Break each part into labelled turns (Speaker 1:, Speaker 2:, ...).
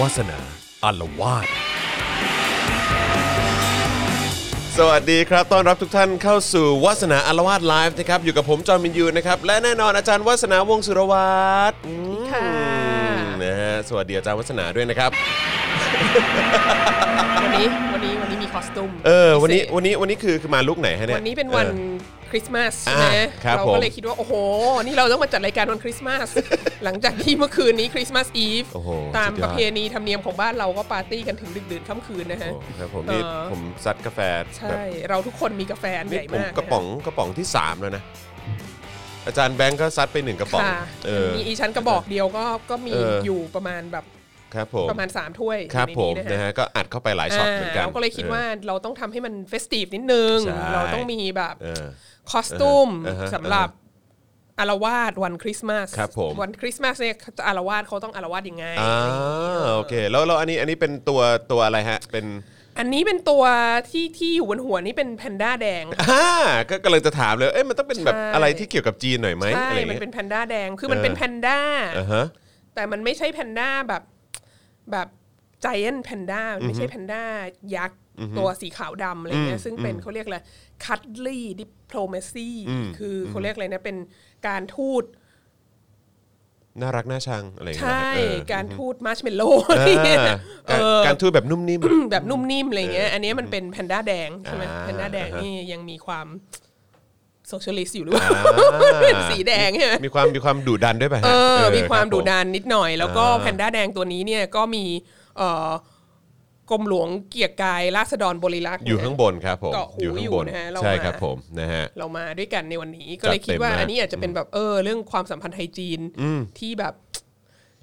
Speaker 1: วาสนาอารวาส
Speaker 2: สวัสดีครับต้อนรับทุกท่านเข้าสู่วาสนาอารวาสไลฟ์นะครับ อยู่กับผมจอมินยูนะครับ และแน่นอนอาจารย์วาสนาวงศ์สุรวัตรอืม
Speaker 3: ค่ะ
Speaker 2: นะฮะสวัสดีอาจารย์วัฒนาด้วยนะครับ
Speaker 3: วันนี้วันนี้วันนี้มีคอสตูม
Speaker 2: เออวันนี้
Speaker 3: พิเศษ
Speaker 2: วันนี้วันนี้คือคือมาลุกไหนฮะเนี่ย
Speaker 3: วันนี้เป็นวันคริสต์มาส
Speaker 2: อ่า
Speaker 3: ใช่ไหม
Speaker 2: ครับ
Speaker 3: เรา
Speaker 2: ผม
Speaker 3: ก็เลยคิดว่า โอ้โห นี่เราต้องมาจัดรายการวันคริสต์มา ส หลังจากที่เมื่อคืนนี้คริสต์มาสอีฟ
Speaker 2: โอ้โห
Speaker 3: ตาม
Speaker 2: สุดยอด
Speaker 3: ประเพณีธรรมเนียมของบ้านเราก็ปาร์ตี้กันถึงดึกดื่นค่ำคืนนะ
Speaker 2: เอ
Speaker 3: ฮะ
Speaker 2: อครับผมนี่
Speaker 3: เออ
Speaker 2: ผมซัดกาแฟแบบ
Speaker 3: ใช่เราทุกคนมีกาแฟอัน
Speaker 2: นี่
Speaker 3: ใหญ่
Speaker 2: ผม
Speaker 3: มาก
Speaker 2: กระป๋องกระป๋องที่ 3 แล้วนะ อาจารย์แบงก์ก็ซัดไปหนึ่งกระป๋อง
Speaker 3: ค่ะ
Speaker 2: เออ
Speaker 3: มีอีชั้นกระบอกเดียวก็ก็มี
Speaker 2: เอออ
Speaker 3: อยู่ประมาณแบบ
Speaker 2: ครับผม
Speaker 3: ประมาณสามถ้วย
Speaker 2: ครับ
Speaker 3: อ
Speaker 2: ผ
Speaker 3: ยู่
Speaker 2: ม
Speaker 3: ในนี้นะ
Speaker 2: นะ
Speaker 3: ฮะ
Speaker 2: ฮะก็อัดเข้าไปหลายช็อตเหมือนกัน
Speaker 3: เราก็เลยคิดว่าเราต้องทำให้มันเฟสตีฟนิดนึง
Speaker 2: ใช่
Speaker 3: เราต้องมีแบบ
Speaker 2: เออ
Speaker 3: คอสตูม
Speaker 2: อ่าฮะ
Speaker 3: สำหรับอารวาสวันคริสต์มาส
Speaker 2: ครับผม
Speaker 3: วันคริสต์มาสเนี่ยอารวาสเขาต้องอารวาสยังไง
Speaker 2: อ่าโอเคแล้วแล้วอันนี้อันนี้เป็นตัวตัวอะไรฮะ เป็น
Speaker 3: อันนี้เป็นตัวที่ที่อยู่บนหัวนี่เป็นแพนด้าแดง
Speaker 2: อ่าก็กำลังจะถามเลยเอ้ยมันต้องเป็นแบบ
Speaker 3: ใช่
Speaker 2: อะไรที่เกี่ยวกับจีนหน่อยไหม
Speaker 3: ใช่
Speaker 2: อะไร
Speaker 3: มัน
Speaker 2: เงี้ย
Speaker 3: เป็นแพนด้าแดงคือมัน
Speaker 2: เออ
Speaker 3: เป็นแพนด้า
Speaker 2: อ่าฮะ
Speaker 3: แต่มันไม่ใช่แพนด้าแบบแบบจ i เอนแพนด้าไม่ใช่แพนด้ายักษ์ตัวสีขาวดำอะไรเงี้ยซึ่งเป็นเขาเรียกอะไรคัตลี่ดิปโลเมซีคือเขาเรียกอะไรนะเป็นการทูต
Speaker 2: น่ารักน่าชังอะไรเงี้ย
Speaker 3: ใช่
Speaker 2: เออ
Speaker 3: การทูตมาร์ชเมลโล่
Speaker 2: อ่ากา
Speaker 3: เอ
Speaker 2: ร
Speaker 3: อ
Speaker 2: การทูตแบบนุ่ม นิ่ม
Speaker 3: แบบนุ่มนิ่มอะไรเงี้ยอันเนี้ยมันเป็นแพนด้าแดงใช่ไหม
Speaker 2: อ่า
Speaker 3: แพนด้าแดง
Speaker 2: อ่าฮะ
Speaker 3: นี่ยังมีความโซเชียลิสต์อยู่หรือเปล่า
Speaker 2: อ่า
Speaker 3: เป็นสีแดงใช่ไหม
Speaker 2: มีความมีความดุดันด้วยป่ะฮะ
Speaker 3: เออ มีความ
Speaker 2: รับผ
Speaker 3: ดุดันนิดหน่อย แล้วก็
Speaker 2: อ่า
Speaker 3: แพนด้าแดงตัวนี้เนี่ยก็มีเอ่อกรมหลวงเกียรติกายราษฎรบริลักษ์
Speaker 2: อยู่ข้างบนครับผม
Speaker 3: เกาะหู
Speaker 2: อยู่ข้างบน
Speaker 3: อยู่นะฮะเรา
Speaker 2: ใช่
Speaker 3: มา
Speaker 2: ครับผมนะฮะ
Speaker 3: เรามาด้วยกันในวันนี้ก็
Speaker 2: จัด
Speaker 3: เลยคิดว่า
Speaker 2: เต็มมาก
Speaker 3: อันนี้อาจจะเป็นแบบเออเรื่องความสัมพันธ์ไทยจีนที่แบบ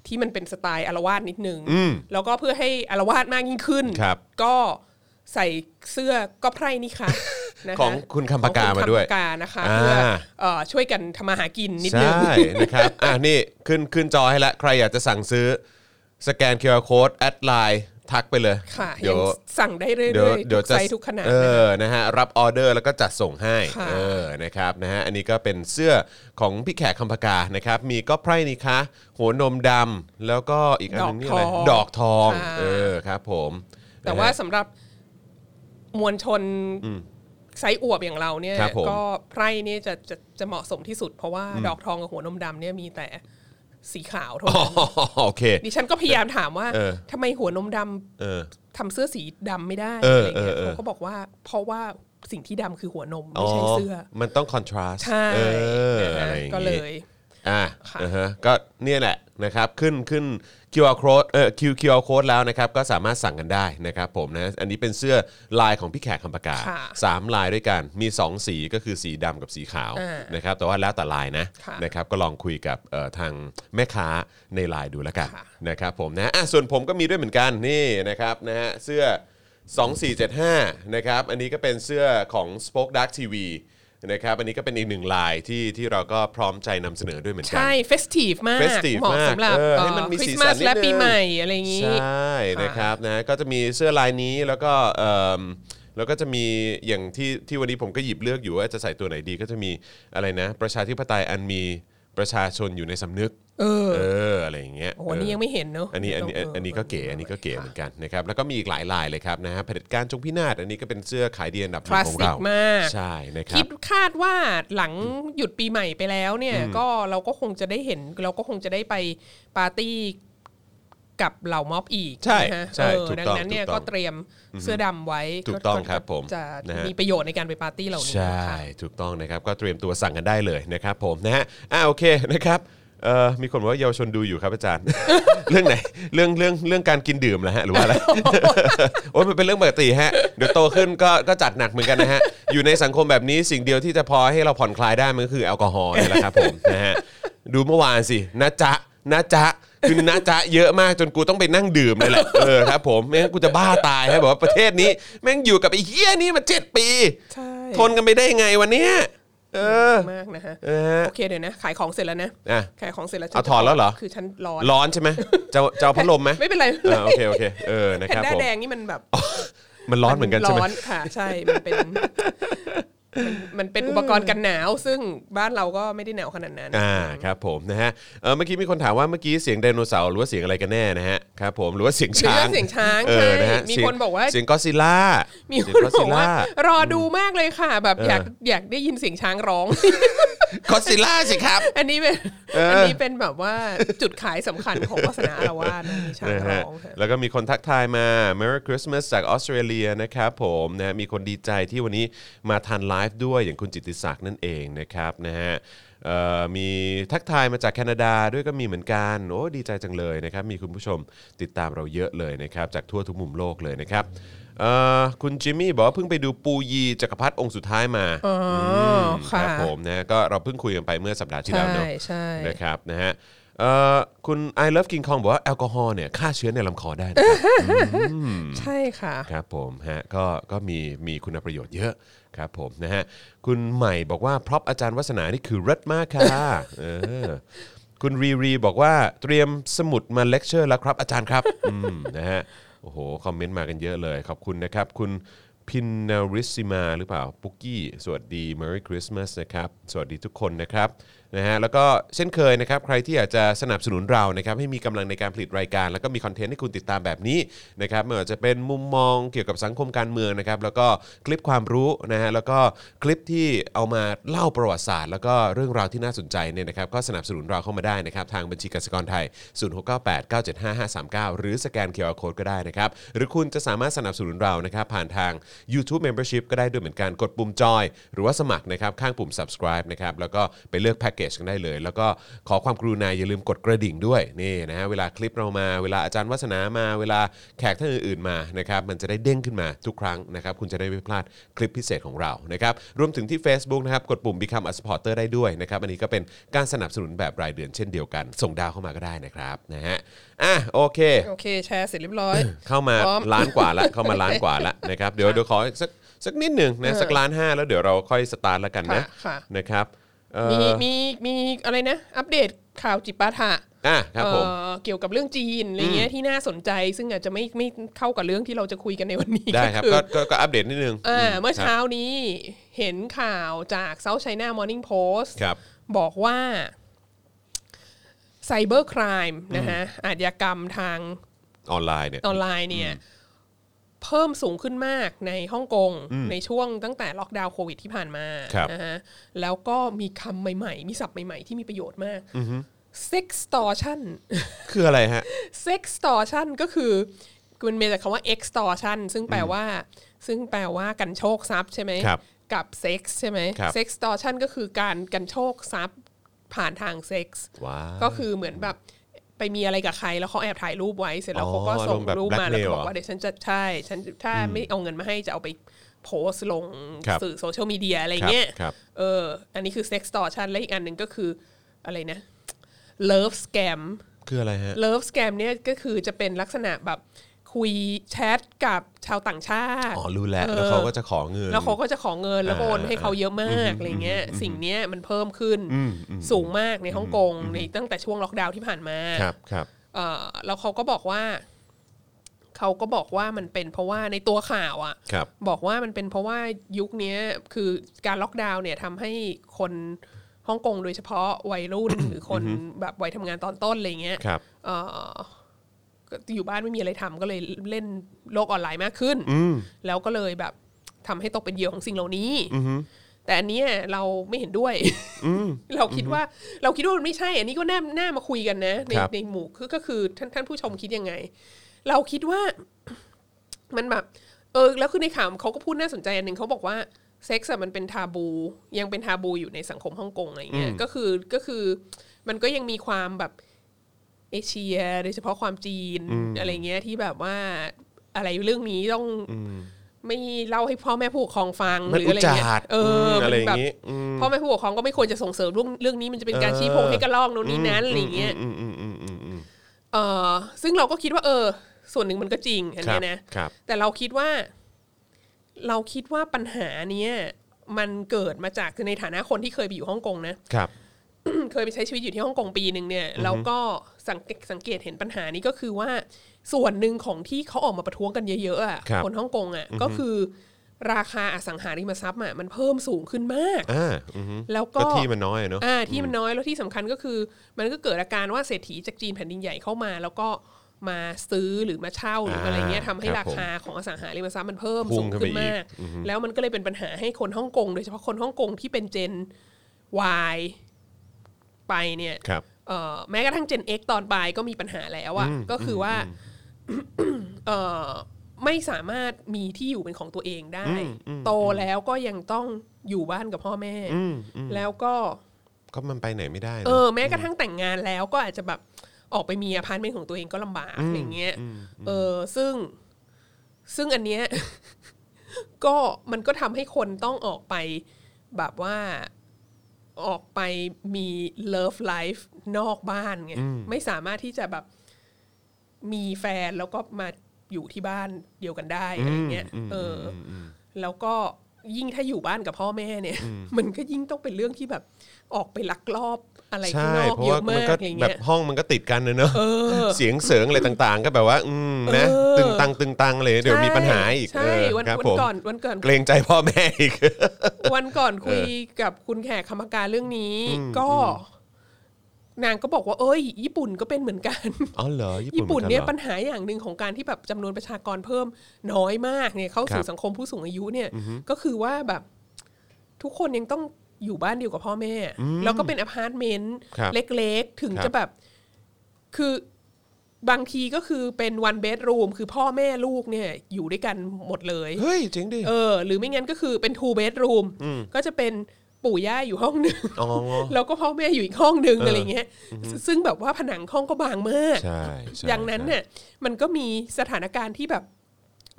Speaker 3: ที่มันเป็นสไตล์อารวาสนิดนึง
Speaker 2: อืม
Speaker 3: แล้วก็เพื่อให้อารวาสมากยิ่งขึ้น
Speaker 2: ครับ
Speaker 3: ก็ใส่เสื้อก็ไพร่นี่ค่ะ นะคะ
Speaker 2: ของคุณคำปากา
Speaker 3: ของณ
Speaker 2: มาด้วย
Speaker 3: คำปกานะคะ
Speaker 2: อ่า
Speaker 3: เพื่อเอ่อช่วยกันทำมาหากินนิดนึง
Speaker 2: ใช่ นะครับ อ่ะนี่ขึ้นขึ้นจอให้ละ ใครอยากจะสั่งซื้อ สแกน QR Code แอดไลน์ทักไปเลย
Speaker 3: ค่ะ
Speaker 2: เดี๋
Speaker 3: ยั
Speaker 2: ย
Speaker 3: ง
Speaker 2: ว
Speaker 3: สั่งได้เรื่อย
Speaker 2: เดี๋ยว
Speaker 3: ๆ
Speaker 2: เดี๋ยว
Speaker 3: ทุก
Speaker 2: จะ
Speaker 3: ไซส์ทุกขนาด
Speaker 2: เอ
Speaker 3: นะคะ
Speaker 2: อนะฮะรับออเดอร์แล้วก็จัดส่งให้
Speaker 3: ค่ะ
Speaker 2: เออนะครับนะฮะอันนี้ก็เป็นเสื้อของพี่แขกคำพกานะครับ มีก็ไพร่นี่คะหัวนมดำแล้วก็อีกอันนึงนี่อะไรดอกทองเออครับผม
Speaker 3: แต่ว่า
Speaker 2: นะฮะ
Speaker 3: สำหรับมวลชนไซส์อวบอย่างเราเนี่ย
Speaker 2: ครับผม
Speaker 3: ก็ไพร่เนี่ยจะจะจะเหมาะสมที่สุด เพราะว่าดอกทองกับหัวนมดำเนี่ยมีแต่สีขาวเท่า
Speaker 2: อ๋อ
Speaker 3: นั้น
Speaker 2: โอเค
Speaker 3: ดิฉันก็พยายามถามว่า
Speaker 2: เออ
Speaker 3: ทำไมหัวนมดำ
Speaker 2: เออ
Speaker 3: ทำเสื้อสีดำไม่ได้
Speaker 2: เออ
Speaker 3: อะไรเงี้ย
Speaker 2: เออเออ
Speaker 3: เขาก็บอกว่า เพราะว่าสิ่งที่ดำคือหัวนม ไม่ใช่เสื้ออ
Speaker 2: มันต้องคอนทราสต์
Speaker 3: ใช่
Speaker 2: เอออะ
Speaker 3: นะฮะ
Speaker 2: ไรอย่างงี้
Speaker 3: ก็เลย
Speaker 2: อ่า
Speaker 3: ค่ะ
Speaker 2: อ่าฮะก็เนี่ยแหละนะครับขึ้นขึ้น QR code เอ่อ Q QR code แล้วนะครับก็สามารถสั่งกันได้นะครับผมนะอันนี้เป็นเสื้อลายของพี่แขกคำปากา
Speaker 3: ค่ะ
Speaker 2: สามลายด้วยกันมี 2 สีก็คือสีดำกับสีขาว
Speaker 3: อ่า
Speaker 2: นะครับแต่ว่าแล้วแต่ลายนะ
Speaker 3: ค่ะ
Speaker 2: นะครับก็ลองคุยกับเอ่อทางแม่ค้าในไลน์ดูแล้วกัน
Speaker 3: ค่ะ
Speaker 2: นะครับผมนะอ่ะส่วนผมก็มีด้วยเหมือนกันนี่นะครับนะฮะเสื้อ 2475นะครับอันนี้ก็เป็นเสื้อของ Spoke Dark TV นะครับอันนี้ก็เป็นอีกหนึ่งลายที่ที่เราก็พร้อมใจนำเสนอด้วยเหมือนกัน
Speaker 3: ใช่เฟสทีฟมาก
Speaker 2: Festive
Speaker 3: เหมาะ
Speaker 2: มาก
Speaker 3: สำหรับ
Speaker 2: เออให้มันมี
Speaker 3: คริ
Speaker 2: สี
Speaker 3: สต์
Speaker 2: สั
Speaker 3: มาน ส
Speaker 2: นิดนึง
Speaker 3: และปีใหม่อะไรอย่างนี้
Speaker 2: ใช่นะครับนะก็จะมีเสื้อลายนี้แล้วก็เอิ่มแล้วก็จะมีอย่างที่ที่วันนี้ผมก็หยิบเลือกอยู่ว่าจะใส่ตัวไหนดีก็จะมีอะไรนะ ประชาธิปไตยอันมีประชาชนอยู่ในสำนึก
Speaker 3: เออ
Speaker 2: เอออะไรอย่างเงี้ย
Speaker 3: โอ้โหอันนี้ยังไม่เห็นเนอะ
Speaker 2: อันนี้อันนี้อันอันนี้ก็เก๋อันนี้ก็เก๋เหมือนกันนะครับแล้วก็มีอีกหลายลายเลยครับนะฮะเผด็จการจงพินาศอันนี้ก็เป็นเสื้อขายดีอันดับหนึ่งของเรา
Speaker 3: คลาสสิกมาก
Speaker 2: ใช่นะครับ
Speaker 3: คิดคาดว่าหลังหยุดปีใหม่ไปแล้วเนี่ย ก็เราก็คงจะได้เห็น เราก็คงจะได้ไปปาร์ตี้กับเหล่าม็อบอีก
Speaker 2: ใช่
Speaker 3: นะฮะ
Speaker 2: ใช่
Speaker 3: เออ
Speaker 2: ถูก
Speaker 3: ดั
Speaker 2: ต้อง
Speaker 3: นั้นเนี่ย
Speaker 2: ถูกต้
Speaker 3: ก็
Speaker 2: อง
Speaker 3: เตรียมเสื้อดำไว้
Speaker 2: ถูกต้องครับผม
Speaker 3: จะ
Speaker 2: นะฮะ
Speaker 3: มีประโยชน์ในการไปปาร์ตี้เหล่านี้
Speaker 2: ใช่
Speaker 3: นะคะ
Speaker 2: ถูกต้องนะครับก็เตรียมตัวสั่งกันได้เลยนะครับผมนะฮะอ่าโอเคนะครับเอ่อมีคนบอกว่าเยาวชนดูอยู่ครับอาจารย์ เรื่องไหนเรื่องเรื่องเรื่องการกินดื่มนะฮะหรือว่าอะไร โอ้ยมันเป็นเรื่องปกติฮะเดี๋ยวโตขึ้นก็ก็จัดหนักเหมือนกันนะฮะอยู่ในสังคมแบบนี้สิ่งเดียวที่จะพอให้เราผ่อนคลายได้มันก็คือแอลกอฮอล์นี่แหละครับผมนะฮะดูเมื่อวานสินะจ๊ะนะจ๊ะคือนะจ๊ะเยอะมากจนกูต้องไปนั่งดื่มเลยแหละเออครับผมไม่งั้นกูจะบ้าตายฮะบอกว่าประเทศนี้แม่งอยู่กับไอ้เฮี้ยนี่มาเจ็ดปี
Speaker 3: ใช่
Speaker 2: ทนกันไปได้ยังไงวันเนี้ยเออ
Speaker 3: มากนะฮะ
Speaker 2: เออฮะ
Speaker 3: โอเคเดี๋ยวนะ ขายของเสร็จแล้วนะ
Speaker 2: อ่ะ
Speaker 3: ขายของเสร็จแล้วฉั
Speaker 2: เอาถอดแล้วเหรอ
Speaker 3: คือฉันร้อน
Speaker 2: ร้อนใช่ไหมจะจะเอาพัดลมไหม
Speaker 3: ไม่เป็นไร
Speaker 2: เออโอเคโอเคเออนะ
Speaker 3: แพ
Speaker 2: คน รับ
Speaker 3: ด้า
Speaker 2: ผม
Speaker 3: แดงนี่มันแบบ
Speaker 2: มันร้อนเหมือนกันใช่ไหม
Speaker 3: ร้อนค่ะ ใช่มันเป็น มันมันเป็นอุปกรณ์กันหนาว ซึ่งบ้านเราก็ไม่ได้หนาวขนาดนั้น
Speaker 2: อ่าครับผมนะฮะเอ่อเมื่อกี้มีคนถามว่าเมื่อกี้เสียงไดโนเสาร์หรือว่าเสียงอะไรกันแน่นะฮะครับผมหรือว่าเสียงช้าง
Speaker 3: หรือว่าเสียงช้าง
Speaker 2: เออ
Speaker 3: ใช่
Speaker 2: นะฮะ
Speaker 3: มี
Speaker 2: เสียง
Speaker 3: คนบอกว่า
Speaker 2: เสียงก็อดซิลล่า
Speaker 3: มี
Speaker 2: มี
Speaker 3: คนบอกว่ารอดูมากเลยค่ะ แบบอยากอยากได้ยินเสียงช้างร้อง
Speaker 2: ก็อดซิลล่าสิครับ
Speaker 3: อันนี้เป็น
Speaker 2: เอออั
Speaker 3: อันนี้เป็นแบบว่าจุดขายสำคัญของวาสนาอารวาสนะมีช้าง
Speaker 2: นะ
Speaker 3: ร้
Speaker 2: ฮะ
Speaker 3: องค่ะ
Speaker 2: แล้วก็มีคนทักทายมา Merry Christmas จากออสเตรเลียนะครับผมนะฮะมีคนดีใจที่วันนี้มาทันไลฟ์ด้วยอย่างคุณจิตติศักดิ์นั่นเองนะครับนะฮะเอ่อมีทักทายมาจากแคนาดาด้วยก็มีเหมือนกันโอ้ดีใจจังเลยนะครับ มีคุณผู้ชมติดตามเราเยอะเลยนะครับ จากทั่วทุกมุมโลกเลยนะครับเอ่อคุณจิมมี่บอกว่าเพิ่งไปดูปูยีจักรพรรดิองค์สุดท้ายมา
Speaker 3: อ๋อ
Speaker 2: ม
Speaker 3: ค่ะ
Speaker 2: ครับผมนะฮะก็เราเพิ่งคุยกันไปเมื่อสัปดาห์ที่แล้ว
Speaker 3: ใช่
Speaker 2: เนอะ
Speaker 3: ใช่
Speaker 2: นะครับนะฮะเอ่อคุณ I love King Kong บอกว่า แอลกอฮอล์เนี่ยฆ่าเชื้อในลำคอได้นะครับ
Speaker 3: ใช่ค่ะ
Speaker 2: ครับผมฮะก็ก็มีมีคุณประโยชน์เยอะครับผมนะฮะคุณใหม่บอกว่า พร็อพอาจารย์วัฒนานี่คือรัดมากค่ะ เออคุณรีรีบอกว่าเตรียมสมุดมาเลคเชอร์แล้วครับอาจารย์ครับ อืมนะฮะโอ้โห คอมเมนต์มากันเยอะเลย ขอบคุณนะครับ คุณพินาริสิมาหรือเปล่าปุกกี้ สวัสดี Merry Christmas นะครับ สวัสดีทุกคนนะครับนะฮะแล้วก็เช่นเคยนะครับ ใครที่อยากจะสนับสนุนเรานะครับให้มีกำลังในการผลิตรายการ แล้วก็มีคอนเทนต์ให้คุณติดตามแบบนี้นะครับไม่ว่าจะเป็นมุมมองเกี่ยวกับสังคมการเมืองนะครับแล้วก็คลิปความรู้นะฮะแล้วก็คลิปที่เอามาเล่าประวัติศาสตร์ แล้วก็เรื่องราวที่น่าสนใจเนี่ยนะครับก็สนับสนุนเราเข้ามาได้นะครับทางบัญชีกสิกรไทย 0698975539 หรือสแกนเคอร์โคดก็ได้นะครับ หรือคุณจะสามารถสนับสนุนเรานะครับผ่านทาง YouTube Membership ก็ได้ด้วยเหมือนกันกดปุ่มจอย หรือว่าสมัครนะครับข้างปุ่ม subscribe นะครับแล้วก็ไปเลือกแพ็กเกจกันได้เลย แล้วก็ขอความกรุณาอย่าลืมกดกระดิ่งด้วยนี่นะฮะเวลาคลิปเรามาเวลาอาจารย์วัฒนามาเวลาแขกท่านอื่นๆมานะครับมันจะได้เด้งขึ้นมาทุกครั้งนะครับคุณจะได้ไม่พลาดคลิปพิเศษของเรานะครับรวมถึงที่ Facebook นะครับกดปุ่ม Become a supporter ได้ด้วยนะครับอันนี้ก็เป็นการสนับสนุนแบบรายเดือนเช่นเดียวกัน ส่งดาวเข้ามาก็ได้นะครับนะฮะอ่ะโอเค
Speaker 3: โอเคแชร์เสร็จเรียบร้อย
Speaker 2: เข้ามา
Speaker 3: พร้อม
Speaker 2: ล้านกว่า ละ เข้ามาล้านกว่าละนะครับเดี๋ยวเดี๋ยวขออีกสักสักนิดหนึ่งนะสักล้านห้าแล้วเดี๋ยวเราค่อยสตาร์ทแล้วกันนะ
Speaker 3: ค่ะค่ะ
Speaker 2: นะครับเอ่อ
Speaker 3: มีมีมีอะไรนะ อัปเดตข่าวจิปาถะ
Speaker 2: อ่ะครับผม
Speaker 3: เอ่อเกี่ยวกับเรื่องจีนอะไรเงี้ยที่น่าสนใจ ซึ่งอาจจะไม่ไม่เข้ากับเรื่องที่เราจะคุยกันในวันนี้
Speaker 2: ได้ครับ
Speaker 3: อ
Speaker 2: ก็ก็ก็อัปเดตนิดนึง
Speaker 3: อ่าเมื่อ
Speaker 2: ครั
Speaker 3: เช้า
Speaker 2: บ
Speaker 3: นี้เห็นข่าวจาก South China Morning Post
Speaker 2: ครับ
Speaker 3: บอกว่าไซเบอร์ค i ายนะฮะอาชญากรรมทาง
Speaker 2: ออนไลน์เนี่ย
Speaker 3: ออนไลน์เนี่ยเพิ่มสูงขึ้นมากในฮ่องกงในช่วงตั้งแต่ล็อกดาวน์โควิดที่ผ่านมา
Speaker 2: ครับ
Speaker 3: นะฮะแล้วก็มีคำใหม่ๆ มีศัพท์ใหม่ๆ ที่มีประโยชน์มาก sextortion
Speaker 2: คืออะไรฮะ
Speaker 3: sextortion ก็คือมันมาจากคำว่า extortion ซึ่งแปลว่า ซึ่งแปลว่ากันโชคทรัพย์ใช่ไหม
Speaker 2: ครับ
Speaker 3: กับ sex ใช่ไหม
Speaker 2: ครับ
Speaker 3: sextortion ก็คือการกันโชคทรัพย์ผ่านทาง sex
Speaker 2: ว้าว
Speaker 3: ก็คือเหมือนแบบไปมีอะไรกับใครแล้วเขาแอบถ่ายรูปไว้เสร็จแล้ว
Speaker 2: อ๋อ
Speaker 3: เขาก็ส่
Speaker 2: ล
Speaker 3: ง
Speaker 2: งแบบ
Speaker 3: รูปมา
Speaker 2: blackmail
Speaker 3: แล้วก็บอก
Speaker 2: เหรอ
Speaker 3: ว่าเดี๋ยวฉันจะใช่ฉันถ้าไม่เอาเงินมาให้จะเอาไปโพสต์ลง
Speaker 2: ครับ
Speaker 3: สื่อโซเชียลมีเดียอะไรเงี้ย
Speaker 2: ครับครับ
Speaker 3: เอออันนี้คือ sex tortion และอีกอันหนึ่งก็คืออะไรนะ love scam
Speaker 2: คืออะไรฮะ
Speaker 3: เลิฟสแกมเนี่ยก็คือจะเป็นลักษณะแบบคุยแชทกับชาวต่างชาติ
Speaker 2: อ๋อรู้แล้วแล้วเขาก็จะขอเงิน
Speaker 3: แล้วเขาก็จะขอเงินแล้วก็โอนให้เขาเยอะมากอะไรเงี้ยสิ่งเนี้ยมันเพิ่มขึ้นสูงมากในฮ่องกงในตั้งแต่ช่วงล็อกดาวน์ที่ผ่านมา
Speaker 2: ครับครับ
Speaker 3: เอ่อแล้วเขาก็บอกว่าเขาก็บอกว่ามันเป็นเพราะว่าในตัวข่าวอะ
Speaker 2: ครับ
Speaker 3: บอกว่ามันเป็นเพราะว่ายุคเนี้ยคือการล็อกดาวน์เนี่ยทำให้คนฮ่องกงโดยเฉพาะวัยรุ่น หรือคนแบบวัยทำงานตอนต้นอะไรเงี้ย
Speaker 2: ครับ
Speaker 3: เอ่อก็อยู่บ้านไม่มีอะไรทำก็เลยเล่นโลกออนไลน์มากขึ้น แล้วก็เลยแบบทำให้ตกเป็นเหยื่อของสิ่งเหล่านี้ แต่อันเนี้ยเราไม่เห็นด้วย เราคิดว่าเราคิดว่ามันไม่ใช่ อันนี้ก็น่าน่ามาคุยกันนะใน
Speaker 2: ครับ
Speaker 3: ในหมู่คือก็คือท่านท่านผู้ชมคิดยังไง เราคิดว่า มันแบบ เออ แล้วคือในข่าวเขาก็พูดน่าสนใจอันหนึ่งเขาบอกว่าเซ็กซ์อะมันเป็นทาบู ยังเป็นทาบูอยู่ในสังคมฮ่องกงอะไรเงี้ยก็คือก็คือ มันก็ยังมีความแบบเอเชียโดยเฉพาะความจีนอะไรเงี้ยที่แบบว่าอะไรเรื่องนี้ต้องไม่เล่าให้พ่อแม่ผู้ปกครองฟังห
Speaker 2: มัน
Speaker 3: รืออะไรเงี้
Speaker 2: อุจจาด
Speaker 3: ยเออ
Speaker 2: ม
Speaker 3: อ
Speaker 2: อะไรอย่าง
Speaker 3: แบบ
Speaker 2: งี้อืม
Speaker 3: พ่อแม่ผู้ปกครองก็ไม่ควรจะส่งเสริมเรื่องเรื่องนี้มันจะเป็นการชี้โพงให้กระลอกโน่นนี่นั้นอะไรเงี้ย
Speaker 2: อืมอืมอืมอืมอืม
Speaker 3: เออซึ่งเราก็คิดว่า เออ ส่วนหนึ่งมันก็จริงอัน
Speaker 2: ครับ
Speaker 3: เนี้ยนะ
Speaker 2: ครับ
Speaker 3: แต่เราคิดว่า เราคิดว่าปัญหาเนี้ยมันเกิดมาจากคือในฐานะคนที่เคยไปอยู่ฮ่องกงนะ
Speaker 2: ครับ
Speaker 3: เคยไปใช้ชีวิตอยู่ที่ฮ่องกงปีหนึ่งเนี่ยแล้วก็สังเกตสังเกตเห็นปัญหานี้ก็คือว่าส่วนหนึ่งของที่เขาออกมาประท้วงกันเยอะๆอ่ะคนฮ่องกงอ่ะก็คือ ราคาอสังหาริมทรัพย์อ่ะมันเพิ่มสูงขึ้นมาก
Speaker 2: อ่าอือฮึ
Speaker 3: แล้วก็
Speaker 2: ก็ที่มันน้อยอะเนาะ
Speaker 3: อ่าที่มันน้อยแล้วที่สำคัญก็คือ มันก็เกิดอาการว่าเศรษฐีจากจีนแผ่นดินใหญ่เข้ามา แล้วก็มาซื้อหรือมาเช่าหรืออะไรเงี้ยทำให้
Speaker 2: ครับ
Speaker 3: ราคาของอสังหาริมทรัพย์มันเพิ่ม
Speaker 2: พุ่
Speaker 3: สู
Speaker 2: ง
Speaker 3: ง
Speaker 2: ขึ้นไป
Speaker 3: ขึ้นมาก แล้วมันก็เลยเป็นปัญหาให้คนฮ่องกง โดยเฉพาะคนฮ่องกงที่เป็นเจน Y ไปเนี่ย
Speaker 2: ครับ
Speaker 3: เอ่อแม้กระทั่งเจน X ตอนปลายก็มีปัญหาแล้วอะก็คือว่าเอ่อไม่สามารถมีที่อยู่เป็นของตัวเองได้ โตแล้วก็ยังต้องอยู่บ้านกับพ่อแม่ แล้วก็
Speaker 2: ก็มันไปไหนไม่ได้นะ
Speaker 3: เออแม้กระทั่งแต่งงานแล้วก็อาจจะแบบออกไปมีอพาร์ตเมนต์ของตัวเองก็ลำบากอะไรเงี้ยเออซึ่งซึ่งอันเนี้ย ก็มันก็ทำให้คนต้องออกไปแบบว่าออกไปมีเลิฟไลฟ์นอกบ้านไงไม่สามารถที่จะแบบมีแฟนแล้วก็มาอยู่ที่บ้านเดียวกันได้อะไรเงี้ยเอออ แล้วก็ยิ่งถ้าอยู่บ้านกับพ่อแม่เนี่ย มันก็ยิ่งต้องเป็นเรื่องที่แบบออกไปลักลอบอะไรข้าง
Speaker 2: ใช่
Speaker 3: นอก
Speaker 2: เพราะ
Speaker 3: เย
Speaker 2: ว่า
Speaker 3: อะ
Speaker 2: มั
Speaker 3: มาน ก
Speaker 2: ก็
Speaker 3: อะไร
Speaker 2: แบ
Speaker 3: เงี้
Speaker 2: บ
Speaker 3: ย
Speaker 2: ห้องมันก็ติดกันนะเนอะเสียงเสริงอะไรต่างๆ ก็แบบว่า อืมนะ
Speaker 3: เออ
Speaker 2: ตึงตังตึงตังเลยเดี๋ยวมีปัญหาอีก
Speaker 3: ใช่
Speaker 2: เออ
Speaker 3: ใช่วัน
Speaker 2: ครับ
Speaker 3: วัน
Speaker 2: ผม
Speaker 3: ก่อนวันก่อน
Speaker 2: เกรงใจพ่อแม่อีก
Speaker 3: วันก่อนคุยกับคุณแขกคำการเรื่องนี้ ก็ นางก็บอกว่า เอ้ย ญี่ปุ่นก็เป็นเหมือนกัน
Speaker 2: อ๋อเหรอ
Speaker 3: ญี่
Speaker 2: ญี่
Speaker 3: ปุ่นเนี่ย
Speaker 2: หมือ
Speaker 3: ปัญหาอย่างหนึ่งของการที่แบบจำนวนประชากรเพิ่มน้อยมากเนี่ยเข้าสู่สังคมผู้สูงอายุเนี่ยก็คือว่าแบบทุกคนยังต้องอยู่บ้านเดียวกับพ่อแม่ แล้วก็เป็นอพาร์ตเมนต์เล็กๆ ถึงจะแบบคือบางทีก็คือเป็นวันเบดรูมคือพ่อแม่ลูกเนี่ยอยู่ด้วยกันหมดเลย
Speaker 2: เฮ้ยเจ๋งดิ
Speaker 3: เออ หรือไม่งั้นก็คือเป็น two bedroom ก็จะเป็นปู่ย่าอยู่ห้องหนึ่ง
Speaker 2: อ๋อ
Speaker 3: แล้วก็พ่อแม่อยู่อีกห้องหนึ่ง
Speaker 2: เอออ
Speaker 3: อะไรเงี้ย ซึ่งแบบว่าผนังห้องก็บางมาก
Speaker 2: ใช่ใช่
Speaker 3: ดังนั้นเนี่ยมันก็มีสถานการณ์ที่แบบ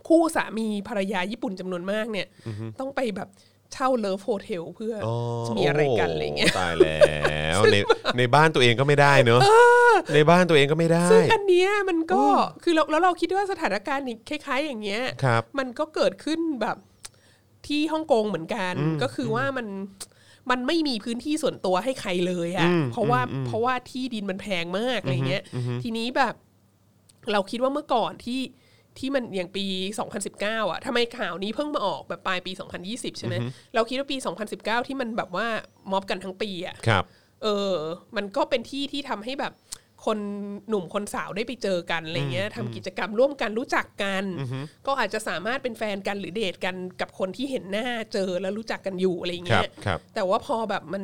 Speaker 3: คู่สามีภรรยาญี่ปุ่นจำนวนมากเนี่ย ต้องไปแบบเช่าเลิฟโฮเทลเพื่อ
Speaker 2: อ๋อ
Speaker 3: จะมีอะไรกันอะไรเงี้ย
Speaker 2: โตายแล้วในในบ้านตัวเองก็ไม่ได้เนอะในบ้านตัวเองก็ไม่ได้
Speaker 3: ซึ่งอันเนี้ยมันก็คือเราแล้วเราคิดว่าสถานการณ์นี้คล้าย ๆ อย่างเงี้ย
Speaker 2: ครับ
Speaker 3: มันก็เกิดขึ้นแบบที่ฮ่องกงเหมือนกัน ก็คือว่ามันมันไม่มีพื้นที่ส่วนตัวให้ใครเลยอะ่ะเพราะว่าเพราะว่าที่ดินมันแพงมากอะไรเงี้ย ทีนี้แบบ เราคิดว่าเมื่อก่อนที่ที่มันอย่างปี 2019 อ่ะทำไมข่าวนี้เพิ่งมาออกแบบปลายปี 2020 ใช่ไหมเราคิดว่าปี 2019 ที่มันแบบว่าม็อบกันทั้งปีอ่ะ
Speaker 2: ครับ
Speaker 3: เออ มันก็เป็นที่ที่ทำให้แบบคนหนุ่มคนสาวได้ไปเจอกันอะไรเงี้ยทำกิจกรรมร่วมกันรู้จักกัน ก็อาจจะสามารถเป็นแฟนกันหรือเดทกันกับคนที่เห็นหน้าเจอแล้วรู้จักกันอยู่อะไรเงี้
Speaker 2: ค
Speaker 3: ย
Speaker 2: รับครับ
Speaker 3: แต่ว่าพอแบบมัน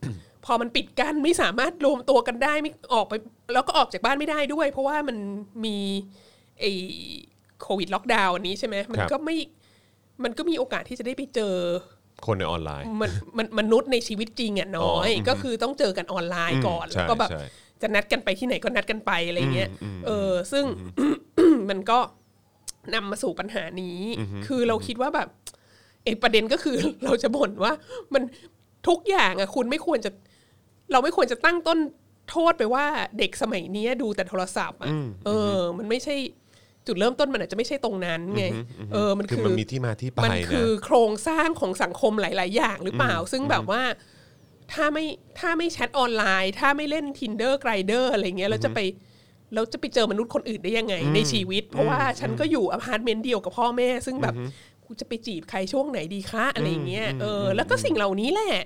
Speaker 3: พอมันปิดกั้นไม่สามารถรวมตัวกันได้ไม่ออกไป แล้วก็ออกจากบ้านไม่ได้ด้วย เพราะว่ามันมีไอโควิดล็อกดาวน์อันนี้ใช่ไหมมัน
Speaker 2: ครับ
Speaker 3: ก็ไม่มันก็มีโอกาสที่จะได้ไปเจอ
Speaker 2: คนในออนไลน์
Speaker 3: มันมันมนุษย์ในชีวิตจริงอ่ะน้อย
Speaker 2: อ๋ออืม
Speaker 3: ก็คือต้องเจอกันออนไลน์ก่อน
Speaker 2: อืม
Speaker 3: แล้วก็แบบ
Speaker 2: ใช่ใช่
Speaker 3: จะนัดกันไปที่ไหนก็นัดกันไปอะไรเงี้ยเออ ซึ่ง มันก็นำมาสู่ปัญหานี้ คือเราคิดว่าแบบเอกประเด็นก็คือ เราจะบ่นว่า มันทุกอย่างอ่ะ คุณไม่ควรจะ เราไม่ควรจะตั้งต้นโทษไปว่าเด็กสมัยเนี้ยดูแต่โทรศัพท์อ่ะเออ มันไม่ใช่จุดเริ่มต้นมันอาจจะไม่ใช่ตรงนั้นไงเออมัน
Speaker 2: คื
Speaker 3: คืออ
Speaker 2: มันมีที่มาที่ไป
Speaker 3: มัน
Speaker 2: นะ
Speaker 3: คือโครงสร้างของสังคมหลาย ๆ อย่างหรือเปล่า ซึ่งแบบว่าถ้าไม่ถ้าไม่แชทออนไลน์ ถ้าไม่เล่น tinder grinder อะไรเงี้ยเราจะไปเราจะไปเจอมนุษย์คนอื่นได้ยังไง ในชีวิต เพราะว่าฉันก็อยู่อพาร์ตเมนต์เดียวกับพ่อแม่ ซึ่งแบบกูจะไปจีบใครช่วงไหนดีคะอะไรเงี้ยเอออแล้วก็สิ่งเหล่านี้แหละ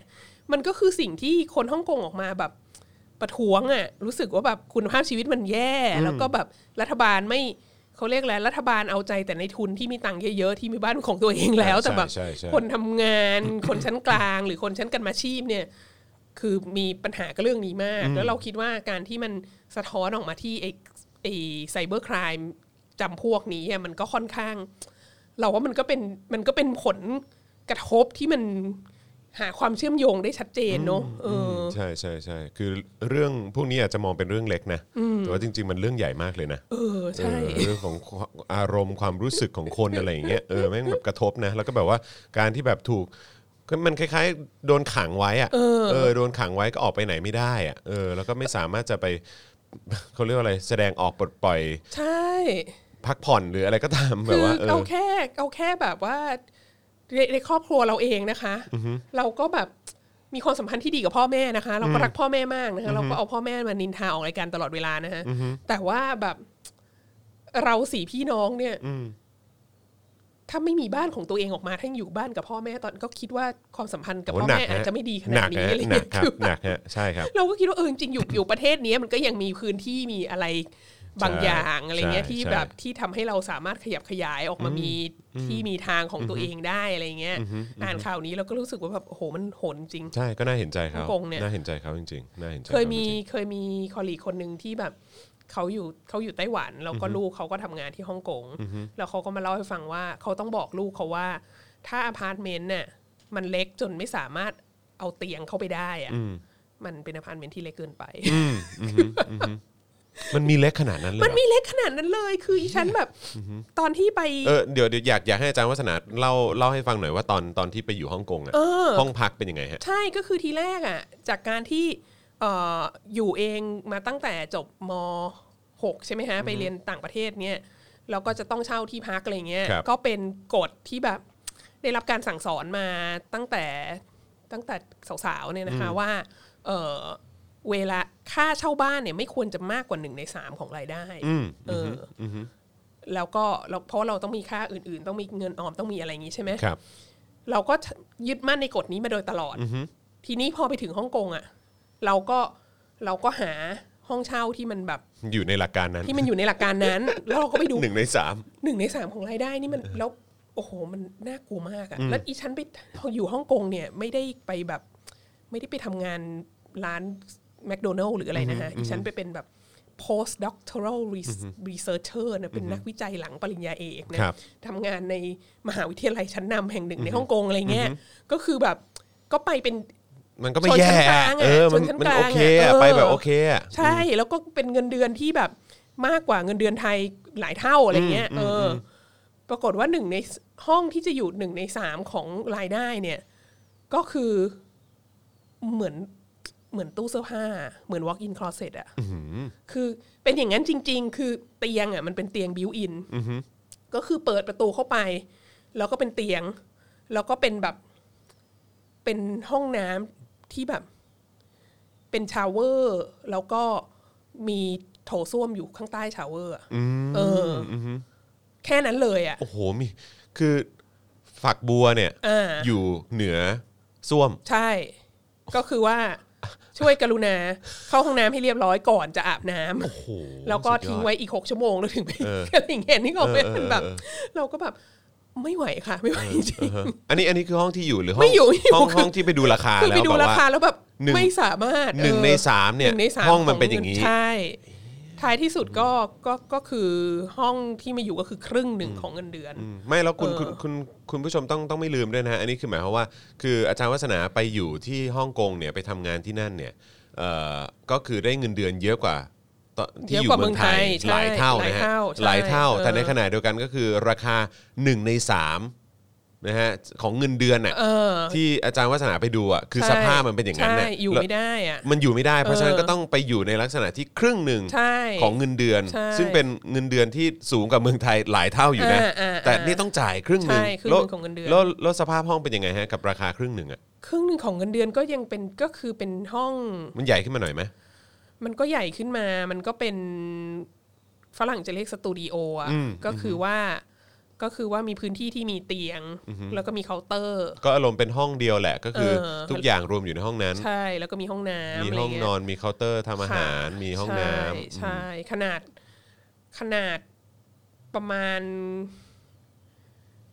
Speaker 3: มันก็คือสิ่งที่คนฮ่องกงออกมาแบบ ประท้วงอะ่ะรู้สึกว่าแบบคุณภาพชีวิตมันแย่ แล้วก็แบบรัฐบาลไม่เขาเรียกอะไรรัฐบาลเอาใจแต่ในทุนที่มีตังค์เยอะๆที่มีบ้านของตัวเองแล้วแต่แบบ
Speaker 2: ใช่ใช่ใช่
Speaker 3: คนทำงาน คนชั้นกลาง หรือคนชั้นกันมาชีพเนี่ย คือมีปัญหากับเรื่องนี้มาก แล้วเราคิดว่าการที่มันสะท้อนออกมาที่ไอ้ไอ้ไซเบอร์ครามจำพวกนี้อะมันก็ค่อนข้าง เราว่ามันก็เป็นมันก็เป็นผลกระทบที่มันหาความเชื่อมโยงได้ชัดเจนเนอะเออ
Speaker 2: ใช่ใช่ใช่คือเรื่องพวกนี้อาจจะมองเป็นเรื่องเล็กนะ แต่ว่าจริง ๆ มันเรื่องใหญ่มากเลยนะ
Speaker 3: เออใช่
Speaker 2: เออเรื่องของอารมณ์ความรู้สึกของคนอะไรอย่างเงี้ยเออแม่งแบบกระทบนะ แล้วก็แบบว่าการที่แบบถูกก็มันคล้าย ๆ โดนขังไว้อะเออโดนขังไว้ก็ออกไปไหนไม่ได้อะเออแล้วก็ไม่สามารถจะไป เขาเรียกว่าอะไรแสดงออกปลดปล่อย
Speaker 3: ใช่
Speaker 2: พักผ่อนหรืออะไรก็ตามแบ
Speaker 3: คื
Speaker 2: บ
Speaker 3: อ
Speaker 2: ว่าเอ
Speaker 3: เอา
Speaker 2: อ
Speaker 3: แค่เอาแค่แบบว่าในในครอบครัวเราเองนะคะ เราก็แบบมีความสัมพันธ์ที่ดีกับพ่อแม่นะคะ เราก็รักพ่อแม่มากนะคะ เราก็เอาพ่อแม่มานินทาออกรายการตลอดเวลานะฮะแต่ว่าแบบเราสี่พี่น้องเนี่ย ถ้าไม่มีบ้านของตัวเองออกมาถ้ายังอยู่บ้านกับพ่อแม่ตอนก็คิดว่าความสัมพันธ์กับ
Speaker 2: โอ้
Speaker 3: พ่อ
Speaker 2: หนัก
Speaker 3: แม่อาจ
Speaker 2: ฮ
Speaker 3: จะไม่ดีข
Speaker 2: ห
Speaker 3: นา
Speaker 2: นั
Speaker 3: ด
Speaker 2: ก
Speaker 3: นี้
Speaker 2: ฮะ
Speaker 3: อะไร
Speaker 2: หนั
Speaker 3: เงี้
Speaker 2: ก
Speaker 3: ย
Speaker 2: ครับ
Speaker 3: คือ
Speaker 2: หนักฮะใช่ครับ
Speaker 3: เราก็คิดว่าเออจริงๆอยู่อยู่ประเทศเนี้ยมันก็ยังมีพื้นที่มีอะไรบาง
Speaker 2: ใช่
Speaker 3: อย่างอะไรเงี้ย
Speaker 2: ใช่
Speaker 3: ที่
Speaker 2: ใช่
Speaker 3: แบบที่ทำให้เราสามารถขยับขยายออกมามีที่มีทางของตัวเองได้อะไรเงี้ยอ่านข่าวนี้เราก็รู้สึกว่าแบบโอ้โหมันโหดจริง
Speaker 2: ใช่ก็น่าเห็นใจเขา
Speaker 3: ฮ่องกงเนี่ย
Speaker 2: น่าเห็นใจเขาจริงๆน่าเห็นใจ
Speaker 3: เคย
Speaker 2: ขา
Speaker 3: มี
Speaker 2: จริง
Speaker 3: เคยมีคอลลีกคนหนึ่งที่แบบเขาอยู่เขาอยู่ไต้หวันแล้วก็ลูกเขาก็ทำงานที่ฮ่องกงแล้วเขาก็มาเล่าให้ฟังว่าเขาต้องบอกลูกเขาว่า ถ้าอพาร์ตเมนต์เนี่ยมันเล็กจนไม่สามารถเอาเตียงเข้าไปได้อะมันเป็นอพาร์ตเมนต์ที่เล็กเกินไป
Speaker 2: ๆมันมีเล็กขนาดนั้นเลย
Speaker 3: มั
Speaker 2: เห
Speaker 3: น
Speaker 2: รอ
Speaker 3: มีเล็กขนาดนั้นเลยคืออีฉันแบบตอนที่ไป
Speaker 2: เออเดี๋ยวเดี๋ยวอยากอยากให้อาจารย์วัฒนาเล่าเล่าให้ฟังหน่อยว่าตอนตอนที่ไปอยู่ฮ่องกงอะ
Speaker 3: เออ
Speaker 2: ห้องพักเป็นยังไงฮะ
Speaker 3: ใช่ก็คือทีแรกอ่ะ จากการที่เอ่ออยู่เองมาตั้งแต่จบม .6 ใช่ไหมฮะ ไปเรียนต่างประเทศเนี่ยแล้วก็จะต้องเช่าที่พักอะไรเงี้ย
Speaker 2: ครับ
Speaker 3: ก็เป็นกฎที่แบบได้รับการสั่งสอนมาตั้งแต่ตั้งแต่สาวๆเนี่ยนะคะว่าเอ่อเวลาค่าเช่าบ้านเนี่ยไม่ควรจะมากกว่าหนึ่งในสามของรายได้เอออแล้วก็เราเพราะเราต้องมีค่าอื่นๆ ต้องมีเงินออมต้องมีอะไรอย่างงี้ใช่ไหม
Speaker 2: ครับ
Speaker 3: เราก็ยึดมั่นในกฎนี้มาโดยตลอด ทีนี้พอไปถึงฮ่องกงอะ่ะ เราก็เราก็หาห้องเช่าที่มันแบบ
Speaker 2: อยู่ในหลักการนั้น
Speaker 3: ที่มันอยู่ในหลักการนั้น แล้วเราก็ไปดู
Speaker 2: หนึ่งในสาม
Speaker 3: หนึ่งในสามของรายได้นี่มันแล้วโอ้โหมันน่ากลัวมากอะแล้วอีฉันไปพออยู่ฮ่องกงเนี่ยไม่ได้ไปแบบ ไม่ได้ไปทำงานร้านแมคโดนัลล์หรืออะไรนะฮะอีฉันไปเป็นแบบ post doctoral res- researcher นะเป็นนักวิจัยหลังปริญญาเอกนะครับ ทำงานในมหาวิทยาลัยชั้นนำแห่งหนึ่งในฮ่องกงอะไรเงี้ยก็คือแบบก็ไปเป็น
Speaker 2: มันก็ไม่แย่
Speaker 3: ชนชั้นกลาง
Speaker 2: อะ
Speaker 3: อะ
Speaker 2: เออมัน
Speaker 3: ชนชั้น
Speaker 2: มัน
Speaker 3: กลาง
Speaker 2: โอเคอะ
Speaker 3: อะเออ
Speaker 2: ไปแบบโอเคอะ
Speaker 3: ใช่แล้วก็เป็นเงินเดือนที่แบบมากกว่าเงินเดือนไทยหลายเท่าอะไรเงี้ยเอออปรากฏว่าหนึ่งในห้องที่จะอยู่หนึ่งในสามของรายได้เนี่ย ก็คือเหมือนเหมือนตู้เสื้อผ้า เหมือน walk in closet อะคือเป็นอย่างนั้นจริง ๆ คือเตียงอะมันเป็นเตียงบิวอินก็คือเปิดประตูเข้าไป แล้วก็เป็นเตียง แล้วก็เป็นแบบเป็นห้องน้ำที่แบบ เป็นชาวเวอร์ แล้วก็มีโถส้วมอยู่ข้างใต้ชาวเวอร์อะเอออแค่นั้นเลยอ่ะ
Speaker 2: โอ้โหมีคือฝักบัวเนี่ย
Speaker 3: อ่า
Speaker 2: อยู่เหนือส้วม
Speaker 3: ใช่ ก็คือ ว่าช่วยกรุณาเข้าห้องน้ำให้เรียบร้อยก่อนจะอาบน้ำแล้วก็ทิ้งไว้อีกหกชั่วโมงแล้วถึงไปอะไรอย่างเงี้ยนี่ก็เป็น
Speaker 2: เออเออ
Speaker 3: แบบ
Speaker 2: เออ
Speaker 3: เราก็แบบไม่ไหวค่ะ ไม่ไหวจริง
Speaker 2: เอออันนี้อันนี้คือห้องที่อยู่หรือห้อง
Speaker 3: ไม่อยู่ไม่อยู่
Speaker 2: ห้อง
Speaker 3: คือ
Speaker 2: ห้องที่ไปดูราคา
Speaker 3: คือ
Speaker 2: แล้
Speaker 3: ไป
Speaker 2: ว
Speaker 3: ดู
Speaker 2: แบบ
Speaker 3: ราคา
Speaker 2: ว่า
Speaker 3: แล้วแบบ
Speaker 2: หนึ่ง
Speaker 3: ไม่สามารถ
Speaker 2: หนึ่ง
Speaker 3: เออ
Speaker 2: ในสามเนี่ย
Speaker 3: หนึ่งในสาม
Speaker 2: ห้องมันเป็นอย่างนี้
Speaker 3: นี้ ใช่ ท้ายที่สุดก็ก็ก็คือห้องที่มาอยู่ก็คือครึ่งหนึ่งของเงินเดือน
Speaker 2: ไม่แล้วคุณ
Speaker 3: เออ
Speaker 2: คุณคุณคุณผู้ชมต้องต้องไม่ลืมด้วยนะฮะอันนี้คือหมายความว่า คืออาจารย์วัฒนาไปอยู่ที่ฮ่องกงเนี่ยไปทำงานที่นั่นเนี่ยเอ่อก็คือได้เงินเดือนเยอะกว่าตอนที่อยู่เมืองไทย
Speaker 3: เยอะกว่าเมืองไทยใช่
Speaker 2: หลายเท่านะฮะหลา
Speaker 3: หลาย ยเท่า
Speaker 2: เท่า
Speaker 3: ใช่
Speaker 2: แต่ใน
Speaker 3: เออ
Speaker 2: ขณะเดียวกันก็คือราคา 1 ใน3นะฮะของเงินเดือนน่ะ
Speaker 3: เออ
Speaker 2: ที่อาจารย์วัฒนาไปดูอ่ะคือสภาพมันเป็นอย่างนั้นน่ะ
Speaker 3: ใช่อยู่
Speaker 2: แล้ว
Speaker 3: ไม่ได้อ่ะ
Speaker 2: มันอยู่ไม่ได้ เพราะฉะนั้น
Speaker 3: เออ
Speaker 2: ก็ต้องไปอยู่ในลักษณะที่ครึ่งหนึ่ง
Speaker 3: ใช่
Speaker 2: ของเงินเดือน
Speaker 3: ใช่
Speaker 2: ซึ่งเป็นเงินเดือนที่สูงกว่าเมืองไทยหลายเท่าอยู่นะ
Speaker 3: อ่าอ่าอ่า
Speaker 2: แต่นี่ต้องจ่ายครึ่งหนึ่ง
Speaker 3: ใช่ครึ่ง
Speaker 2: แล้ว
Speaker 3: หนึ่งของเงินเดือน
Speaker 2: แล้วแล้วสภาพห้องเป็นยังไงฮะกับราคาครึ่งหนึ่งอ่ะ
Speaker 3: ครึ่งหนึ่งของเงินเดือนก็ยังเป็นก็คือเป็นห้อง
Speaker 2: มันใหญ่ขึ้นมาหน่อยไหม
Speaker 3: มันก็ใหญ่ขึ้นมา มันก็เป็นฝรั่งจะเรียกสตูดิโออ่ะ ก็คือว่าก็คือว่ามีพื้นที่ที่มีเตียง แล้วก็มีเคาน์เตอร์
Speaker 2: ก็อารมณ์เป็นห้องเดียวแหละ ก็คือ
Speaker 3: เออ
Speaker 2: ทุกอย่างรวมอยู่ในห้องนั้น
Speaker 3: ใช่ แล้วก็มีห้องน้ำ
Speaker 2: มี
Speaker 3: อะไร
Speaker 2: ห้อง
Speaker 3: เงี้ย
Speaker 2: นอนมีเคาน์เตอร์ทำอาหาร
Speaker 3: ค่ะ
Speaker 2: มีห้องน้ำ
Speaker 3: ใช่ใช่ขนาดขนาดประมาณ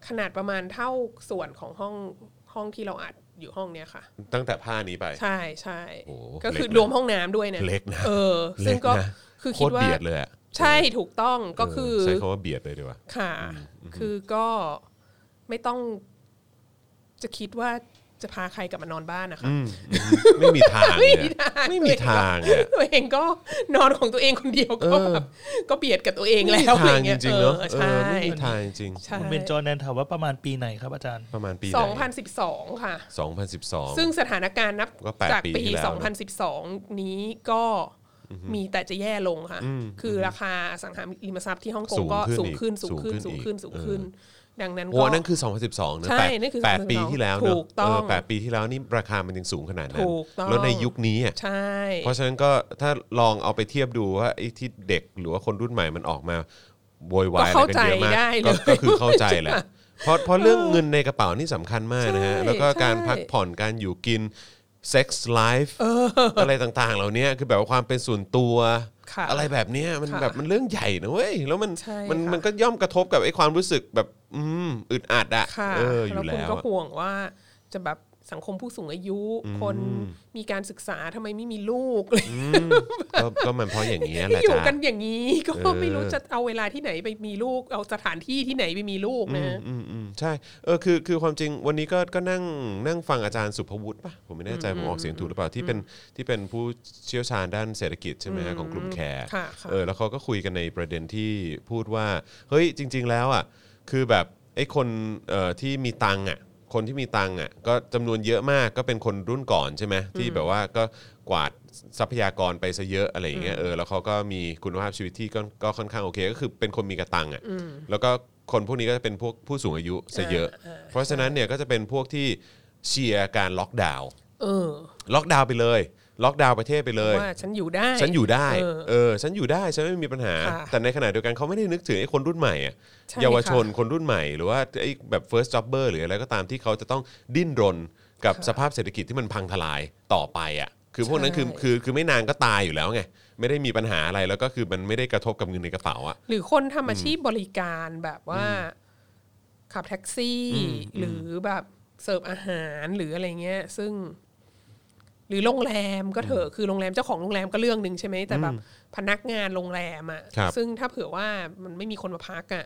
Speaker 3: ขนาดประมาณเท่าส่วนของห้องห้องที่เราอัดอยู่ห้องเนี้ยค่ะ
Speaker 2: ตั้งแต่ผ้านี้ไป
Speaker 3: ใช่ใช่
Speaker 2: โอ้โห
Speaker 3: ก็คือ
Speaker 2: เล็กนะ
Speaker 3: รวมห้องน้ำด้วยนะ
Speaker 2: เล็กนะ
Speaker 3: เออ ซึ่งก็
Speaker 2: เล็กนะ
Speaker 3: คือ
Speaker 2: โค
Speaker 3: คิ
Speaker 2: ตร
Speaker 3: ดว่า
Speaker 2: เบียดเลยอ่ะ
Speaker 3: ใช่ถูกต้องก็คือ
Speaker 2: เใช้คำว่าเบียดเลยดีกว่า
Speaker 3: ค่ะ คือก็ไม่ต้อง จะคิดว่าจะพาใครกลับมานอนบ้านนะคะ
Speaker 2: ไม่มีทางเลยอะ
Speaker 3: ไม่
Speaker 2: ไม่
Speaker 3: มี
Speaker 2: มี
Speaker 3: ทา
Speaker 2: ทาง งเลยอะ
Speaker 3: ตัวเองก็นอนของตัวเองคนเดียวก็
Speaker 2: เออ
Speaker 3: แบบก็เบียดกับตัวเองแล้วอะ
Speaker 2: ไม่มี
Speaker 3: ไร
Speaker 2: ทางจ
Speaker 3: เงี้ย
Speaker 2: ริงๆเนาะ
Speaker 3: ออ
Speaker 2: เออ
Speaker 3: ใช่
Speaker 2: ไม่มีทางจริง
Speaker 3: ใช่
Speaker 4: คุณเบนจอนแนนถามว่าประมาณปีไหนครับอาจารย์
Speaker 2: ประมาณปีไหน
Speaker 3: สองพันสิบสองค่ะ
Speaker 2: 2012
Speaker 3: ซึ่งสถานการณ์นับ
Speaker 2: ก็แปด
Speaker 3: จาก
Speaker 2: ปี
Speaker 3: ปี
Speaker 2: ที่แล้ว
Speaker 3: 2012 นี้ก็มีแต่จะแย่ลงค่ะ คือราคาอสังหาริมทรัพย์ที่ฮ่องกงก็
Speaker 2: สู
Speaker 3: สู
Speaker 2: ง
Speaker 3: ง
Speaker 2: ขึ้
Speaker 3: ขึ้
Speaker 2: น
Speaker 3: น
Speaker 2: อีก
Speaker 3: สูงขึ้น
Speaker 2: สู
Speaker 3: สู
Speaker 2: ง
Speaker 3: ง
Speaker 2: ขึ้
Speaker 3: ขึ้
Speaker 2: น
Speaker 3: น
Speaker 2: อีก
Speaker 3: สูงขึ้น ดังนั้น
Speaker 2: โอ้
Speaker 3: ก็
Speaker 2: นั่นคือ 2012 นะ
Speaker 3: ใช่
Speaker 2: แปด
Speaker 3: นั่นคือ
Speaker 2: แปดปี
Speaker 3: 2012
Speaker 2: ที่แล้วเนอะ
Speaker 3: ถูกต้อง
Speaker 2: เแปดปีที่แล้วนี่ราคามันยังสูงขนาดนั้น
Speaker 3: ถูกต้อง
Speaker 2: แล้วในยุคนี้อ่ะ
Speaker 3: ใช่
Speaker 2: เพราะฉะนั้นก็ถ้าลองเอาไปเทียบดูว่าไอ้ที่เด็กหรือว่าคนรุ่นใหม่มันออกมาโวยวายอะไรกันเยอะมากก็ก็คือเข้าใจแหละ เพราะเพราะเรื่องเงินในกระเป๋านี่สำคัญมากนะฮะ
Speaker 3: ใช่
Speaker 2: แล้วก็การ
Speaker 3: ใช่
Speaker 2: พักผ่อนการอยู่กินเซ็กส์ไลฟ์อะไรต่างๆ เหล่านี้คือแบบว่าความเป็นส่วนตัว
Speaker 3: ค่ะ
Speaker 2: อะไรแบบเนี้ยมัน
Speaker 3: ค่ะ
Speaker 2: แบบมันเรื่องใหญ่นะเว้ย แล้วมัน
Speaker 3: ใช่
Speaker 2: มัน
Speaker 3: ค่ะ
Speaker 2: มันก็ย่อมกระทบกับไอ้ความรู้สึกแบบอืมอึดอัดอะ
Speaker 3: ค่ะ
Speaker 2: เอออยู่
Speaker 3: แล้วคุณ
Speaker 2: แล้ว
Speaker 3: ก็
Speaker 2: อะ
Speaker 3: ห่วงว่าจะแบบสังคมผู้สูงอายุ คนมีการศึกษาทำไมไม่มีลูกอะไร
Speaker 2: อืมก็ก็มันเพราะอย่างนี้ยแห
Speaker 3: ที่
Speaker 2: ละ
Speaker 3: อยู่
Speaker 2: จ้า
Speaker 3: กันอย่างนี้ ก็
Speaker 2: เออ
Speaker 3: ไม่รู้จะเอาเวลาที่ไหนไปมีลูก เอาสถานที่ที่ไหนไปมีลูกนะ
Speaker 2: อืมอืมใช่เออคือคือความจริงวันนี้ก็ก็นั่งนั่งฟังอาจารย์สุภวุฒิป่ะผมไม่แน่ใจผมออกเสียงถูกหรือเปล่าที่เป็นที่เป็นผู้เชี่ยวชาญด้านเศรษฐกิจใช่ไหมฮะของกลุ่มแคร์
Speaker 3: ค่ะค่ะ
Speaker 2: เออแล้วเขาก็คุยกันในประเด็นที่พูดว่า เฮ้ยจริง ๆ แล้วอ่ะคือแบบไอ้คนเอ่อที่มีตังค์อ่ะคนที่มีตังค์อ่ะก็จำนวนเยอะมากก็เป็นคนรุ่นก่อนใช่ไหมที่แบบว่าก็กวาดทรัพยากรไปซะเยอะอะไรอย่างเงี้ยเออแล้วเขาก็มีคุณภาพชีวิตที่ก็ก็ค่อนข้างโอเค ก็คือเป็นคนมีกระตังค์อ่ะแล้วก็คนพวกนี้ก็จะเป็นพวกผู้สูงอายุซะเยอะ
Speaker 3: เออเออ
Speaker 2: เพราะฉะนั้นเนี่ยก็จะเป็นพวกที่เชียร์การล็อกดาวน์
Speaker 3: เออ
Speaker 2: ล็อกดาวน์ไปเลย ล็อกดาวน์ประเทศไปเลย
Speaker 3: ว่าฉันอยู่ได้
Speaker 2: ฉันอยู่ได้
Speaker 3: เออ
Speaker 2: เออ ฉันอยู่ได้ ฉันไม่มีปัญหา
Speaker 3: ค่ะ
Speaker 2: แต่ในขณะเดียวกันเขาไม่ได้นึกถึงไอ้คนรุ่นใหม่อะ
Speaker 3: ใช่
Speaker 2: เยาวชน
Speaker 3: ค่ะ
Speaker 2: คนรุ่นใหม่ หรือว่าไอ้แบบ first jobber หรืออะไรก็ตามที่เขาจะต้องดิ้นรนกับ
Speaker 3: ค่ะ
Speaker 2: สภาพเศรษฐกิจที่มันพังทลายต่อไปอ่ะ คือพวกนั้น
Speaker 3: ใช่
Speaker 2: คือคือคือไม่นานก็ตายอยู่แล้วไง ไม่ได้มีปัญหาอะไร แล้วก็คือมันไม่ได้กระทบกับเงินในกระเป๋าอ่ะ
Speaker 3: หรือคนทำอาชีพบริการแบบว่า ขับแท็กซี่ หรือแบบเสิร์ฟอาหารหรืออะไรเงี้ย ซึ่ง หรือโรงแรมก็เถอะคือโรงแรมเจ้าของโรงแรมก็เรื่องหนึ่งใช่ไหมแต่แบบพนักงานโรงแรมอ่ะ
Speaker 2: ครับ
Speaker 3: ซึ่งถ้าเผื่อว่ามันไม่มีคนมาพักอ่ะ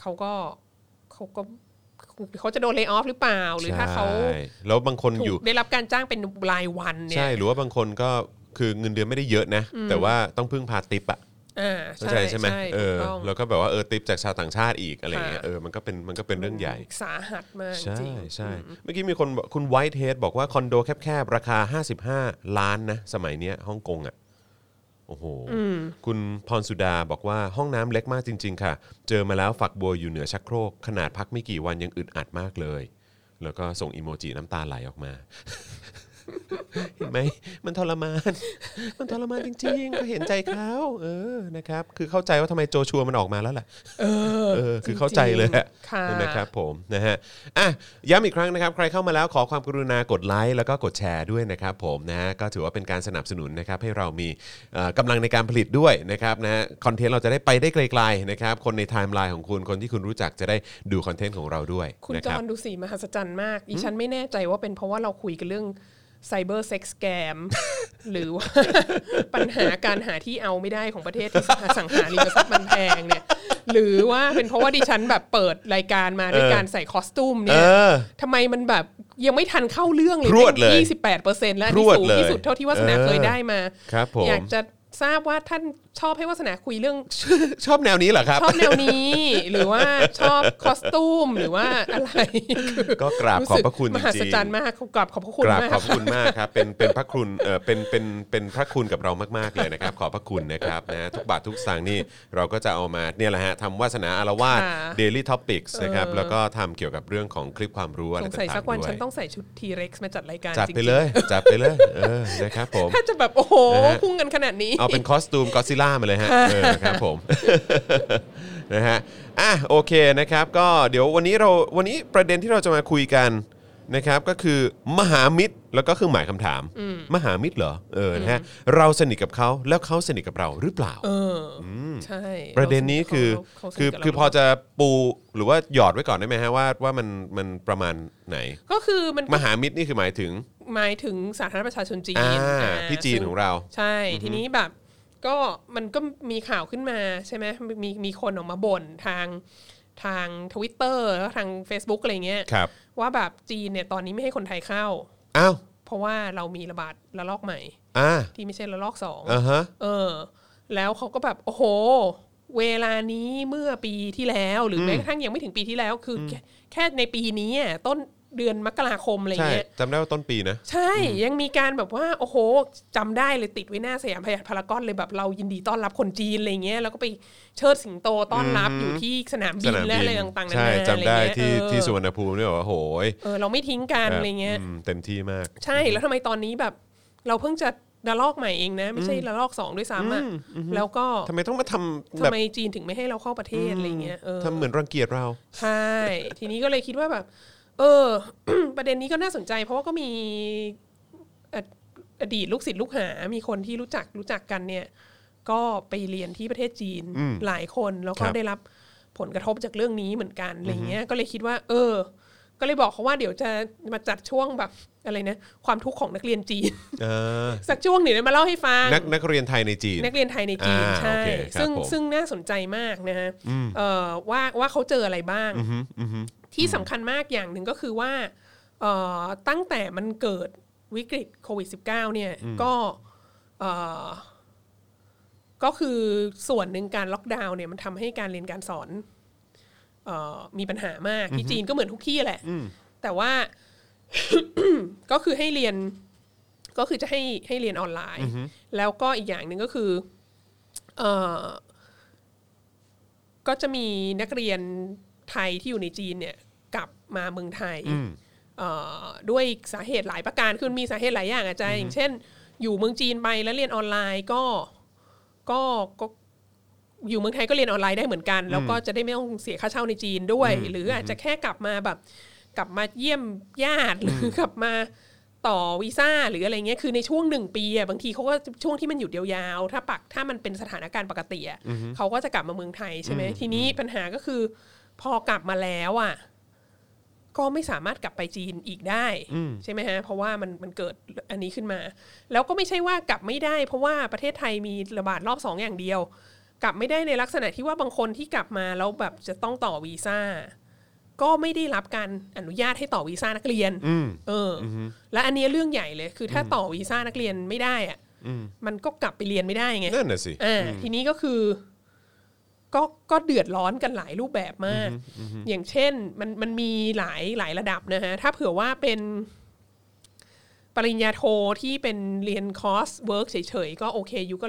Speaker 3: เขาก็เขาก็เขาจะโดนเล y o ออฟหรือเปล่า หรือถ้าเขา
Speaker 2: ใช่แล้วบางคน
Speaker 3: ถู
Speaker 2: อยู่
Speaker 3: กได้รับการจ้างเป็นรายวันเนี่ย
Speaker 2: ใช่ หรือว่าบางคนก็คือเงินเดือนไม่ได้เยอะนะ แต่ว่าต้องพึ่งพาติปอ่ะ
Speaker 3: อ่า
Speaker 2: เข้าใจใช่ไหมเอ
Speaker 3: ถูก
Speaker 2: อ
Speaker 3: ต้อง
Speaker 2: แล้วก็แบบว่าเออติปจากชาวต่างชาติอีกอะไรเงี้ย
Speaker 3: ค่ะ
Speaker 2: เออ มันก็เป็น มันก็เป็นเรื่องใหญ่
Speaker 3: สาหัสมากจ
Speaker 2: ใช่
Speaker 3: ริง
Speaker 2: ใช่เมื่อกี้มีคนบอกคุณไวท์เฮดบอกว่า คอนโดแคบๆ ราคา 55 ล้านนะ สมัยเนี้ยฮ่องกงอ่ะ โอ้โห คุณพรสุดาบอกว่าห้องน้ำเล็กมากจริง ๆ ค่ะ เจอมาแล้วฝักบัวอยู่เหนือชักโครก ขนาดพักไม่กี่วันยังอึดอัดมากเลย แล้วก็ส่งอีโมจิน้ำตาไหลออกมา เห็นไหมมันทรมาน มันทรมานจริง ๆ ก็เห็นใจเขาเออนะครับ คือเข้าใจว่าทำไมโจชัวมันออกมาแล้วแหละ เออคือเข้าใจเลยอะ
Speaker 3: ค่ะ
Speaker 2: นะครับผมนะฮะอ่ะย้ำอีกครั้งนะครับ ใครเข้ามาแล้วขอความกรุณากดไลค์แล้วก็กดแชร์ด้วยนะครับผมนะฮะก็ถือว่าเป็นการสนับสนุนนะครับให้เรามีเอ่อกำลังในการผลิตด้วยนะครับนะฮะคอนเทนต์เราจะได้ไปได้ไกลๆนะครับคนในไทม์ไลน์ของคุณคนที่คุณรู้จักจะได้ดูคอนเทนต์ของเราด้วย
Speaker 3: คุณ
Speaker 2: นะ
Speaker 3: จ
Speaker 2: ค
Speaker 3: อ
Speaker 2: รับ
Speaker 3: ห์นดูสิมหัศจรรย์มากอีฉันไม่แน่ใจว่าเป็นเพราะว่าเราคุยกันเรื่องไซเบอร์เซ็กส์แก ม หรือว่า ปัญหาการหาที่เอาไม่ได้ของประเทศที่สังหาริมทรัพย์มันแพงเนี่ย หรือว่าเป็นเพราะว่าดิฉันแบบเปิดรายการมาด้วยการใส่คอสตูม
Speaker 2: เอ
Speaker 3: เนี่ย
Speaker 2: อ
Speaker 3: ทำไมมันแบบยังไม่ทันเข้าเรื่องเลย
Speaker 2: พรวดเลย
Speaker 3: ยี่สิบแปดเปอร์เซ็นต์แล้วอันนี้
Speaker 2: พรวด
Speaker 3: สูง
Speaker 2: เลย
Speaker 3: ที่สุดเท่าที่วาสนา
Speaker 2: เออ
Speaker 3: เคยได้มา
Speaker 2: ครับผม
Speaker 3: อยากจะทราบว่าท่านชอบให้วาสนาคุยเรื่อง
Speaker 2: ชอบแนวนี้เหรอครับ
Speaker 3: ชอบแนวนี้ หรือว่าชอบคอสตูมหรือว่าอะไรคือ
Speaker 2: ก็กราบขอบพระคุณ
Speaker 3: มหั
Speaker 2: จ
Speaker 3: ศ
Speaker 2: ริงๆ
Speaker 3: จรรย์มากขอกราบขอบพระคุณ
Speaker 2: กราบ
Speaker 3: มาก
Speaker 2: ขอบคุณมากครับ เป็นเป็นพระคุณเออเป็นเป็นเป็นพระคุณกับเรามากๆเลยนะครับ ขอบพระคุณนะครับนะทุกบาททุกสตางค์นี่เราก็จะเอามาเนี่ยแหละฮะทำวาสนาอารวาส Daily Topics นะครับแล้วก็ทำเกี่ยวกับเรื่องของคลิปความรู้อะไร
Speaker 3: สง
Speaker 2: ต่างๆ
Speaker 3: สัยสักวัน
Speaker 2: ด้ว
Speaker 3: ฉั
Speaker 2: ย
Speaker 3: นต้องใส่ชุดทีเร็กซ์มาจัดรายการ
Speaker 2: จัด
Speaker 3: จริง
Speaker 2: ไปเลยจัดไปเลยเออนะครับผม
Speaker 3: ๆถ้าจะแบบโอ้โห
Speaker 2: นะฮะ
Speaker 3: พุ่งกันขนาดนี้
Speaker 2: เอาเป็นคอสตูมก็ซิล่ามาเลยฮะเออครับผม นะฮะอ่ะโอเคนะครับ ก็เดี๋ยววันนี้เราวันนี้ประเด็นที่เราจะมาคุยกันนะครับ ก็คือมหามิตรแล้วก็เครื่องหมายคำถาม มหามิตรเหรอเออนะฮะเราสนิทกับเขาแล้วเขาสนิทกับเราหรือเปล่า
Speaker 3: เอออใช่
Speaker 2: ประเด็นนี้คือ
Speaker 3: เขาสนิท
Speaker 2: คือ
Speaker 3: กับเรา
Speaker 2: คือพอจะปูหรือว่าหยอดไว้ก่อนได้ไหมฮะว่าว่ามันมันประมาณไหน
Speaker 3: ก็คือมัน
Speaker 2: มหามิตรนี่คือหมายถึง
Speaker 3: หมายถึงสาธารณประชาชนจีน
Speaker 2: อ่า
Speaker 3: อ่า
Speaker 2: พี่จีน
Speaker 3: ซึ่
Speaker 2: ของเรา
Speaker 3: ใช่ ทีนี้แบบก็มันก็มีข่าวขึ้นมาใช่ไหมมีมีคนออกมาบ่นทางทางทวิตเตอร์แล้วก็ทาง Facebook อะไรเงี้ย
Speaker 2: ครับ
Speaker 3: ว่าแบบจีนเนี่ยตอนนี้ไม่ให้คนไทยเข้า
Speaker 2: อ้าว
Speaker 3: เพราะว่าเรามีระบาดระลอกใหม่
Speaker 2: อ่า
Speaker 3: ที่ไม่ใช่ระลอกสอง
Speaker 2: อ่าฮะ
Speaker 3: เออ แล้วเขาก็แบบโอ้โห เวลานี้เมื่อปีที่แล้วหรือแม้กระทั่งยังไม่ถึงปีที่แล้ว คือแค่แค่ในปีนี้อะต้นเดือนมกราคมอะไร
Speaker 2: ใช่
Speaker 3: เงี้ย
Speaker 2: จำได้ว่าต้นปีนะ
Speaker 3: ใช่ ยังมีการแบบว่า โอ้โหจำได้เลยติดไว้หน้าสยามพยาพารากอนเลยแบบเรายินดีต้อนรับคนจีนอะไรเงี้ยแล้วก็ไปเชิดสิงโตต้อนรับอยู่ที่สนาม
Speaker 2: ส
Speaker 3: บิน
Speaker 2: นาม
Speaker 3: และ
Speaker 2: บิ
Speaker 3: อะไร
Speaker 2: น
Speaker 3: ต่างๆนา
Speaker 2: ใช่
Speaker 3: นาอะไร
Speaker 2: จำได้
Speaker 3: เงี้ย
Speaker 2: ที่
Speaker 3: เออ
Speaker 2: ที่สุวรรณภูมิเนี่ยบอกว่าโหย
Speaker 3: เออเราไม่ทิ้งกันอะไรเงี้ย
Speaker 2: อืมเต็มที่มาก
Speaker 3: ใช่แล้วทำไมตอนนี้แบบ เราเพิ่งจะ ระลอกใหม่เองนะ ไม่ใช่ระลอกสองด้วยซ้ำอ่ะแล้วก็
Speaker 2: ทำไมต้องมาทำ
Speaker 3: ทำ
Speaker 2: แบบ
Speaker 3: ไมจีนถึงไม่ให้เราเข้าประเทศอะไรเงี้ยเออ
Speaker 2: ทำเหมือนรังเกียจเรา
Speaker 3: ใช่ ทีนี้ก็เลยคิดว่าแบบ เออ ประเด็นนี้ก็น่าสนใจ เพราะว่าก็มีอดอดีตลูกศิษย์ลูกหา มีคนที่รู้จักรู้จักกันเนี่ย ก็ไปเรียนที่ประเทศจีนหลายคนแล้วก็
Speaker 2: ครับ
Speaker 3: ได้รับผลกระทบจากเรื่องนี้เหมือนกันอะไรเงี้ย ก็เลยคิดว่า เออ ก็เลยบอกเขาว่าเดี๋ยวจะมาจัดช่วงแบบอะไรนะ ความทุกข์ของนักเรียนจีน
Speaker 2: เออ
Speaker 3: สักช่วงหนึ่งนะมาเล่าให้ฟัง
Speaker 2: นักนักเรียนไทยในจีน
Speaker 3: นักเรียนไทยในจีน
Speaker 2: อ่า
Speaker 3: ใช่
Speaker 2: โอเคครับ
Speaker 3: ซึ่ง
Speaker 2: ผม
Speaker 3: ซึ่งน่าสนใจมากนะฮะเอ่อว่าว่าเขาเจออะไรบ้าง
Speaker 2: อืมอืม
Speaker 3: ที่สำคัญมากอย่างหนึ่งก็คือว่าเอ่อตั้งแต่มันเกิดวิกฤตโควิด -19 เนี่ยก็เอ่อก็คือส่วนหนึ่งการล็อกดาวน์เนี่ยมันทำให้การเรียนการสอนเออมีปัญหามากที่จีนก็เหมือนทุกที่แหละ แต่ว่า ก็คือให้เรียนก็คือจะให้ให้เรียนออนไลน์ แล้วก็อีกอย่างหนึ่งก็คือเออ ก็จะมีนักเรียนไทยที่อยู่ในจีนเนี่ยกลับมาเมืองไทยเอ่อด้วยสาเหตุหลายประการคือมีสาเหตุหลายอย่างอาจารย์อย่างเช่น อยู่เมืองจีนไปแล้วเรียนออนไลน์ก็ก็ก็อยู่เมืองไทยก็เรียนออนไลน์ได้เหมือนกัน แล้วก็จะได้ไม่ต้องเสียค่าเช่าในจีนด้วย หรืออาจจะแค่กลับมาแบบ กลับมาเยี่ยมญาติหรือกลับมาต่อวีซ่าหรืออะไรเงี้ยคือในช่วงหนึ่งปีอะบางทีเขาก็ช่วงที่มันหยุดยาวๆถ้าปักถ้ามันเป็นสถานการณ์ปกติอะเขาก็จะกลับมาเมืองไทยใช่ไหมทีนี้ปัญหาก็คือ พอกลับมาแล้วอะก็ไม่สามารถกลับไปจีนอีกได้ใช่ไหมฮะเพราะว่ามันมันเกิดอันนี้ขึ้นมา แล้วก็ไม่ใช่ว่ากลับไม่ได้ เพราะว่าประเทศไทยมีระบาดรอบสองอย่างเดียว กลับไม่ได้ในลักษณะที่ว่าบางคนที่กลับมาแล้วแบบจะต้องต่อวีซ่า ก็ไม่ได้รับการอนุญาตให้ต่อวีซ่านักเรียนเอออ และอันเนี้ยเรื่องใหญ่เลย คือถ้าต่อวีซ่านักเรียนไม่ได้อะมันก็กลับไปเรียนไม่ได้ไง
Speaker 2: นั่นน่ะสิ
Speaker 3: อ่าทีนี้ก็คือ ก็ก็เดือดร้อนกันหลายรูปแบบมาก อย่างเช่น มันมันมีหลายหลายระดับนะฮะ ถ้าเผื่อว่าเป็น ปริญญาโทที่เป็นเรียนคอร์สเวิร์กเฉยๆ ก็โอเคอยู่ก็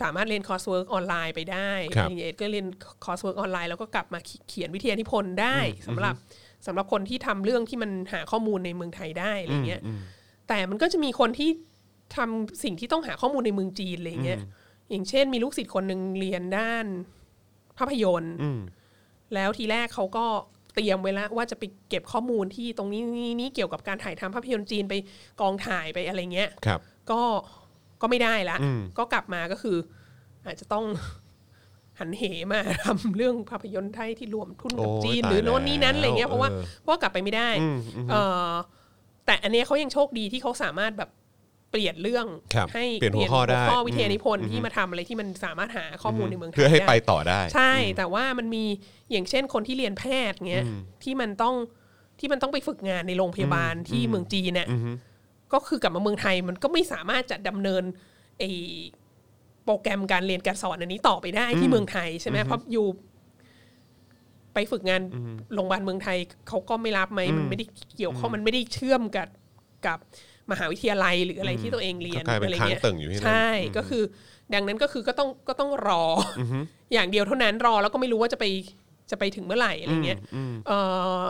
Speaker 3: สามารถเรียนคอร์สเวิร์กออนไลน์ไปได้
Speaker 2: ครับ
Speaker 3: ปริญญาเอกก็เรียนคอร์สเวิร์กออนไลน์แล้วก็กลับมาเขียนวิทยานิพนธ์ได้สำหรับสำหรับคนที่ทำเรื่องที่มันหาข้อมูลในเมืองไทยได้อะไรเงี้ยแต่มันก็จะมีคนที่ทำสิ่งที่ต้องหาข้อมูลในเมืองจีนอะไรเงี้ยอย่างเช่น มีลูกศิษย์คนหนึ่งเรียนด้านภาพยนตร์ แล้วทีแรกเขาก็เตรียมไว้แล้วว่าจะไปเก็บข้อมูลที่ตรงนี้นี่นี่เกี่ยวกับการถ่ายทำภาพยนตร์จีนไปกองถ่ายไปอะไรเงี้ย
Speaker 2: ครับ
Speaker 3: ก็ก็ไม่ได้ละ ก็กลับมาก็คือ อาจจะต้อง หันเหมาทำเรื่องภาพยนตร์ไทยที่รวมทุนกับ
Speaker 2: โอ้ย
Speaker 3: จีน
Speaker 2: ตาย
Speaker 3: หรือโน้นนี้นั้น
Speaker 2: แล้ว
Speaker 3: อะไรเงี้ยเพราะว่า
Speaker 2: เออ
Speaker 3: เพราะว่ากลับไปไม่ได้เออแต่อันเนี้ยเขายังโชคดีที่เขาสามารถแบบเปลี่ยนเรื่อง
Speaker 2: ครับ
Speaker 3: ให้
Speaker 2: เปลี่ยนหัวข้อได้
Speaker 3: ข้อวิทยานิพนธ์ที่มาทำอะไรที่มันสามารถหาข้อมูลในเมืองไทย
Speaker 2: เพื่อให้
Speaker 3: ด้
Speaker 2: ไปต่อได้
Speaker 3: ใช่ แต่ว่ามันมีอย่างเช่นคนที่เรียนแพทย์เงี้ยที่มันต้องที่มันต้องไปฝึกงานในโรงพยาบาลที่เมืองจีนเนี่ยก็คือกลับมาเมืองไทยมันก็ไม่สามารถจะดำเนินไอโปรแกรมการเรียนการสอนอันนี้ต่อไปได้ที่เมืองไทยใช่ไหมเพราะอยู่ ไปฝึกงานโรงพยาบาลเมืองไทยเขาก็ไม่รับไหมมันไม่ได้เกี่ยวข้องมันไม่ได้เชื่อมกับกับมหาวิทยาลัยหรืออะไรที่ตัวเองเรียน
Speaker 2: ก็กลายเป็น
Speaker 3: อะไร
Speaker 2: ค้าง
Speaker 3: เงี้ย
Speaker 2: ตึงอยู่ที่นั่น
Speaker 3: ใช่ก็คือ ดังนั้นก็คือก็ต้องก็ต้องรอออย่างเดียวเท่านั้นรอแล้วก็ไม่รู้ว่าจะไปจะไปถึงเมื่อไหร่อะไรเงี้ยเอ่อ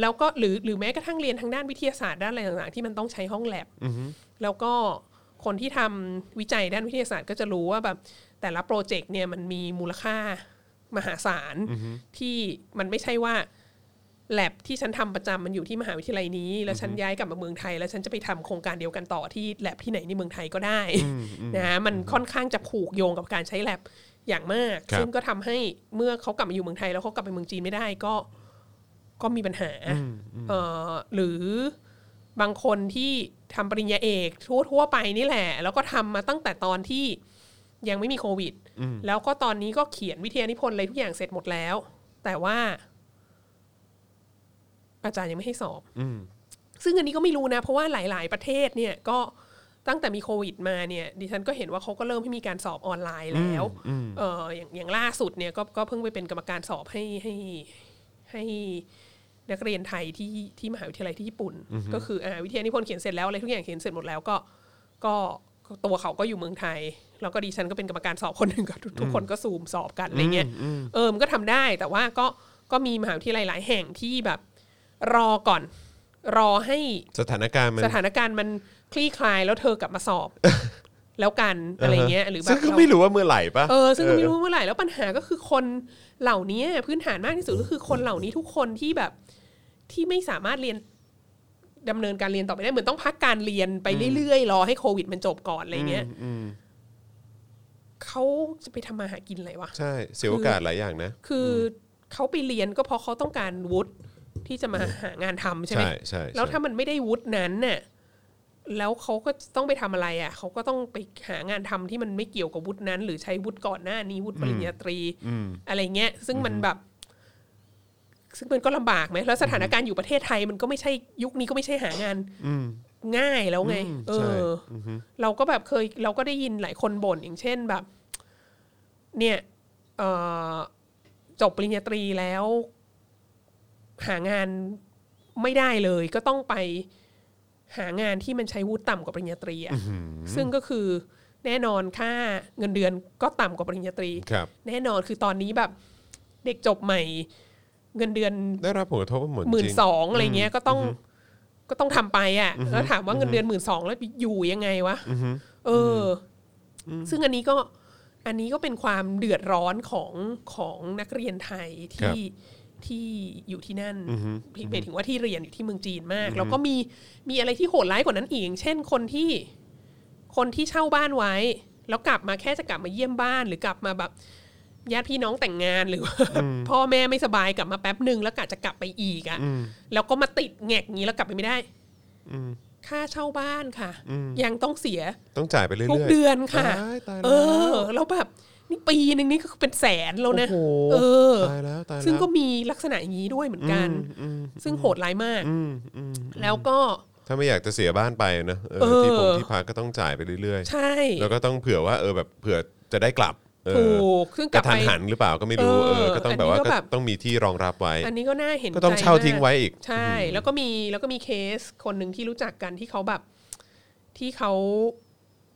Speaker 3: แล้วก็หรือหรือแม้กระทั่งเรียนทางด้านวิทยาศาสตร์ด้านอะไรต่างๆ ที่มันต้องใช้ห้องแลบแล้วก็คนที่ทำวิจัยด้านวิทยาศาสตร์ก็จะรู้ว่าแบบแต่ละโปรเจกต์เนี่ยมันมีมูลค่ามหาศาลที่มันไม่ใช่ว่า แลบที่ฉันทำประจำมันอยู่ที่มหาวิทยาลัยนี้ แล้วฉันย้ายกลับมาเมืองไทย แล้วฉันจะไปทำโครงการเดียวกันต่อที่แลบที่ไหนในเมืองไทยก็ได้นะฮะมันค่อนข้างจะผูกโยงกับการใช้แลบอย่างมาก
Speaker 2: ครับ
Speaker 3: ซึ่งก็ทำให้เมื่อเขากลับมาอยู่เมืองไทย แล้วเขากลับไปเมืองจีนไม่ได้ก็ก็มีปัญหาเอ่อหรือบางคนที่ทำปริญญาเอกทั่วทั่วๆไปนี่แหละ แล้วก็ทำมาตั้งแต่ตอนที่ยังไม่มีโควิด แล้วก็ตอนนี้ก็เขียนวิทยานิพนธ์อะไรทุกอย่างเสร็จหมดแล้ว แต่ว่า อาจารย์ยังไม่ให้สอบ ซึ่งอันนี้ก็ไม่รู้นะ เพราะว่าหลาย ๆ ประเทศเนี่ยก็ตั้งแต่มีโควิดมาเนี่ยดิฉันก็เห็นว่าเขาก็เริ่มให้มีการสอบออนไลน์แล้วเอออย่างอย่างล่าสุดเนี่ยก็ก็เพิ่งไปเป็นกรรมการสอบให้ให้ให้นักเรียนไทยที่ที่มหาวิทยาลัยที่ญี่ปุ่น ก็คืออ่าวิทยานิพนธ์เขียนเสร็จแล้วอะไรทุกอย่างเขียนเสร็จหมดแล้วก็ก็ก็ตัวเขาก็อยู่เมืองไทย แล้วก็ดิฉันก็เป็นกรรมการสอบคนหนึ่งก็ ทุกทุกคนก็ซูมสอบกันอะไรเงี้ยเออมันก็ทำได้แต่ว่าก็ก็มีมหาวิทยาลัยหลายแห่งที่แบบรอก่อน รอให้
Speaker 2: สถานการณ์มัน
Speaker 3: สถานการณ์มัน คลี่คลายแล้วเธอกลับมาส อบ แล้วกันอะไรเงี้ยหรือแบบ
Speaker 2: ซึ่งก็ไม่รู้ว่าเมื่อไหร่ปะ
Speaker 3: เออซึ่งก็ไม่รู้เมื่อไหร่แล้วปัญหาก็คือคนเหล่านี้พื้นฐานมากที่สุดก็คือคนเหล่านี้ทุกคนที่แบบที่ไม่สามารถเรียนดำเนินการเรียนต่อไปได้เหมือนต้องพักการเรียนไปเรื่อยๆรอให้โควิดมันจบก่อนอะไรเงี้ย
Speaker 2: อืม
Speaker 3: เขาจะไปทำมาหากินอะไรวะ
Speaker 2: ใช่เสียโอกาสหลายอย่างนะ
Speaker 3: คือเขาไปเรียนก็เพราะเขาต้องการวุฒิที่จะมาหางานทำใช่ไหม
Speaker 2: ใช่ใช่ใช่
Speaker 3: แล้วถ้ามันไม่ได้วุฒินั้นน่ะแล้วเขาก็ต้องไปทำอะไรอ่ะเขาก็ต้องไปหางานทำที่มันไม่เกี่ยวกับวุฒินั้น หรือใช้วุฒิก่อนหน้านี้วุฒิปริญญาตรี อะไรเงี้ย ซึ่งมันแบบ ซึ่งมันก็ลำบากไหมแล้วสถานการณ์อยู่ประเทศไทยมันก็ไม่ใช่ยุคนี้ก็ไม่ใช่หางาน
Speaker 2: อืม
Speaker 3: ง่ายแล้วไง
Speaker 2: อืม
Speaker 3: เอ
Speaker 2: ใช่
Speaker 3: ออเราก็แบบเคย เราก็ได้ยินหลายคนบ่นอย่างเช่นแบบ เนี่ยเอ่อจบปริญญาตรีแล้ว หางานไม่ได้เลย ก็ต้องไปหางานที่มันใช้วุฒิต่ำกว่าปริญญาตรีอะซึ่งก็คือแน่นอนค่าเงินเดือนก็ต่ำกว่าปริญญาตรี
Speaker 2: ครับ
Speaker 3: แน่นอนคือตอนนี้แบบ เด็กจบใหม่ เงินเดือน
Speaker 2: ได้รับผลกระทบเหมือน
Speaker 3: หมื่น
Speaker 2: จริง
Speaker 3: สองอะไรเงี้ยก็ต้องก็ต้องทำไปอ่ะแล้วถามว่าเงินเดือนหมื่นสองแล้วอยู่ยังไงวะเอออ ซึ่งอันนี้ก็อันนี้ก็เป็นความเดือดร้อนของของนักเรียนไทย
Speaker 2: ครับ
Speaker 3: ที่ที่อยู่ที่นั่นที่หมายถึงว่าที่เรียนอยู่ที่เมืองจีนมาก แล้วก็มีมีอะไรที่โหดร้ายกว่านั้นอีกอย่างเช่นคนที่คนที่เช่าบ้านไว้ แล้วกลับมาแค่จะกลับมาเยี่ยมบ้าน หรือกลับมาแบบญาติพี่น้องแต่งงานหรือว่าพ่อแม่ไม่สบายกลับมาแป๊บหนึ่งแล้วกะจะกลับไปอีกอะ
Speaker 2: อืม
Speaker 3: แล้วก็มาติดแงกอย่างนี้แล้วกลับไปไม่ได้ ค่าเช่าบ้านค่ะ ยังต้องเสีย
Speaker 2: ต้องจ่ายไปเรื่อยๆ
Speaker 3: ทุกเดือนค่ะ
Speaker 2: ตายตาย
Speaker 3: เอ
Speaker 2: แล้ว
Speaker 3: อ แล้วแบบนี่ปีหนึ่งนี่ก็คือเป็นแสนแล้วนะ
Speaker 2: โอ้โห
Speaker 3: เออ
Speaker 2: ตายแล้วตายแล้ว
Speaker 3: ซึ่งก็มีลักษณะอย่างนี้ด้วยเหมือนกัน ซึ่งโหดร้ายมาก
Speaker 2: อืมอืม
Speaker 3: แล้วก็
Speaker 2: ถ้าไม่อยากจะเสียบ้านไปนะเออ
Speaker 3: เออ
Speaker 2: ที่ผมที่พักก็ต้องจ่ายไปเรื่อย
Speaker 3: ใช่
Speaker 2: ๆ แล้วก็ต้องเผื่อว่าเออแบบเผื่อจะได้กลับเอ
Speaker 3: ถู
Speaker 2: อก
Speaker 3: ซึ่งก
Speaker 2: ก
Speaker 3: ลั
Speaker 2: ระ
Speaker 3: บ
Speaker 2: ทัน
Speaker 3: ไป
Speaker 2: หันหรือเปล่าก็ไม่รู้
Speaker 3: เอ
Speaker 2: เอ
Speaker 3: อ
Speaker 2: อก็ต้องแบบว่า
Speaker 3: อันนี้ก็
Speaker 2: ก็
Speaker 3: แบบ
Speaker 2: ต้องมีที่รองรับไว้
Speaker 3: อันนี้ก็น่าเห็นใจ
Speaker 2: ก็ต้องเช่าทิ้งไว้อีก
Speaker 3: ใช่ แล้วก็มีแล้วก็มีเคสคนหนึ่งที่รู้จักกันที่เขาแบบที่เขา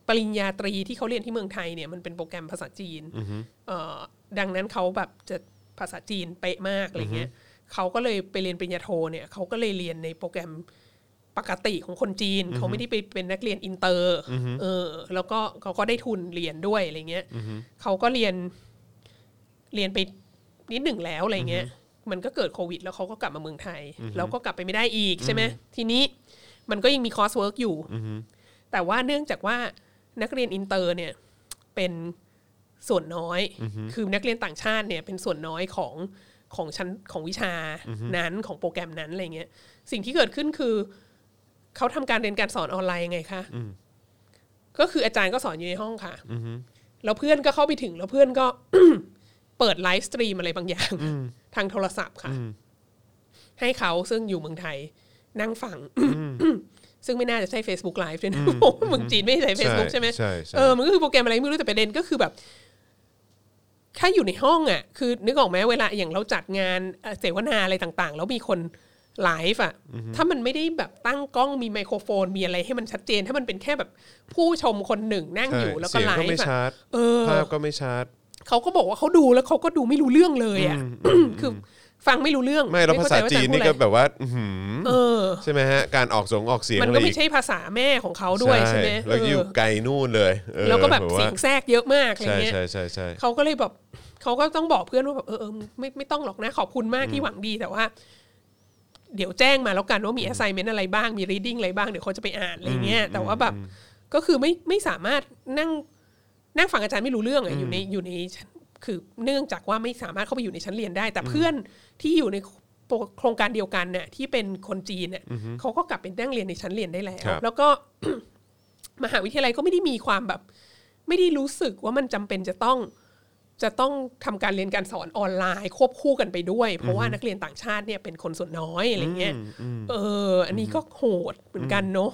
Speaker 3: ปริญญาตรีที่เขาเรียนที่เมืองไทยเนี่ยมันเป็นโปรแกรมภาษาจีนเอ่อดังนั้นเขาแบบจะภาษาจีนเป๊ะมากอะไรเงี้ยเขาก็เลยไปเรียนปริญญาโทเนี่ยเขาก็เลยเรียนในโปรแกรมปกติของคนจีน เขาไม่ได้ไปเป็นนักเรียนอินเตอร์เออ แล้วก็เขาก็ได้ทุนเรียนด้วยอะไรเงี้ยเขาก็เรียน เรียนไปนิดหนึ่งแล้วอะไรเงี้ย มันก็เกิดโควิด แล้วเขาก็กลับมาเมืองไทย แล้วก็กลับไปไม่ได้อีกใช่ไหมทีนี้มันก็ยังมีคอร์สเวิร์กอยู่ แต่ว่าเนื่องจากว่านักเรียนอินเตอร์เนี่ยเป็นส่วนน้อย คือนักเรียนต่างชาติเนี่ยเป็นส่วนน้อยของของชั้นของวิชานั้นของโปรแกรมนั้นอะไรเงี้ย สิ่งที่เกิดขึ้นคือเขาทำการเรียนการสอนออนไลน์ยังไงคะ ก็คืออาจารย์ก็สอนอยู่ในห้องค่ะ แล้วเพื่อนก็เข้าไปถึงแล้วเพื่อนก็ เปิดไลฟ์สตรีมอะไรบางอย่าง ทางโทรศัพท์ค่ะ ให้เขาซึ่งอยู่เมืองไทย นั่งฟัง ซึ่งไม่น่าจะใช่ Facebook Live ด้วยนะเพราะว่าเมืองจีนไม่ใช้ Facebook ใช่ไหม
Speaker 2: ใช่ใช่
Speaker 3: เออ มันก็คือโปรแกรมอะไรไม่รู้แต่ประเด็นก็คือแบบ ถ้าอยู่ในห้องอ่ะ คือนึกออกไหมเวลาอย่างเราจัดงานเอ่อเสวนาอะไรต่างๆ แล้วมีคนไลฟ์อ่ะ ถ้ามันไม่ได้แบบตั้งกล้องมีไมโครโฟน มีอะไรให้มันชัดเจน ถ้ามันเป็นแค่แบบผู้ชมคนหนึ่งนั่ง
Speaker 2: ใช่
Speaker 3: อยู่แล้วก็
Speaker 2: เสียง
Speaker 3: ไล
Speaker 2: ก็ไม่
Speaker 3: ฟ์อ่ะ
Speaker 2: ชัด
Speaker 3: เออ
Speaker 2: ภาพก็ไม่ชัด
Speaker 3: เขาก็บอกว่าเขาดูแล้วเขาก็ดูไม่รู้เรื่องเลยอ่ะ คือฟังไม่รู้เรื่อง
Speaker 2: ไม่แล้วภาษา
Speaker 3: เข้ใจว่
Speaker 2: จีน
Speaker 3: พูด
Speaker 2: นี่ก็
Speaker 3: อะไร
Speaker 2: แบบว่าอื้อหือ
Speaker 3: เออ
Speaker 2: ใช่ไหมฮะการออกเสยงออกเสียง
Speaker 3: มัน
Speaker 2: อะไร
Speaker 3: ก็
Speaker 2: อี
Speaker 3: ไม่
Speaker 2: ก
Speaker 3: ใช่ภาษาแม่ของเขาด้วยใช่ไหม
Speaker 2: แล้ว
Speaker 3: เออ
Speaker 2: อยู่ไกลนู่นเลยเออ
Speaker 3: แล้วก็แบบ
Speaker 2: ผม
Speaker 3: เสี
Speaker 2: ว่าย
Speaker 3: งแทรกเยอะมากอะไร
Speaker 2: ใช่
Speaker 3: เงี้ย
Speaker 2: ใช่ใช่ใช่
Speaker 3: เขาก็เลยแบบเขาก็ต้องบอกเพื่อนว่าแบบเออเออไม่ไม่ต้องหรอกนะขอบคุณมากที่หวังดีแต่ว่า เดี๋ยวแจ้งมาแล้วกันว่ามี assignment อะไรบ้างมี reading อะไรบ้างเดี๋ยวเขาจะไปอ่านอะไรเงี้ย แต่ว่าแบบก็คือไม่ไม่สามารถนั่งนั่งฟังอาจารย์ไม่รู้เรื่องอะอยู่ในอยู่ในชั้นคือเนื่องจากว่าไม่สามารถเข้าไปอยู่ในชั้นเรียนได้ แต่เพื่อนที่อยู่ในโปรโครงการเดียวกันน่ะที่เป็นคนจีนน่ะเขาก็กลับไปนั่งเรียนในชั้นเรียนได้แล้
Speaker 2: คว รับ
Speaker 3: แล้วก็ มหาวิทยาลัยก็ไม่ได้มีความแบบ ไม่ได้รู้สึกว่ามันจำเป็นจะต้อง จะต้องทำการเรียนการสอนออนไลน์ควบคู่กันไปด้วย เพราะว่านักเรียนต่างชาติเนี่ยเป็นคนส่วนน้อยอะไรเงี้ยเออ อันนี้ก็โหดเหมือนกันเนาะ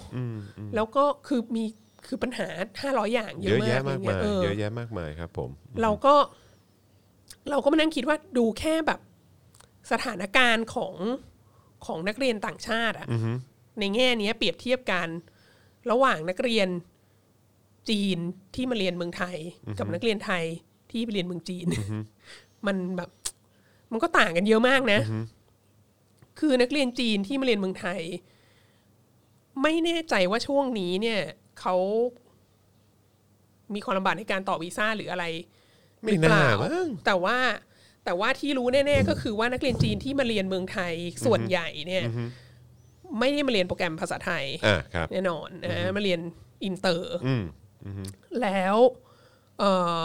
Speaker 3: แล้วก็คือมีคือปัญหา 500 อย่างเย
Speaker 2: เย
Speaker 3: อะ
Speaker 2: อะ
Speaker 3: มาก
Speaker 2: แยะมาก
Speaker 3: อะไรเงี้
Speaker 2: มาย
Speaker 3: เออ
Speaker 2: เยอะแยะมากมายครับผม
Speaker 3: เราก็ เราก็มานั่งคิดว่าดูแค่แบบสถานการณ์ของของนักเรียนต่างชาติอะในแง่เนี้ย เปรียบเทียบกันระหว่างนักเรียนจีนที่มาเรียนเมืองไทย กับนักเรียนไทยที่ไปเรียนเมืองจีน มันแบบ มันก็ต่างกันเยอะมากนะ คือนักเรียนจีนที่มาเรียนเมืองไทย ไม่แน่ใจว่าช่วงนี้เนี่ยเขามีความลำบากในการต่อวีซ่าหรืออะไร
Speaker 2: ไม่
Speaker 3: หรือเปล่
Speaker 2: น่ามั้ง
Speaker 3: แต่ว่าแต่ว่าที่รู้แน่ๆก็คือว่านักเรียนจีนที่มาเรียนเมืองไทยส่วนใหญ่เนี่ยไม่ได้มาเรียนโปรแกรมภาษาไทย
Speaker 2: อ่าครับ
Speaker 3: แน่นอนนะมาเรียนอินเตอร์
Speaker 2: อืม
Speaker 3: แล้วเออ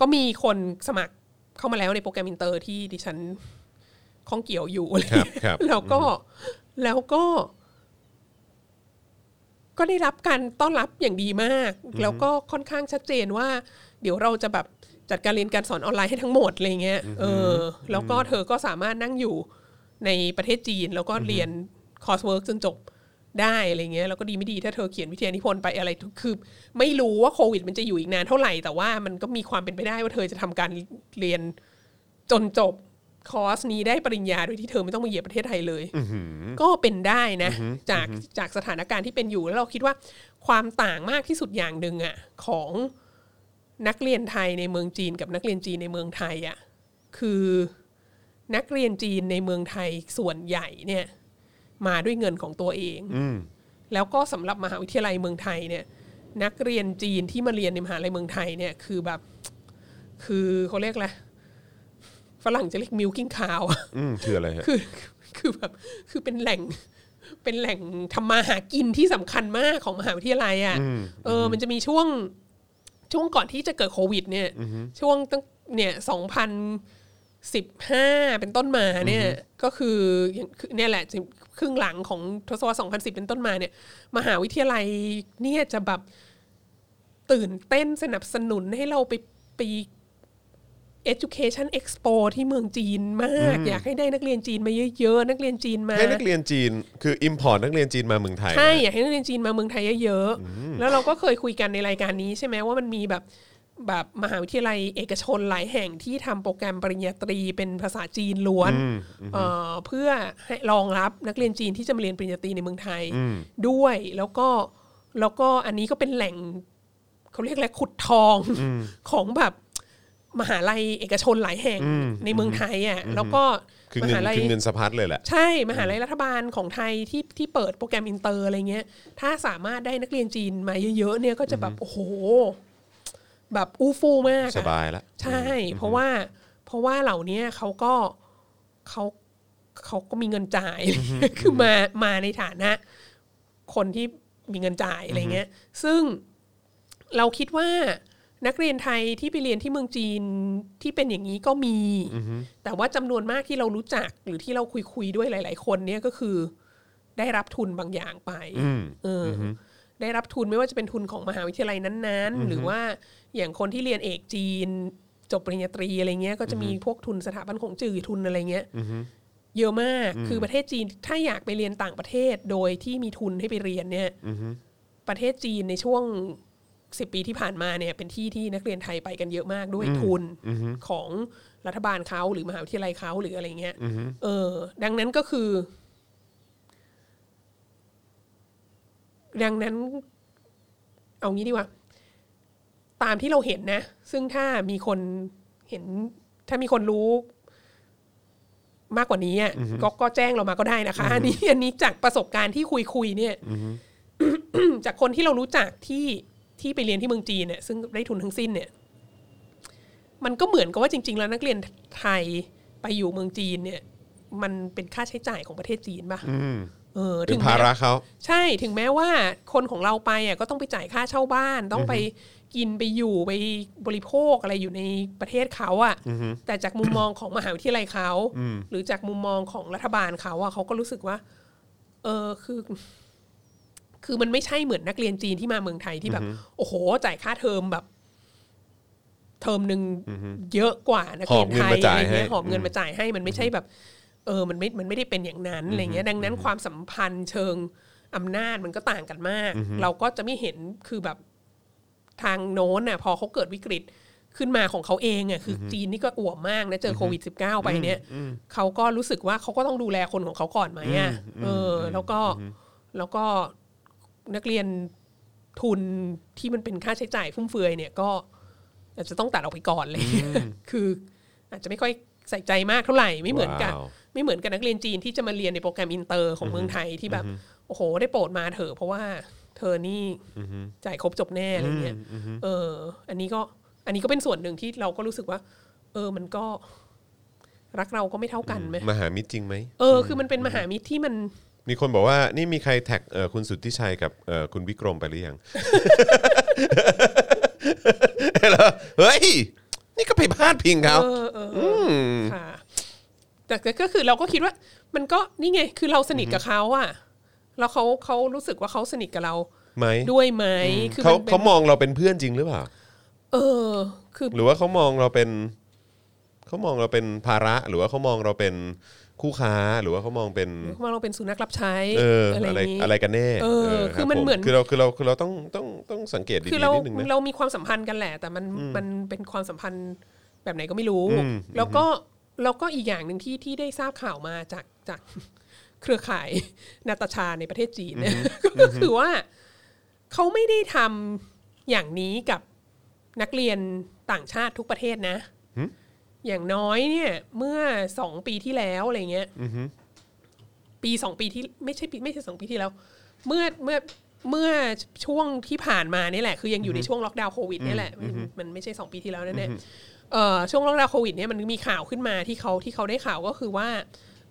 Speaker 3: ก็มีคนสมัครเข้ามาแล้วในโปรแกรมอินเตอร์ที่ดิฉันข้องเกี่ยวอยู่อะไร
Speaker 2: ครับ
Speaker 3: เงี้ย
Speaker 2: ครับ
Speaker 3: แล้วก็แล้วก็ ก็ได้รับการต้อนรับอย่างดีมาก แล้วก็ค่อนข้างชัดเจนว่า เดี๋ยวเราจะแบบจัดการเรียนการสอนออนไลน์ให้ทั้งหมดอะไรเงี้ยเอออแล้วก็เธอก็สามารถนั่งอยู่ในประเทศจีน แล้วก็เรียนคอร์สเวิร์กจนจบได้อะไรเงี้ยแล้วก็ดีไม่ดีถ้าเธอเขียนวิทยานิพนธ์ไปอะไรทุกคือ ไม่รู้ว่าโควิดมันจะอยู่อีกนานเท่าไหร่แต่ว่ามันก็มีความเป็นไปได้ว่าเธอจะทำการเรียนจนจบคอร์สนี้ได้ปริญญาโดยที่เธอไม่ต้องมาเหยียบประเทศไทยเลย ก็เป็นได้นะ จากจากสถานการณ์ที่เป็นอยู่แล้วเราคิดว่าความต่างมากที่สุดอย่างหนึ่งอ่ะของนักเรียนไทยในเมืองจีนกับนักเรียนจีนในเมืองไทยอ่ะคือนักเรียนจีนในเมืองไทยส่วนใหญ่เนี่ยมาด้วยเงินของตัวเอง
Speaker 2: อืม
Speaker 3: แล้วก็สำหรับมหาวิทยาลัยเมืองไทยเนี่ย นักเรียนจีนที่มาเรียนในมหาลัยเมืองไทยเนี่ยคือแบบ คือเขาเรียกอะไรฝรั่งจะเรีย กมิลกิ้งคาว
Speaker 2: อืมคืออะไรฮะ
Speaker 3: คือคือแบบคือเป็นแหล่งเป็นแหล่งทำมาหากินที่สำคัญมากของมหาวิทยาลัยอ่ะเออ มันจะมีช่วงช่วงก่อนที่จะเกิดโควิด เนี่ย ช่วงตั้งเนี่ยสองพันสิบห้าเป็นต้นมาเนี่ยก็คืออย่างคือเนี่ยแหละครึ่งหลังของทศวรรษ2010 เป็นต้นมาเนี่ย มหาวิทยาลัยเนี่ยจะแบบตื่นเต้นสนับสนุนให้เราไปไป Education Expo ที่เมืองจีนมาก อยากให้ได้นักเรียนจีนมาเยอะๆ นักเรียนจีนมา
Speaker 2: ให้นักเรียนจีนคืออิมพอร์ตนักเรียนจีนมาเมืองไทย
Speaker 3: ใช่
Speaker 2: นะ
Speaker 3: อยากให้นักเรียนจีนมาเมืองไทยเยอะๆ แล้วเราก็เคยคุยกันในรายการนี้ใช่ไหมว่ามันมีแบบแบบมหาวิทยาลัยเอกชนหลายแห่งที่ทำโปรแกรมปริญญาตรีเป็นภาษาจีนล้วนเอ่อเพื่อให้รองรับนักเรียนจีนที่จะมาเรียนปริญญาตรีในเมืองไทยด้วยแล้วก็แล้วก็อันนี้ก็เป็นแหล่งเขาเรียกอะไรขุดทองของแบบมหาลัยเอกชนหลายแห่งในเมืองไทยอ่ะแล้วก็
Speaker 2: คือ
Speaker 3: ม
Speaker 2: เงิน
Speaker 3: หาลัย
Speaker 2: คือเงินสะพัดเลยแหละ
Speaker 3: ใช่ มหาลัยรัฐบาลของไทยที่ที่เปิดโปรแกรมอินเตอร์อะไรเงี้ย ถ้าสามารถได้นักเรียนจีนมาเยอะๆเนี่ยก็จะแบบโอ้โห แบบอู้ฟู่มากอะ
Speaker 2: สบายละ
Speaker 3: ใช่ เพราะว่าเพราะว่าเหล่าเนี้ยเขาก็เขาเขาก็มีเงินจ่าย คือมามาในฐานะ คนที่มีเงินจ่ายอะไรเงี้ย ซึ่งเราคิดว่านักเรียนไทยที่ไปเรียนที่เมืองจีนที่เป็นอย่างนี้ก็มี แต่ว่าจำนวนมากที่เรารู้จักหรือที่เราคุยคุยๆด้วยหลาย ๆ คนเนี่ยก็คือได้รับทุนบางอย่างไป
Speaker 2: อืม
Speaker 3: เอออได้รับทุนไม่ว่าจะเป็นทุนของมหาวิทยาลัยนั้นๆ หรือว่าอย่างคนที่เรียนเอกจีน จบปริญญาตรีอะไรเงี้ยก็จะมีพวกทุนสถาบันของจื่อทุนอะไรเงี้ยเยอะมากคือประเทศจีนถ้าอยากไปเรียนต่างประเทศโดยที่มีทุนให้ไปเรียนเนี่ยประเทศจีนในช่วงสิบปีที่ผ่านมาเนี่ยเป็นที่ที่นักเรียนไทยไปกันเยอะมากด้วยทุนของรัฐบาลเขาหรือมหาวิทยาลัยเขาหรืออะไรเงี้ยเออ ดังนั้นก็คือ ดังนั้น เอางี้ดีกว่า ตามที่เราเห็นนะ ซึ่งถ้ามีคนเห็น ถ้ามีคนรู้ มากกว่านี้อะก็ก็แจ้งเรามาก็ได้นะคะอันนี้อันนี้จากประสบการณ์ที่คุยคุยๆเนี่ย จากคนที่เรารู้จักที่ที่ไปเรียนที่เมืองจีนเนี่ยซึ่งได้ทุนทั้งสิ้นเนี่ย มันก็เหมือนกับว่าจริง ๆ แล้วนักเรียนไทยไปอยู่เมืองจีนเนี่ย มันเป็นค่าใช้จ่ายของประเทศจีนป่ะเออ
Speaker 2: เป็น
Speaker 3: แม้
Speaker 2: ภาระเขา
Speaker 3: ใช่ถึงแม้ว่าคนของเราไปอ่ะก็ต้องไปจ่ายค่าเช่าบ้าน ต้องไปกินไปอยู่ไปบริโภคอะไรอยู่ในประเทศเขาอ่ะแต่จากมุมมองของมหาวิทยาลัยเขาหรือจากมุมมองของรัฐบาลเขาอ่ะเขาก็รู้สึกว่า เออคือ คือมันไม่ใช่เหมือนนักเรียนจีนที่มาเมืองไทยที่แบบ โอ้โห จ่ายค่าเทอมแบบ เทอมหนึ่งเยอะกว่านักเรียนไท
Speaker 2: หอบ
Speaker 3: ย
Speaker 2: เงินมาจ่า
Speaker 3: อะ
Speaker 2: ย
Speaker 3: ไรเงี้ย
Speaker 2: ให้
Speaker 3: หอบเงินมาจ่ายให้มันไม่ใช่แบบ เออ มันไม่ มันไม่ได้เป็นอย่างนั้นอะไรเงี้ย ดังนั้นความสัมพันธ์เชิงอำนาจมันก็ต่างกันมาก เราก็จะไม่เห็นคือแบบทางโน้นน่ะพอเขาเกิดวิกฤตขึ้นมาของเขาเองอ่ะคืออจีนนี่ก็อ่วมมากนะเจอโควิด -19 ไปเนี่ยเขาก็รู้สึกว่าเขาก็ต้องดูแลคนของเขาก่อนไหมอ่ะเออ แล้วก็แล้วก็นักเรียนทุนที่มันเป็นค่าใช้จ่ายฟุ่มเฟือยเนี่ยก็ อาจจะต้องตัดออกไปก่อนเลย คืออาจจะไม่ค่อยใส่ใจมากเท่าไหร่ไม่เหมือนกัน
Speaker 2: ว้าว
Speaker 3: ไม่เหมือนกับนักเรียนจีนที่จะมาเรียนในโปรแกรมอินเตอร์ของเมืองไทยที่แบบ โอ้โห ได้โปรดมาเถอะเพราะว่าเธอนี่จ่ายครบจบแน่อะไรเงี้ยเออ อันนี้ก็อันนี้ก็เป็นส่วนหนึ่งที่เราก็รู้สึกว่า เออมันก็ รักเราก็ไม่เท่ากันไหม
Speaker 2: มหามิตรจริงไหม
Speaker 3: เออคือมันเป็นมหามิตรที่มัน
Speaker 2: มีคนบอกว่านี่มีใครแท็กเอ่อคุณสุทธิชัยกับเอ่อคุณวิกรมไปหรือยัง เหรอเฮ้ย นี่ก็ไปพาดพิงเขา
Speaker 3: เออเออเอออค่ะ แต่ก็คือเราก็คิดว่า มันก็นี่ไง คือเราสนิทกับเขาอะแล้วเขาเขารู้สึกว่าเขาสนิทกับเรา
Speaker 2: ไหม
Speaker 3: ด้วยไหมคือ
Speaker 2: เขา
Speaker 3: มันเป็น
Speaker 2: เขามองเราเป็นเพื่อนจริงหรือเปล่า
Speaker 3: เออ คือ
Speaker 2: หรือว่าเขามองเราเป็นเขามองเราเป็นภาระ หรือว่าเขามองเราเป็นคู่ค้าหรือว่าเขามองเป็น
Speaker 3: เขามาเราเป็นสุนัขรับใช้
Speaker 2: เออ
Speaker 3: อะ
Speaker 2: อะไร
Speaker 3: อ
Speaker 2: ไร
Speaker 3: ย่างนี้
Speaker 2: อะไรกันแน่
Speaker 3: เออ
Speaker 2: รับ
Speaker 3: คือมัน
Speaker 2: ผ
Speaker 3: เหมือน
Speaker 2: คือเราคือเราคือเราต้องต้องต้องสังเกตดี
Speaker 3: คือ
Speaker 2: ๆ
Speaker 3: เรา
Speaker 2: นิดนึงนะ
Speaker 3: เรามีความสัมพันธ์กันแหละ แต่มันมันเป็นความสัมพันธ์แบบไหนก็ไม่รู้
Speaker 2: อืม
Speaker 3: แล้วก็แล้วก็อีกอย่างหนึ่งที่ที่ได้ทราบข่าวมาจากจาก เครือข่าย นาตาชาในประเทศจีนเนี่ย ก็คือว่าเขาไม่ได้ทำอย่างนี้กับนักเรียนต่างชาติทุกประเทศนะ อย่างน้อยเนี่ย เมื่อสองปีที่แล้วอะไรเงี้ยปีสองปีที่ไม่ใช่ปีไม่ใช่สองปีที่แล้ว เมื่อเมื่อเมื่อช่วงที่ผ่านมานี่แหละ คือยังอยู่ในช่วงล็อกดาวน์โควิดเนี่ยแหละมันมันไม่ใช่สองปีที่แล้วนั่นแหละเอ่อช่วงล็อกดาวน์โควิดเนี่ยมันมีข่าวขึ้นมาที่เขาที่เขาได้ข่าวก็คือว่า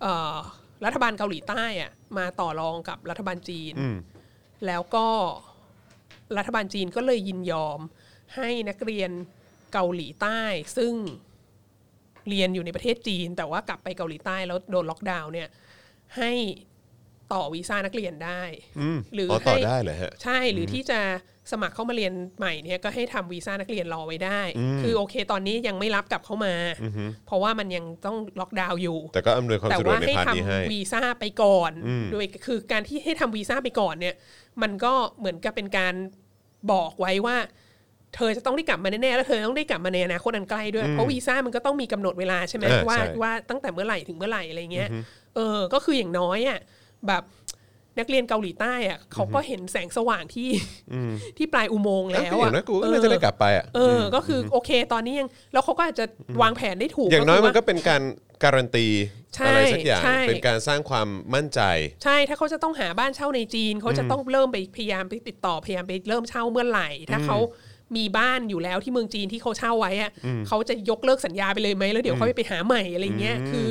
Speaker 3: เอ่อรัฐบาลเกาหลีใต้อะมาต่อรองกับรัฐบาลจีน
Speaker 2: อืม
Speaker 3: แล้วก็รัฐบาลจีนก็เลยยินยอมให้นักเรียนเกาหลีใต้ ซึ่งเรียนอยู่ในประเทศจีน แต่ว่ากลับไปเกาหลีใต้แล้วโดนล็อกดาวน์เนี่ย ให้ต่อวีซ่านักเรียนได้
Speaker 2: อืม
Speaker 3: หรือ
Speaker 2: อต่อ
Speaker 3: ให้
Speaker 2: ได้เลยฮะ
Speaker 3: ใช่หรืออที่จะสมัครเข้ามาเรียนใหม่เนี่ยก็ให้ทำวีซ่านักเรียนรอไว้ได้ คือโอเค ตอนนี้ยังไม่รับกลับเข้ามา เพราะว่ามันยังต้องล็อกดาวน์อยู่
Speaker 2: แต่ก็อำนวยความ
Speaker 3: แต่
Speaker 2: สะดวก
Speaker 3: ว่า
Speaker 2: ใน
Speaker 3: ให้
Speaker 2: พาร์ทนี้ให้
Speaker 3: ทำวีซ่าไปก่อน
Speaker 2: อืม
Speaker 3: โดยคือการที่ให้ทำวีซ่าไปก่อนเนี่ย มันก็เหมือนกับเป็นการบอกไว้ว่า เธอจะต้องได้กลับมาแน่ๆแล้วเธอต้องได้กลับมาในอนาคตอันใกล้ด้วย เพราะวีซ่ามันก็ต้องมีกำหนดเวลาใช่ไหม
Speaker 2: เออ
Speaker 3: ว่า
Speaker 2: ใช่
Speaker 3: ว่าตั้งแต่เมื่อไหร่ถึงเมื่อไหร่อะไรเงี้ยเออ ก็คืออย่างน้อยอ่ะแบบนักเรียนเกาหลีใต้อ่ะเขาก็เห็นแสงสว่างที่ที่ปลายอุโมงค์
Speaker 2: แล้
Speaker 3: แล้วว
Speaker 2: อ
Speaker 3: อ่ะ
Speaker 2: ย่างน้อยกูก็น่าจะได้กลับไปอ่ะ
Speaker 3: เออ ก็คือโอเคตอนนี้ยังแล้วเขาก็อาจจะวางแผนได้ถูก
Speaker 2: อย่างน้อย
Speaker 3: คื
Speaker 2: มัน
Speaker 3: ว่า
Speaker 2: ก็เป็นการการันตี
Speaker 3: ใช่
Speaker 2: อะไรสักอย่าง
Speaker 3: ใช่
Speaker 2: เป็นการสร้างความมั่นใจ
Speaker 3: ใช่ถ้าเขาจะต้องหาบ้านเช่าในจีน เขาจะต้องเริ่มไปพยายามไปติดต่อพยายามไปเริ่มเช่าเมื่อไหร่ ถ้าเขามีบ้านอยู่แล้วที่เมืองจีนที่เขาเช่าไว้อะเขาจะยกเลิกสัญญาไปเลยไหมแล้วเดี๋ยวเขาไปไปหาใหม่อะไรเงี้ยคือ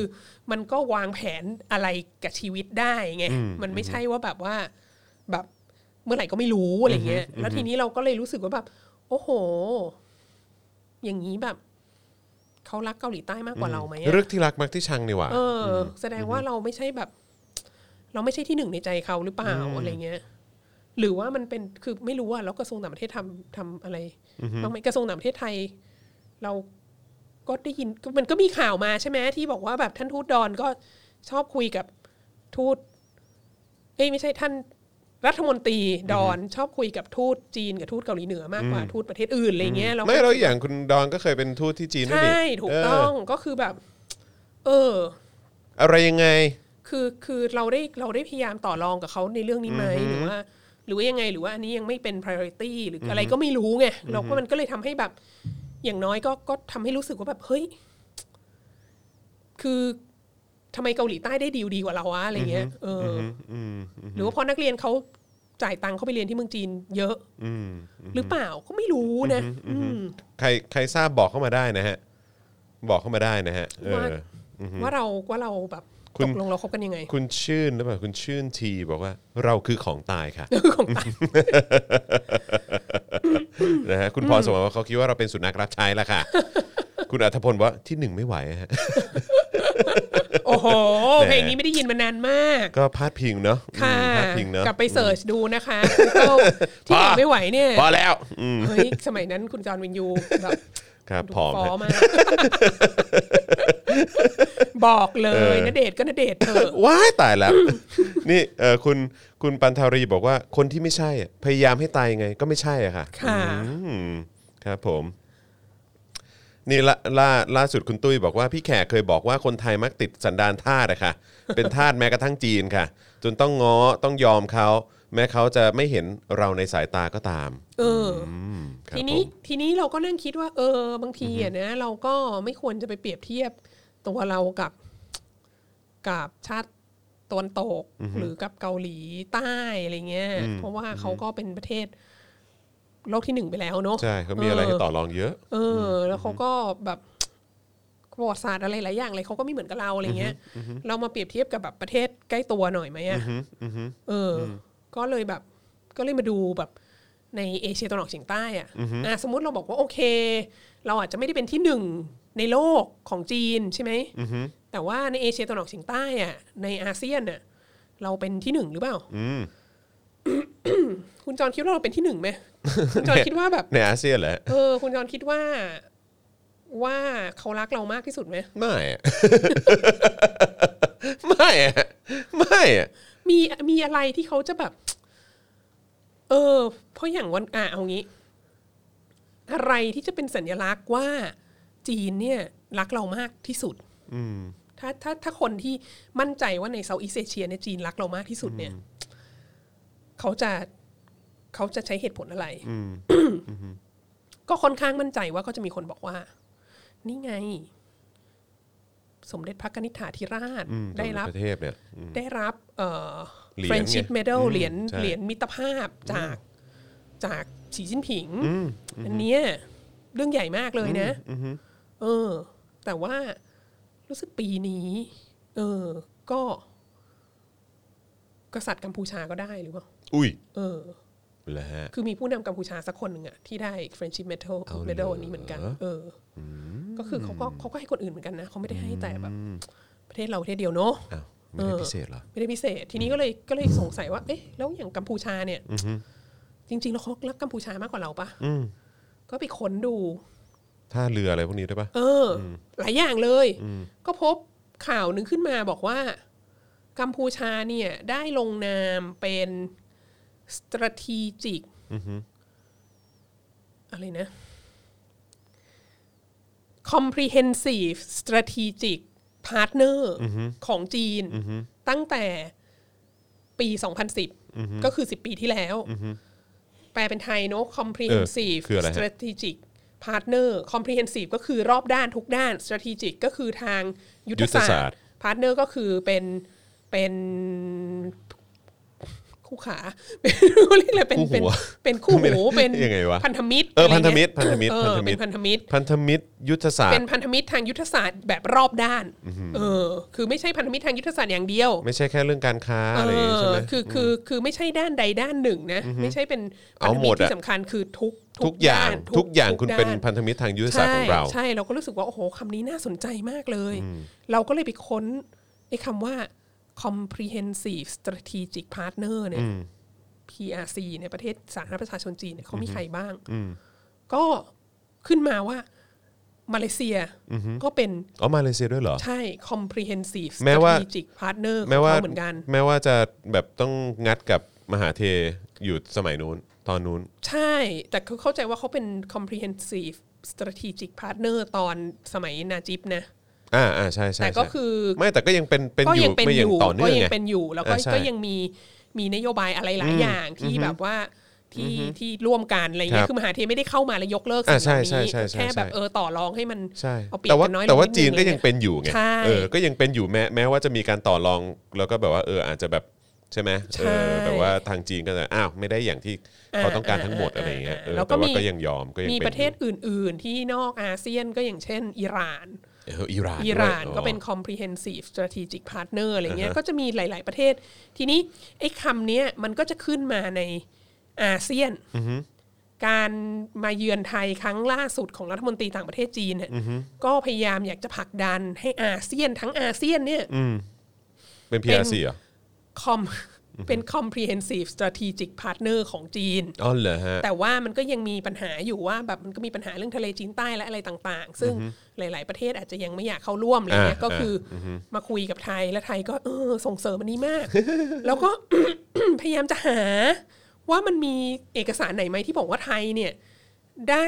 Speaker 3: มันก็วางแผนอะไรกับชีวิตได้ไงมันไม่ใช่ว่าแบบว่าแบบเมื่อไหร่ก็ไม่รู้อะไรเงี้ยแล้วทีนี้เราก็เลยรู้สึกว่าแบบ โอ้โห อย่างนี้แบบเขารักเกาหลีใต้มากกว่าเราไหมอะ
Speaker 2: เรื่องที่รักมักที่ชังนี่หว่า
Speaker 3: เอออแสดงว่าเราไม่ใช่แบบ เราไม่ใช่ที่หนึ่งในใจเขาหรือเปล่าอะไรเงี้ย หรือว่ามันเป็นคือไม่รู้ว่าแล้วกระทรวงต่างประเทศทำทำอะไรบ้างไหมกระทรวงต่างประเทศไทย เราก็ได้ยินก็มันก็มีข่าวมาใช่ไหมที่บอกว่าแบบท่านทูตดอนก็ชอบคุยกับทูตเอ้ยไม่ใช่ท่านรัฐมนตรีดอนชอบคุยกับทูตจีนกับทูตเกาหลีเหนือมากกว่าทูตประเทศอื่นอะไรเงี้ยเราก็
Speaker 2: ไม่แล้วอย่างคุณดอนก็เคยเป็นทูตที่จีนด้วยนี่
Speaker 3: ใช่ถูกต้อง
Speaker 2: เ
Speaker 3: ก็คือแบบ เออ
Speaker 2: ออะไรยังไง
Speaker 3: คือคือเราได้เราได้พยายามต่อรองกับเขาในเรื่องนี้ไหมหรือว่า หรือว่ายังไงหรือว่าอันนี้ยังไม่เป็น priority หรืออะไรก็ไม่รู้ไงเราก็มันก็เลยทำให้แบบ อย่างน้อยก็ก็ทำให้รู้สึกว่าแบบเฮ้ย คือทำไมเกาหลีใต้ได้ดีลดีกว่าเราวะอะไรเงี้ยเอออ
Speaker 2: อืม
Speaker 3: หรือว่าเพราะนักเรียนเขาจ่ายตังค์เขาไปเรียนที่เมืองจีน เยอะ
Speaker 2: อืม
Speaker 3: หรือเปล่าก็ไม่รู้นะอืม
Speaker 2: ใครใครทราบบอกเข้ามาได้นะฮะ บอกเข้ามาได้นะฮะเอ
Speaker 3: ว่า
Speaker 2: อ
Speaker 3: ว่าเราว่าเราแบบ
Speaker 2: คุ
Speaker 3: ต
Speaker 2: ณ
Speaker 3: กลง เราคบกันยังไง
Speaker 2: คุณชื่นหรือเปล่าคุณชื่นทีบอกว่า เราคือของตายค่ะ
Speaker 3: ของตาย
Speaker 2: นะฮะคุณพรสมหวังว่าเขาคิดว่าเราเป็นสุนัขรับใช้ละ ค่ะ คุณอัธพลบอกว่าที่หนึ่งไม่ไหวอะฮะ
Speaker 3: โอ้โห
Speaker 2: แหม
Speaker 3: เพลงนี้ไม่ได้ยินมานานมาก
Speaker 2: ก็พาดพิงเนาะอืม
Speaker 3: ค่ะ
Speaker 2: พาดพิงเนาะ
Speaker 3: กลับไปเสิร์ชดูนะคะ Google ที่
Speaker 2: พอ
Speaker 3: หาไม่ไหวเนี่ย
Speaker 2: พอแล้วอืม
Speaker 3: เฮ้ย สมัยนั้นคุณจอห์นวินยูแบบ
Speaker 2: ครับ
Speaker 3: ดู
Speaker 2: ผอม
Speaker 3: ฟอ
Speaker 2: ฮะ
Speaker 3: มาก บอกเลยนเดชน์ก็นเดชน์เถอะ
Speaker 2: ว้ายตายแล้ว นี่เออคุณคุณปันธารีบอกว่าคนที่ไม่ใช่อะพยายามให้ตายยังไงก็ไม่ใช่อะค่ะ
Speaker 3: ค่ะ
Speaker 2: อืมครับผม นี่ละล่าล่าสุดคุณตุ้ยบอกว่าพี่แขกเคยบอกว่าคนไทยมักติดสันดานทาสอะค่ะ เป็นทาสแม้กระทั่งจีนค่ะ จนต้องง้อต้องยอมเขาแม้เขาจะไม่เห็นเราในสายตาก็ตาม
Speaker 3: เออ
Speaker 2: อืมครับ
Speaker 3: ทีนี้
Speaker 2: ผม
Speaker 3: ทีนี้เราก็นั่งคิดว่า เออ บางทีอ่ะนะ เราก็ไม่ควรจะไปเปรียบเทียบตัวเรากับ กับชาติตะวันตก หรือกับเกาหลีใต้อะไรเงี้ย เพราะว่าเขาก็เป็นประเทศโลกที่หนึ่งไปแล้วเนอะ
Speaker 2: ใช่เขามีอะไรให้ต่อรองเยอะ
Speaker 3: เออ แล้วเขาก็แบบประวัติศาสตร์อะไรหลายอย่างอะไรเขาก็ไม่เหมือนกับเราอะไรเงี้ย เรามาเปรียบเทียบกับแบบประเทศใกล้ตัวหน่อยไหมอะเอออ ก็เลยแบบ ก็เลยมาดูแบบในเอเชียตะวันออกเฉียงใต้อะอ่ะสมมติเราบอกว่าโอเค เราอาจจะไม่ได้เป็นที่หนึ่งในโลกของจีนใช่ไหม แต่ว่าในเอเชียตะวันออกเฉียงใต้อะในอาเซียนอะเราเป็นที่หนึ่งหรือเปล่า
Speaker 2: อืม
Speaker 3: คุณจรคิดว่าเราเป็นที่หนึ่ งไหม คุณจรคิดว่าแบบ
Speaker 2: ในอาเซียนแหละ
Speaker 3: เออ คุณจรคิดว่า ว่าเขารักเรามากที่สุดไหม
Speaker 2: ไม่อะ ไม่อะไม่อะ
Speaker 3: มีมีอะไรที่เขาจะแบบ เออ เพราะอย่างวันอ่ะเอางี้ อะไรที่จะเป็นสัญลักษณ์ว่าจีนเนี่ย รักเรามากที่สุดถ้าถ้าถ้าคนที่มั่นใจว่าในเซาท์อีสเอเชียเนี่ยจีนรักเรามากที่สุดเนี่ย เขาจะเขาจะใช้เหตุผลอะไร ก็ค่อนข้างมั่นใจว่าก็จะมีคนบอกว่า นี่ไง สมเด็จพระกนิษฐาธิราช
Speaker 2: อืม
Speaker 3: ได้รับ
Speaker 2: ประเทศเนี่ย
Speaker 3: ได้รับเอ่อ
Speaker 2: เหรียญไง
Speaker 3: friendship medal
Speaker 2: อืม
Speaker 3: เหรียญ
Speaker 2: ใช่
Speaker 3: เหรียญมิตรภาพจากจากฉีจิ้นผิง อันเนี้ยเรื่องใหญ่มากเลยนะเออ แต่ว่ารู้สึกปีนี้ เออ ก็ กษัตริย์กัมพูชาก็ได้หรือเปล่า
Speaker 2: อุ้ย
Speaker 3: เออ
Speaker 2: แล้วฮะ
Speaker 3: คือมีผู้นำกัมพูชาสักคนหนึ่งอะที่ได้ friendship medal
Speaker 2: เอาเหรอ
Speaker 3: medal อันนี้เหมือนกัน เอออก็คือเขาก็เขาก็ให้คนอื่นเหมือนกันนะเขาไม่ได้ให้แต่แบบ ประเทศเราประเทศเดียวเนอะ
Speaker 2: อ้าวไม่ได้พิเศษเหรอ
Speaker 3: ไม่ได้พิเศษทีนี้ก็เลยก็เลยสงสัยว่า เอ๊ะแล้วอย่างกัมพูชาเนี่ย จริงๆแล้วเขารักกัมพูชามากกว่าเราปะก็ไปค้นดู
Speaker 2: ถ้าเรืออะไรพวกนี้ได้วยปะ
Speaker 3: เอออหลายอย่างเลย ก็พบข่าวหนึ่งขึ้นมาบอกว่า กัมพูชาเนี่ย ได้ลงนามเป็น strategic อะไรนะ comprehensive strategic partner ของจีน ตั้งแต่ปี 2010 ก็คือ 10 ปีที่แล้ว แปลเป็นไทยเนอะ comprehensive
Speaker 2: เออคืออะไรฮะ
Speaker 3: strategic partner comprehensive ก็คือรอบด้านทุกด้าน strategic ก็คือทางยุทธศา
Speaker 2: ยุทธศาส
Speaker 3: สต
Speaker 2: ตร์
Speaker 3: ร์ partner ก็คือเป็นเป็นคู่ขา เป็นเขาเรียกอะไรเป็นเป็น
Speaker 2: คู่หัว
Speaker 3: เป็นคู่
Speaker 2: ไม่
Speaker 3: หู
Speaker 2: ได้
Speaker 3: เป็น
Speaker 2: ยังไงวะ
Speaker 3: พันธมิตร
Speaker 2: เออ
Speaker 3: ไร
Speaker 2: พันธมิตร
Speaker 3: เงี้ย
Speaker 2: พันธมิตร
Speaker 3: เออ
Speaker 2: พันธมิ
Speaker 3: เป็
Speaker 2: ตร
Speaker 3: นพันธมิตร
Speaker 2: พันธมิตรยุทธศาสต
Speaker 3: เป็น
Speaker 2: ร์
Speaker 3: พันธมิตรทางยุทธศาสตร์แบบรอบด้าน เออ คือไม่ใช่พันธมิตรทางยุทธศาสตร์อย่างเดียว
Speaker 2: ไม่ใช่แค่เรื่องการค้าอะไรอย่างงี้ใช่ไหม
Speaker 3: เออคือคือคือไม่ใช่ด้านใดด้านหนึ่งนะ ไม่ใช่เป็นพันธ
Speaker 2: เอาห
Speaker 3: มิ
Speaker 2: ม
Speaker 3: ต
Speaker 2: ด
Speaker 3: ร
Speaker 2: อะ
Speaker 3: ที่สำคัญคือทุก
Speaker 2: ทุกอย่าง
Speaker 3: ด้น
Speaker 2: ทุกอย่างคุณเป็น
Speaker 3: ด้
Speaker 2: พันธมิตรทางยุทธศาสตร์ของเรา
Speaker 3: ใช่ใช่เราก็รู้สึกว่า โอ้โหคำนี้น่าสนใจมากเลย เราก็เลยไปค้นไอ้คำว่า comprehensive strategic partner เนี่ย PRC เนี่ยประเทศสาธารณรัฐประชาชนจีนเนี่ยเขามีใครบ้าง ก็ขึ้นมาว่ามาเลเซียก็เป็น
Speaker 2: อ๋อมาเลเซียด้วยเหรอ
Speaker 3: ใช่ comprehensive
Speaker 2: แม้ว่า
Speaker 3: strategic partner ของ
Speaker 2: แม้ว่า
Speaker 3: เขาเหมือนกัน
Speaker 2: แม้ว่าจะแบบต้องงัดกับมหาเทอยู่สมัยนู้นตอนนู้น
Speaker 3: ใช่ แต่เขาเข้าใจว่าเขาเป็น comprehensive strategic partner ตอนสมัยนาจิบนะ
Speaker 2: อ่าอ่าใช่ใช่
Speaker 3: แต่
Speaker 2: ใช่
Speaker 3: ก็คือ
Speaker 2: ไม่แต่ก็ยังเป็นเป็น
Speaker 3: ก็
Speaker 2: อยู่
Speaker 3: ยังเป็น
Speaker 2: ไม่
Speaker 3: อ
Speaker 2: ยัง
Speaker 3: ยู่
Speaker 2: ต่อเนื่
Speaker 3: ก็
Speaker 2: อง
Speaker 3: ยั
Speaker 2: ไง
Speaker 3: เป็นอยู่แล้วก็
Speaker 2: อ่าใช่
Speaker 3: ก็ยังมีมีนโยบายอะไรหลายอย่างที่แบบว่าที่ที่ร่วมกันอะไร
Speaker 2: ครั
Speaker 3: เงี้ย
Speaker 2: บ
Speaker 3: คือมหาเทไม่ได้เข้ามาแล้วยกเลิกสิ่งเห
Speaker 2: อ่า
Speaker 3: ล่า
Speaker 2: ใช่
Speaker 3: นี้
Speaker 2: ใช่ใช่ใช่
Speaker 3: แค่แบบ
Speaker 2: ใช่
Speaker 3: เออต่อรองให้มัน
Speaker 2: ใช่
Speaker 3: เอาเปรียบ
Speaker 2: แต่ว่า
Speaker 3: กันน้อยล
Speaker 2: แต่ว่า
Speaker 3: ด
Speaker 2: จีน
Speaker 3: ง
Speaker 2: ก็
Speaker 3: อะร
Speaker 2: ยังเป็นอยู่ไง
Speaker 3: ใช่
Speaker 2: เออก็ยังเป็นอยู่แม้แม้ว่าจะมีการต่อรองแล้วก็แบบว่าเอออาจจะแบบใช่ไหมเออ
Speaker 3: ใช่
Speaker 2: แบบว่าทางจีนก็จะอ้าวไม่ได้อย่างที่เขาต้องการทั้งหมดอะไรอย่างเงี้ยเออ
Speaker 3: แล้วก็
Speaker 2: แต่ว่า
Speaker 3: มี
Speaker 2: ก็ยังยอมก็ยัง
Speaker 3: มี
Speaker 2: ป็น
Speaker 3: ประเทศอื่น ๆ ที่นอกอาเซียนก็อย่างเช่น อิหร่าน
Speaker 2: เอออิหร่าน
Speaker 3: อิหร่าน
Speaker 2: ด้วย
Speaker 3: ก็เป็น
Speaker 2: อ๋อ
Speaker 3: comprehensive strategic partner อะไรเงี้ยก็จะมีหลาย ๆ ประเทศ ทีนี้ไอ้คำเนี้ยมันก็จะขึ้นมาในอาเซียน การมาเยือนไทยครั้งล่าสุดของรัฐมนตรีต่างประเทศจีนเนี่ยก็พยายามอยากจะผลักดันให้อาเซียนทั้งอาเซียนเนี่ย
Speaker 2: เป็น
Speaker 3: เป็น
Speaker 2: PRC เหรอ
Speaker 3: คอมเป็น comprehensive strategic partner ของจีน
Speaker 2: อ๋อเหรอฮะ
Speaker 3: แต่ว่ามันก็ยังมีปัญหาอยู่ว่าแบบมันก็มีปัญหาเรื่องทะเลจีนใต้และอะไรต่างๆ ซึ่งหลาย ๆ ประเทศอาจจะยังไม่อยากเข้าร่วมอะไรเงี้ย
Speaker 2: อ่า
Speaker 3: ก็คืออมาคุยกับไทยและไทยก็เออส่งเสริมอันนี้มาก แล้วก็ พยายามจะหาว่ามันมีเอกสารไหนไหมที่บอกว่าไทยเนี่ย ได้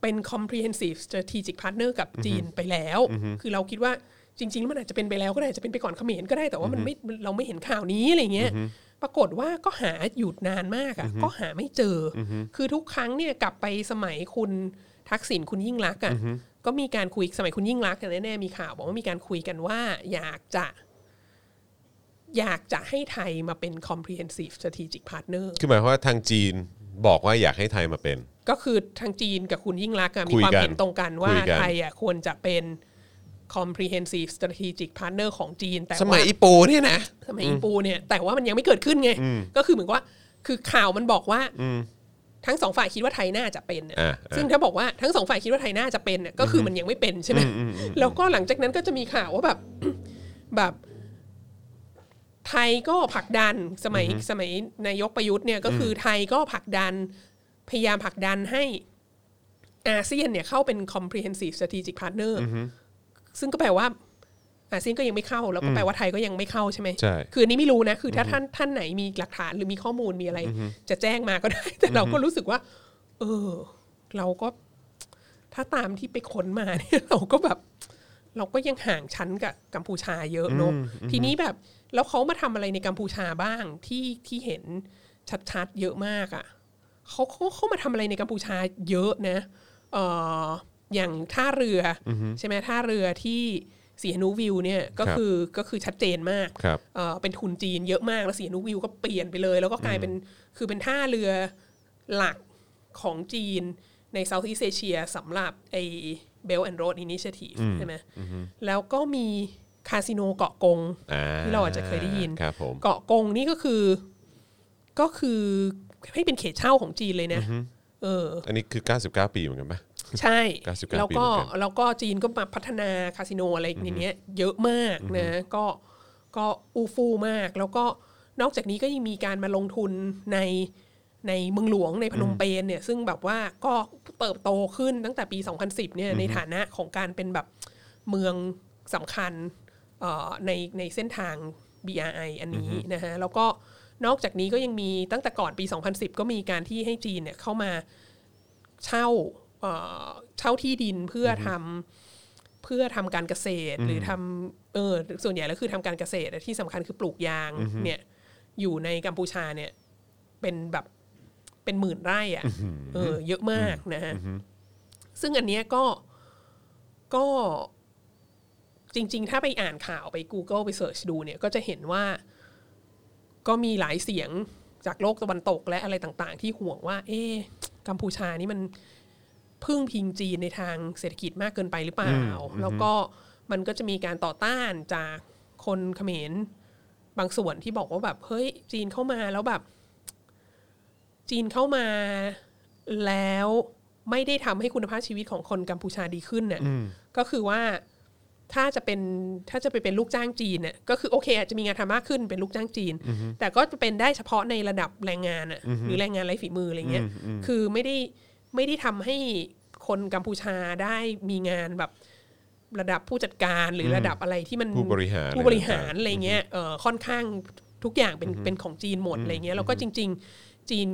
Speaker 3: เป็น comprehensive strategic partner กับจีนไปแล้ว คือเราคิดว่าจริงๆแล้วมันอาจจะเป็นไปแล้วก็ได้อาจจะเป็นไปก่อนเขมรก็ได้แต่ว่ามันไม่เราไม่เห็นข่าวนี้อะไรเงี้ย ปรากฏว่าก็หาหยุดนานมากอ่ะก็หาไม่เจออคือทุกครั้งเนี่ยกลับไปสมัยคุณทักษิณคุณยิ่งรักษณ์อ่ะก็มีการคุยสมัยคุณยิ่งรักษณ์เนี่ยแน่ๆมีข่าวบอกว่ามีการคุยกันว่าอยากจะ อยากจะให้ไทยมาเป็น comprehensive strategic partner
Speaker 2: คือหมายความว่าทางจีนบอกว่าอยากให้ไทยมาเป็น
Speaker 3: ก็คือทางจีนกับคุณยิ่งรักษณ์อะมี
Speaker 2: คุย
Speaker 3: ความ
Speaker 2: กัน
Speaker 3: เห็นตรงกันว่า
Speaker 2: คุยกัน
Speaker 3: ไทยอะควรจะเป็น comprehensive strategic partner ของจีน แต่
Speaker 2: สมั
Speaker 3: ว่า
Speaker 2: ยอีปูเนี่ยนะ
Speaker 3: สมัยอีปูเนี่ยแต่ว่ามันยังไม่เกิดขึ้นไง ก็คือเหมือนกับว่าคือข่าวมันบอกว่าทั้งสองฝ่ายคิดว่าไทยน่าจะเป็นเนี่ย
Speaker 2: อ่าอ่า
Speaker 3: ซึ่งถ้าบอกว่าทั้งสองฝ่ายคิดว่าไทยน่าจะเป็นเนี่ยก็คือมันยังไม่เป็นใช่ไหมแล้วก็หลังจากนั้นก็จะมีข่าวว่าแบบ แบบ ไทยก็ผลักดันสมัยสมัยนายกประยุทธ์เนี่ยก็คือไทยก็ผลักดันพยายามผลักดันให้อาเซียนเนี่ยเข้าเป็น comprehensive strategic partner ซึ่งก็แปลว่า อาเซียนก็ยังไม่เข้าแล้วก็แปลว่าไทยก็ยังไม่เข้าใช่ไหม
Speaker 2: ใช่
Speaker 3: คืออันนี้ไม่รู้นะ คือถ้าท่านท่านไหนมีหลักฐานหรือมีข้อมูลมีอะไร จะแจ้งมาก็ได้ แต่เราก็รู้สึกว่า เออ เราก็ ถ้าตามที่ไปค้นมาเนี่ย เราก็แบบ เราก็ยังห่างชั้นกับกัมพูชาเยอะเนอะทีนี้แบบแล้วเขามาทำอะไรในกัมพูชาบ้างที่ที่เห็นชัดๆเยอะมากอะ่ะเขาเขาเขามาทำอะไรในกัมพูชาเยอะนะเอออย่างท่าเรืออใช่ไหมท่าเรือที่เสียนูวิวเนี่ยก็
Speaker 2: ครับ
Speaker 3: คือก็คือชัดเจนมาก
Speaker 2: ครับ
Speaker 3: เอ่อเป็นทุนจีนเยอะมากแล้วเสียนุวิวก็เปลี่ยนไปเลย แล้วก็กลายเป็นคือเป็นท่าเรือหลักของจีนในเซาท์อีสเอเชียสำหรับไอ้ Belt and Road Initiative ใช่ไหมแล้วก็มีคาสิโนเกาะกง
Speaker 2: อ่า
Speaker 3: ที่เราอาจจะเคยได้ยิน
Speaker 2: ครับผม
Speaker 3: เกาะกงนี่ก็คือก็คือให้เป็นเขตเช่าของจีนเลยนะเออ
Speaker 2: อันนี้คือ 99 ปีเหมือนกันปะ
Speaker 3: ใช่
Speaker 2: 99
Speaker 3: แล้วก็
Speaker 2: ปีเหมือนกัน
Speaker 3: แล้วก็จีนก็มาพัฒนาคาสิโนอะไรอย่างเงี้ยเยอะมากนะก็ก็อูฟูมาก แล้วก็นอกจากนี้ก็ยังมีการมาลงทุนในในเมืองหลวงในพนมเปญเนี่ยซึ่งแบบว่าก็เติบโตขึ้นตั้งแต่ปี 2010เนี่ยในฐานะของการเป็นแบบเมืองสำคัญเอ่อในในเส้นทาง BRI อันนี้นะฮะแล้วก็นอกจากนี้ก็ยังมีตั้งแต่ก่อนปี 2010 ก็มีการที่ให้จีนเนี่ยเข้ามา เช่าเอ่อเช่าที่ดินเพื่อทำเพื่อทำการเกษตรหรือทำเออส่วนใหญ่แล้วคือทำการเกษตรแต่ที่สำคัญคือปลูกยางเนี่ยอยู่ในกัมพูชาเนี่ยเป็นแบบเป็นหมื่นไร่อะเออเยอะมากนะฮะซึ่งอันเนี้ยก็ก็จริง ๆ ถ้าไปอ่านข่าวไป Google ไปเสิร์ชดูเนี่ยก็จะเห็นว่า ก็มีหลายเสียงจากโลกตะวันตกและอะไรต่างๆ ที่ห่วงว่า เอ๊ะกัมพูชานี่มันพึ่งพิงจีนในทางเศรษฐกิจมากเกินไปหรือเปล่า แล้วก็มันก็จะมีการต่อต้านจากคนเขมรบางส่วนที่บอกว่าแบบ เฮ้ย จีนเข้ามาแล้วแบบ จีนเข้ามาแล้วไม่ได้ทำให้คุณภาพชีวิตของคนกัมพูชาดีขึ้นเนี่ยก็คือว่า ถ้าจะเป็นถ้าจะไปเป็นลูกจ้างจีนเนี่ยก็คือโอเค อาจจะมีงานทำมากขึ้นเป็นลูกจ้างจีน แต่ก็จะเป็นได้เฉพาะในระดับแรงงานอ่ะหรือแรงงานไร้ฝีมืออะไรเงี้ยคือไม่ได้ไม่ได้ทำให้คนกัมพูชาได้มีงานแบบระดับผู้จัดการหรือระดับอะไรที่มัน
Speaker 2: ผู้บริหาร
Speaker 3: ผู้บริหาร
Speaker 2: อะไรต่างๆ
Speaker 3: อะไรเงี้ยเออค่อนข้างทุกอย่างเป็นเป็นของจีนหมดอะไรเงี้ยแล้วก็จริง ๆ จีน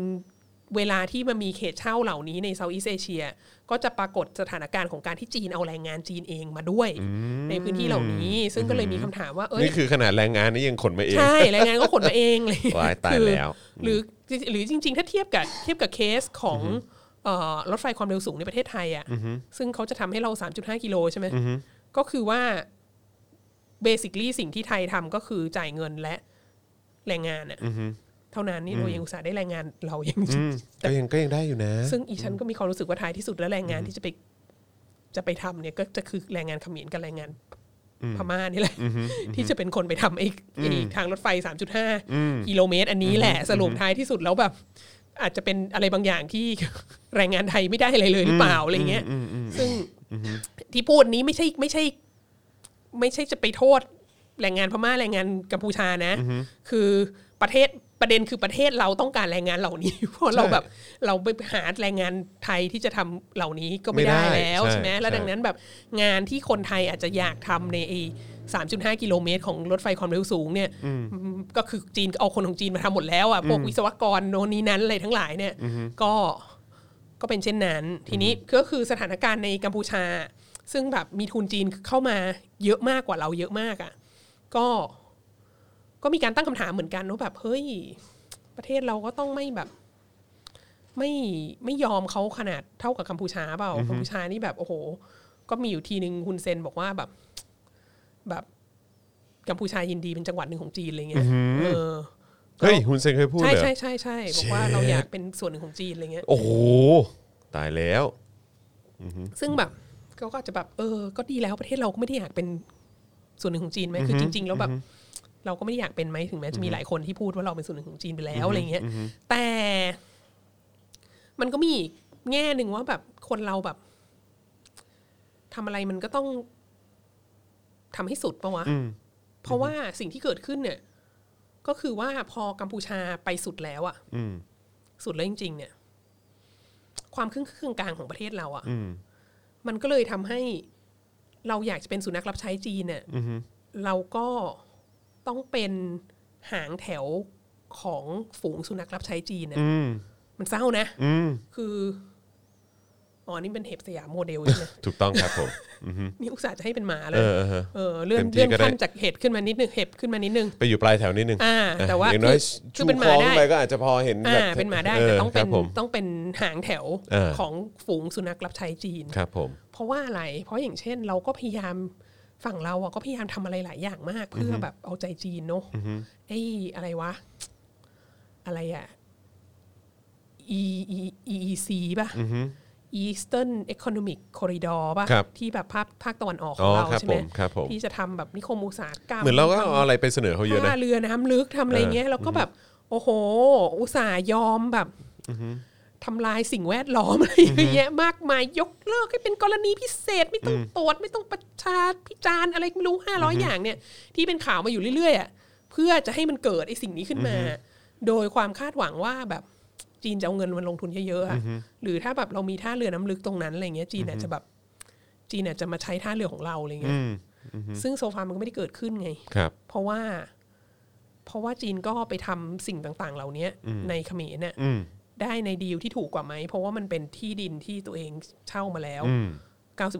Speaker 3: เวลาที่มันมีเขตเช่าเหล่านี้ในเซาท์อีสเอเชีย ก็จะปรากฏสถานการณ์ของการที่จีนเอาแรงงานจีนเองมาด้วย ในพื้นที่เหล่านี้ ซึ่งก็เลยมีคำถามว่า เอ้ย
Speaker 2: นี่คือขนาดแรงงานนี่ยังขนมาเอง
Speaker 3: ใช่ แรงงานก็ขนมาเองเลย
Speaker 2: ว้ายตาย
Speaker 3: คือ
Speaker 2: แล้ว
Speaker 3: หรือหรือจริง ๆ ถ้าเทียบกับเทียบกับเคสของเอ่อรถไฟความเร็วสูงในประเทศไทยอ่ะซึ่งเขาจะทำให้เรา 3.5 กิโลใช่ไหมก็คือว่าเบสิค l ีสิ่งที่ไทยทำก็คือจ่ายเงินและแรงงานอ่ะเท่านั้นนี่เรายังอุตส่าห์ได้แรงงานเรายัง
Speaker 2: ก็ยังก็ยังได้อยู่นะ
Speaker 3: ซึ่งอีฉันก็มีความรู้สึกว่าท้ายที่สุดแล้วแรงงานที่จะไปจะไปทำเนี่ยก็จะคือแรงงานเขมรกับแรงงานพม่านี่แหละ ที่จะเป็นคนไปทำไอ้ไอ้ทางรถไฟ 3.5 กิโลเมตร อันนี้แหละสรุปท้ายที่สุดแล้วแบบ อาจจะเป็นอะไรบางอย่างที่ แรงงานไทยไม่ได้อะไรเลยหรือเปล่าอะไรเงี้ยซึ่งที่พูดนี้ไม่ใช่ไม่ใช่ ไม่ใช่จะไปโทษแรงงานพม่าแรงงานกัมพูชานะ คือประเทศประเด็นคือประเทศเราต้องการแรงงานเหล่านี้ เพราะเราแบบเราไปหาแรงงานไทยที่จะทำเหล่านี้ก็ไม่ได้
Speaker 2: ไม่ได้
Speaker 3: แล้ว
Speaker 2: ใช่
Speaker 3: ใช่ไหมแล้ว
Speaker 2: ใช่
Speaker 3: ดังนั้นแบบงานที่คนไทยอาจจะอยากทำในไอ้สามจุดห้ากิโลเมตรของรถไฟความเร็วสูงเนี่ยก็คือจีนเอาคนของจีนมาทำหมดแล้วอ่ะพวกวิศวกรโน่นนี้นั้นอะไรทั้งหลายเนี่ยก็ ก็เป็นเช่นนั้น ทีนี้ก็คือสถานการณ์ในกัมพูชา ซึ่งแบบมีทุนจีนเข้ามาเยอะมากกว่าเราเยอะมากอะ่ะ ก็ ก็มีการตั้งคำถามเหมือนกันว่าแบบเฮ้ย ประเทศเราก็ต้องไม่แบบ ไม่ไม่ยอมเขาขนาดเท่ากับกัมพูชาเปล่ากัมพูชานี่แบบโอ้โห ก็มีอยู่ทีหนึ่งคุณเซนบอกว่าแบบ แบบ กัมพูชายินดีเป็นจังหวัดหนึ่งของจีนอะไรเงี้ยเออ
Speaker 2: เฮ้ยฮุนเซนเคยพูด
Speaker 3: ใช่
Speaker 2: เลย
Speaker 3: ใช่ใช่ใช่บอกว่าเราอยากเป็นส่วนหนึ่งของจีนอะไรเงี้ย
Speaker 2: โอ้โหตายแล้ว
Speaker 3: ซึ่งแบบเขาก็อาจจะแบบเออ ก็ดีแล้วประเทศเราก็ไม่ได้อยากเป็นส่วนหนึ่งของจีนไหมคือจริง ๆ แล้วแบบเราก็ไม่ได้อยากเป็นไหมถึงแม้จะมีหลายคนที่พูดว่าเราเป็นส่วนหนึ่งของจีนไปแล้วอะไรเงี้ย แต่ มันก็มีอีกแง่หนึ่งว่าแบบคนเราแบบทำอะไรมันก็ต้องทำให้สุดปะวะ เพราะว่าสิ่งที่เกิดขึ้นเนี่ย ก็คือว่าพอกัมพูชาไปสุดแล้วอะ
Speaker 2: อืม
Speaker 3: สุดแล้วจริง ๆ เนี่ย ความครึ่งครึ่งกลางของประเทศเราอะ
Speaker 2: อืม
Speaker 3: มันก็เลยทำให้เราอยากจะเป็นสุนัขรับใช้จีนเนี่ย
Speaker 2: อืม
Speaker 3: เราก็ต้องเป็นหางแถวของฝูงสุนัขรับใช้จีนเนี่ย
Speaker 2: อืม
Speaker 3: มันเศร้านะ
Speaker 2: อืม
Speaker 3: คืออ๋อนี่เป็นเห็บสยามโมเดลใช่ไหม
Speaker 2: ถูกต้องครับผม
Speaker 3: นี่อุตส่าห์จะให้เป็นหมาเล
Speaker 2: เอย อเออเออ
Speaker 3: เออเลื่อน
Speaker 2: เต็มที่
Speaker 3: เลื่อน
Speaker 2: ก็ได้
Speaker 3: ขั้นจากเห็บขึ้นมานิดนึงเห็บขึ้นมานิดนึง
Speaker 2: ไปอยู่ปลายแถวนิดนึง
Speaker 3: อ่า
Speaker 2: ะ
Speaker 3: แต่ว่า
Speaker 2: อย่างน้อย
Speaker 3: คือคื
Speaker 2: ชู
Speaker 3: อเป็น
Speaker 2: ค
Speaker 3: ห
Speaker 2: อ
Speaker 3: มา
Speaker 2: ขึ้น
Speaker 3: ได้
Speaker 2: ไปก็อาจจะพอเห็น
Speaker 3: อ่า
Speaker 2: แบบ
Speaker 3: เป็นหมาได้แต่ต้อง
Speaker 2: ค
Speaker 3: เป็น
Speaker 2: รับผม
Speaker 3: ต้องเป็นหางแถว
Speaker 2: เออ
Speaker 3: ของฝูงสุนัขรับใช้จีน
Speaker 2: ครับผม
Speaker 3: เพราะว่าอะไร เพราะอย่างเช่น เราก็พยายามฝั่งเราอะก็พยายามทำอะไรหลายอย่างมากเพื่อแบบเอาใจจีนเนอะไอ้อะไรวะ อะไรอะ E E E E C ป่ะ
Speaker 2: อือฮึ
Speaker 3: Eastern Economic Corridor ป่ะ
Speaker 2: ครับ
Speaker 3: ที่แบบภาคภาคตะวันออกข
Speaker 2: อ๋
Speaker 3: อง
Speaker 2: อ
Speaker 3: เรา
Speaker 2: ครับ
Speaker 3: ใช่ไห
Speaker 2: ผมครับผม
Speaker 3: ที่จะทำแบบนิคมอุตสาหกรรม
Speaker 2: เหมือนเราก็
Speaker 3: ทำ
Speaker 2: เอาอะไรไปเสนอเขาเยอะนะ
Speaker 3: ท่าเรือน้ำลึกทำอะไรเงี้ยแล้วก็แบบ โอ้โห อุตส่าห์ยอมแบบทำลายสิ่งแวดล้อม อะไรเยอะแยะมากมาย ยกเลิกให้เป็นกรณีพิเศษ ไม่ต้องตรวจไม่ต้องประชาพิจารณ์อะไรไม่รู้ห้าร้อยอย่างเนี่ย ที่เป็นข่าวมาอยู่เรื่อยๆอ่ะเพื่อจะให้มันเกิดไอ้สิ่งนี้ขึ้นมา โดยความคาดหวังว่าแบบจีนจะเอาเงินมันลงทุนเยอะๆอะหรือถ้าแบบเรามีท่าเรือน้ำลึกตรงนั้นอะไรเงี้ยจีนอาจจะแบบจีนอาจจะมาใช้ท่าเรือของเราอะไรเงี้ยซึ่งโซฟามันก็ไม่ได้เกิดขึ้นไง
Speaker 2: ครับ
Speaker 3: เพราะว่า เพราะว่าจีนก็ไปทำสิ่งต่างๆ เหล่านี้ในเขมรเนี่ย
Speaker 2: อืม
Speaker 3: ได้ในดีลที่ถูกกว่าไหม เพราะว่ามันเป็นที่ดินที่ตัวเองเช่ามาแล้ว
Speaker 2: อืม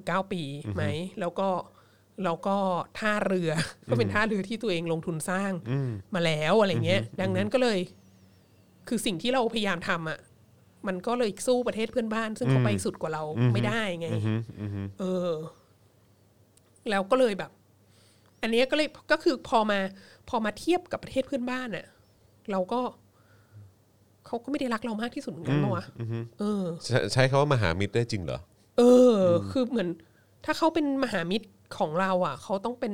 Speaker 3: 99 ปีไหม แล้วก็แล้วก็ท่าเรือ อก็เป็นท่าเรือที่ตัวเองลงทุนสร้างมาแล้วอะไรเงี้ย ดังนั้นก็เลย คือสิ่งที่เราพยายามทำอ่ะ มันก็เลยสู้ประเทศเพื่อนบ้าน ซึ่งเขาไปสุดกว่าเราไม่ได้ไง
Speaker 2: อืมอืมอืม
Speaker 3: เออ แล้วก็เลยแบบ อันเนี้ยก็เลยก็คือพอมา พอมาเทียบกับประเทศเพื่อนบ้านน่ะ เราก็เขาก็ไม่ได้รักเรามากที่สุดเหมือนกันปะวะเออ
Speaker 2: ใช้ใช้คำว่ามหามิตรได้จริงเหรอ
Speaker 3: เอออ คือเหมือน ถ้าเขาเป็นมหามิตรของเรา อ่ะเขาต้องเป็น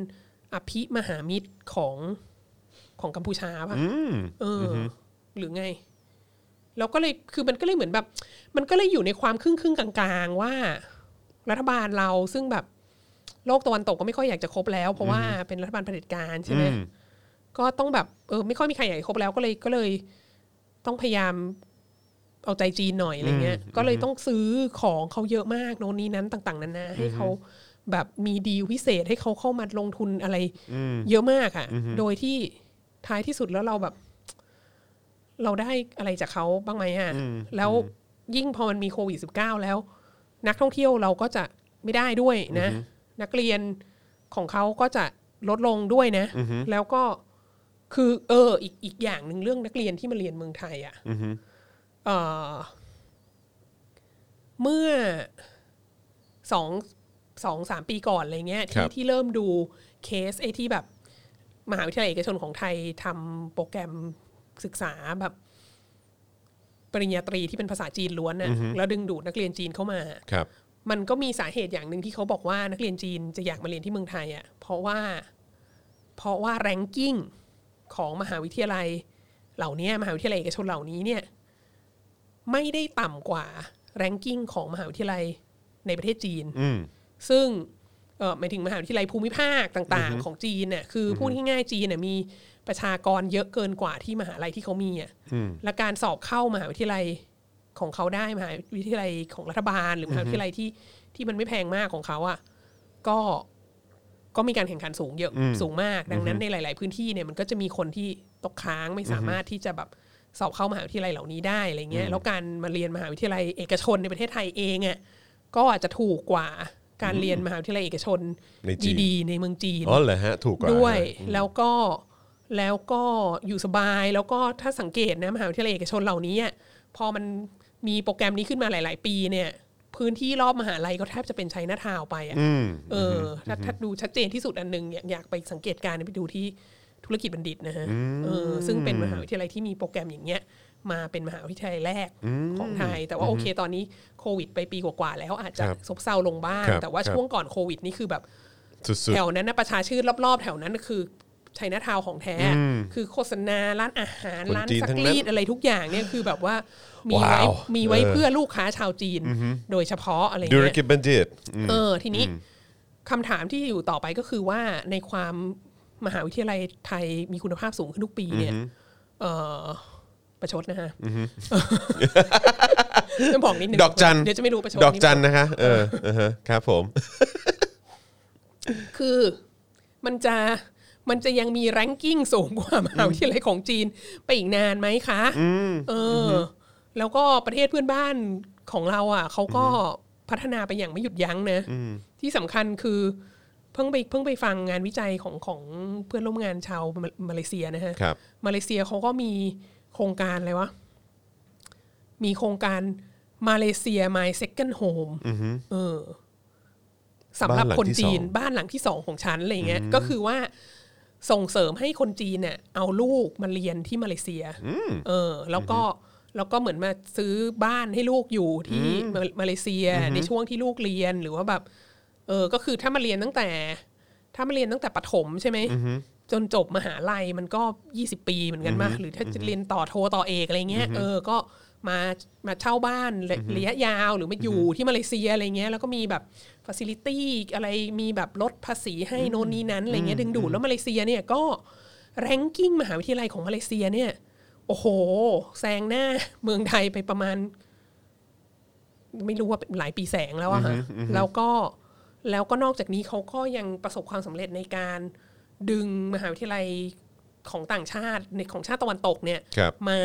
Speaker 3: อภิมหามิตรของของกัมพูชาป่ะเอออ หรือไง แล้วก็เลยคือมันก็เลยเหมือนแบบ มันก็เลยอยู่ในความครึ่งครึ่งๆกลาง ๆ ว่า รัฐบาลเราซึ่งแบบโลกตะวันตกก็ไม่ค่อยอยากจะคบแล้ว เพราะว่าเป็นรัฐบาลเผด็จการใช่ไหม
Speaker 2: อืม
Speaker 3: ก็ต้องแบบเออไม่ค่อยมีใครอยากจะคบแล้วก็เลยก็เลย ต้องพยายามเอาใจจีนหน่อยอะไรเงี้ย ก็เลยต้องซื้อของเขาเยอะมากโน่นนี่นั้นต่าง ๆนานาให้เขาแบบมีดีลพิเศษให้เขาเข้ามาลงทุนอะไร เยอะมากอ่ะ โดยที่ท้ายที่สุดแล้วเราแบบ เราได้อะไรจากเขาบ้างไหมอ่ะ แล้วยิ่งพอมันมีโควิด1 9แล้ว นักท่องเที่ยวเราก็จะไม่ได้ด้วยนะ นักเรียนของเขาก็จะลดลงด้วยนะ แล้วก็ คือเอออีกอีกอย่างหนึ่งเรื่องนักเรียนที่มาเรียนเมืองไทยอะ่ะเอ่อเมื่อสองสองสามปีก่อนอะไรเงี้ย
Speaker 2: ครั
Speaker 3: ที่
Speaker 2: บ
Speaker 3: ที่เริ่มดูเคสไอ้ที่แบบมหาวิทยาลัยเอกชนของไทยทำโปรแกรมศึกษาแบบ ปริญญาตรีที่เป็นภาษาจีนล้วนน่ะแล้วดึงดูดนักเรียนจีนเข้ามา
Speaker 2: ครับ
Speaker 3: มันก็มีสาเหตุอย่างหนึ่งที่เขาบอกว่านักเรียนจีนจะอยากมาเรียนที่เมืองไทยอ่ะเพราะว่าเพราะว่าแรงกิ้งของมหาวิทยาลัย เหล่านี้มหาวิทยาลัยเอกชนเหล่านี้เนี่ยไม่ได้ต่ำกว่าแรงกิ้งของมหาวิทยาลัยในประเทศจีน
Speaker 2: อืม
Speaker 3: ซึ่งเออหมายถึงมหาวิทยาลัยภูมิภาคต่างๆ ของจีนเนี่ยคืออพูดง่ายๆจีนเนี่ยมีประชากรเยอะเกินกว่าที่มหาลัยที่เขามีอ่ะและการสอบเข้ามหาวิทยาลัยของเขาได้มหาวิทยาลัยของรัฐบาล หรือมหาวิทยาลัยที่ที่มันไม่แพงมากของเขาอ่ะก็ก็มีการแข่งขันสูงเยอะสูงมาก ดังนั้นในหลาย ๆ พื้นที่เนี่ยมันก็จะมีคนที่ตกค้างไม่สามารถที่จะแบบสอบเข้ามหาวิทยาลัยเหล่านี้ได้อะไรเงี้ยแล้วการมาเรียนมหาวิทยาลัยเอกชนในประเทศไทยเองอ่ะ ก็อาจจะถูกกว่าการเรียนมหาวิทยาลัยเอกชน
Speaker 2: ในจีน
Speaker 3: ดีๆในเมืองจีน
Speaker 2: อ๋อเหรอฮะ ถูกกว่า
Speaker 3: ด้วย
Speaker 2: นะ
Speaker 3: แล้วก็แล้วก็อยู่สบายแล้วก็ถ้าสังเกตนะมหาวิทยาลัยเอกชนเหล่านี้อะพอมันมีโปรแกรมนี้ขึ้นมาหลาย ๆ ปีเนี่ย ผ พื้นที่รอบมหาลัยก็แทบจะเป็นไชน่าทาวน์ไปอ่ะเอออถ้าถ้าดูชัดเจนที่สุดอันหนึงอยากอยากไปสังเกตการณ์ไปดูที่ธุรกิจบัณฑิตนะฮะเออซึ่งเป็นมหาวิทยาลัยที่มีโปรแกรมอย่างเงี้ย มาเป็นมหาวิทยาลัยแรกของไทย แต่ว่าโอเคตอนนี้โควิด ไปปีกว่าๆแล้วอาจจะ
Speaker 2: ครับ
Speaker 3: ซบเซาลงบ้าง
Speaker 2: ครับ
Speaker 3: แต่
Speaker 2: ค
Speaker 3: ว่า
Speaker 2: รับ
Speaker 3: ช่วงก่อนโควิดนี่คือแบบ
Speaker 2: สุด
Speaker 3: แถวนั้นนะประชาชื่นรอบๆ แถวนั้นน่ะคือชัยนาทาวน์ของแท้ คือโฆษณาร้านอาหาร
Speaker 2: คน
Speaker 3: ร้าน
Speaker 2: จีน
Speaker 3: ซั
Speaker 2: ทั้ง
Speaker 3: ก
Speaker 2: นั้น
Speaker 3: รีดอะไรทุกอย่างเนี่ยคือแบบว่ามีไว้
Speaker 2: ว้าว
Speaker 3: มีไว้
Speaker 2: เออ
Speaker 3: เพื่อลูกค้าชาวจีน โดยเฉพาะอะไร
Speaker 2: ๆธุร
Speaker 3: เงี้ย
Speaker 2: กิจบัณฑิต
Speaker 3: เออทีนี้คำถามที่อยู่ต่อไปก็คือว่าในความมหาวิทยาลัยไทยมีคุณภาพสูงขึ้นทุกปีเนี่ยเออประชดนะฮะจะบอกนิดนึง
Speaker 2: ดอกจัน
Speaker 3: เดี๋ยวจะไม่รู้ประชด
Speaker 2: ดอก
Speaker 3: นินึง
Speaker 2: จันนะคะ เอออือฮะครับผม
Speaker 3: คือมันจะมันจะยังมีแรงกิ้งสูงกว่ามหาวิทยาลัยของจีนไปอีกนานไหมคะเอออ แล้วก็ประเทศเพื่อนบ้านของเราอ่ะเขาก็พัฒนาไปอย่างไม่หยุดยั้งนะที่สำคัญคือเพิ่งไปเพิ่งไปฟังงานวิจัยของของเพื่อนร่วมงานชาวมามาเลเซียนะฮะ
Speaker 2: ครับ
Speaker 3: มาเลเซียเขาก็มีโครงการอะไรวะ มีโครงการมาเลเซีย My Second Home เออสำหรับ
Speaker 2: บ้านหลัง
Speaker 3: คน
Speaker 2: ที่
Speaker 3: จีน
Speaker 2: สอง
Speaker 3: บ้านหลังที่สองของฉันอะไรเงี้ย ก็คือว่าส่งเสริมให้คนจีนเนี่ยเอาลูกมาเรียนที่มาเลเซีย เออ แล้วก็แล้วก็เหมือนมาซื้อบ้านให้ลูกอยู่ที่มามาเลเซียในช่วงที่ลูกเรียนหรือว่าแบบ เออ ก็คือถ้ามาเรียนตั้งแต่ ถ้ามาเรียนตั้งแต่ประถมใช่ไหม จนจบมหาลัยมันก็ 20 ปีเหมือนกันมาหรือถ้าจะเรียนต่อโทต่อเอกอะไรเงี้ยเออก็มามาเช่าบ้านระระยะยาวหรือมาอยู่ที่มาเลเซียอะไรเงี้ยแล้วก็มีแบบฟ a ซิลิตี้อะไรมีแบบลดภาษีให้โน่นนี่นั้นอะไรเงี้ยดึงดูดแล้วมาเลเซียเนี่ยก็แรงกิ้งมหาวิทยาลัยของมาเลเซียเนี่ย โอ้โห แซงหน้า เมืองไทยไปประมาณ ไม่รู้ว่าหลายปีแสงแล้วอะฮะแล้วก็แล้วก็นอกจากนี้เขาก็ยังประสบความสำเร็จในการดึงมหาวิทยาลัยของต่างชาติในของชาติตะวันตกเนี่ย
Speaker 2: ครับ
Speaker 3: มา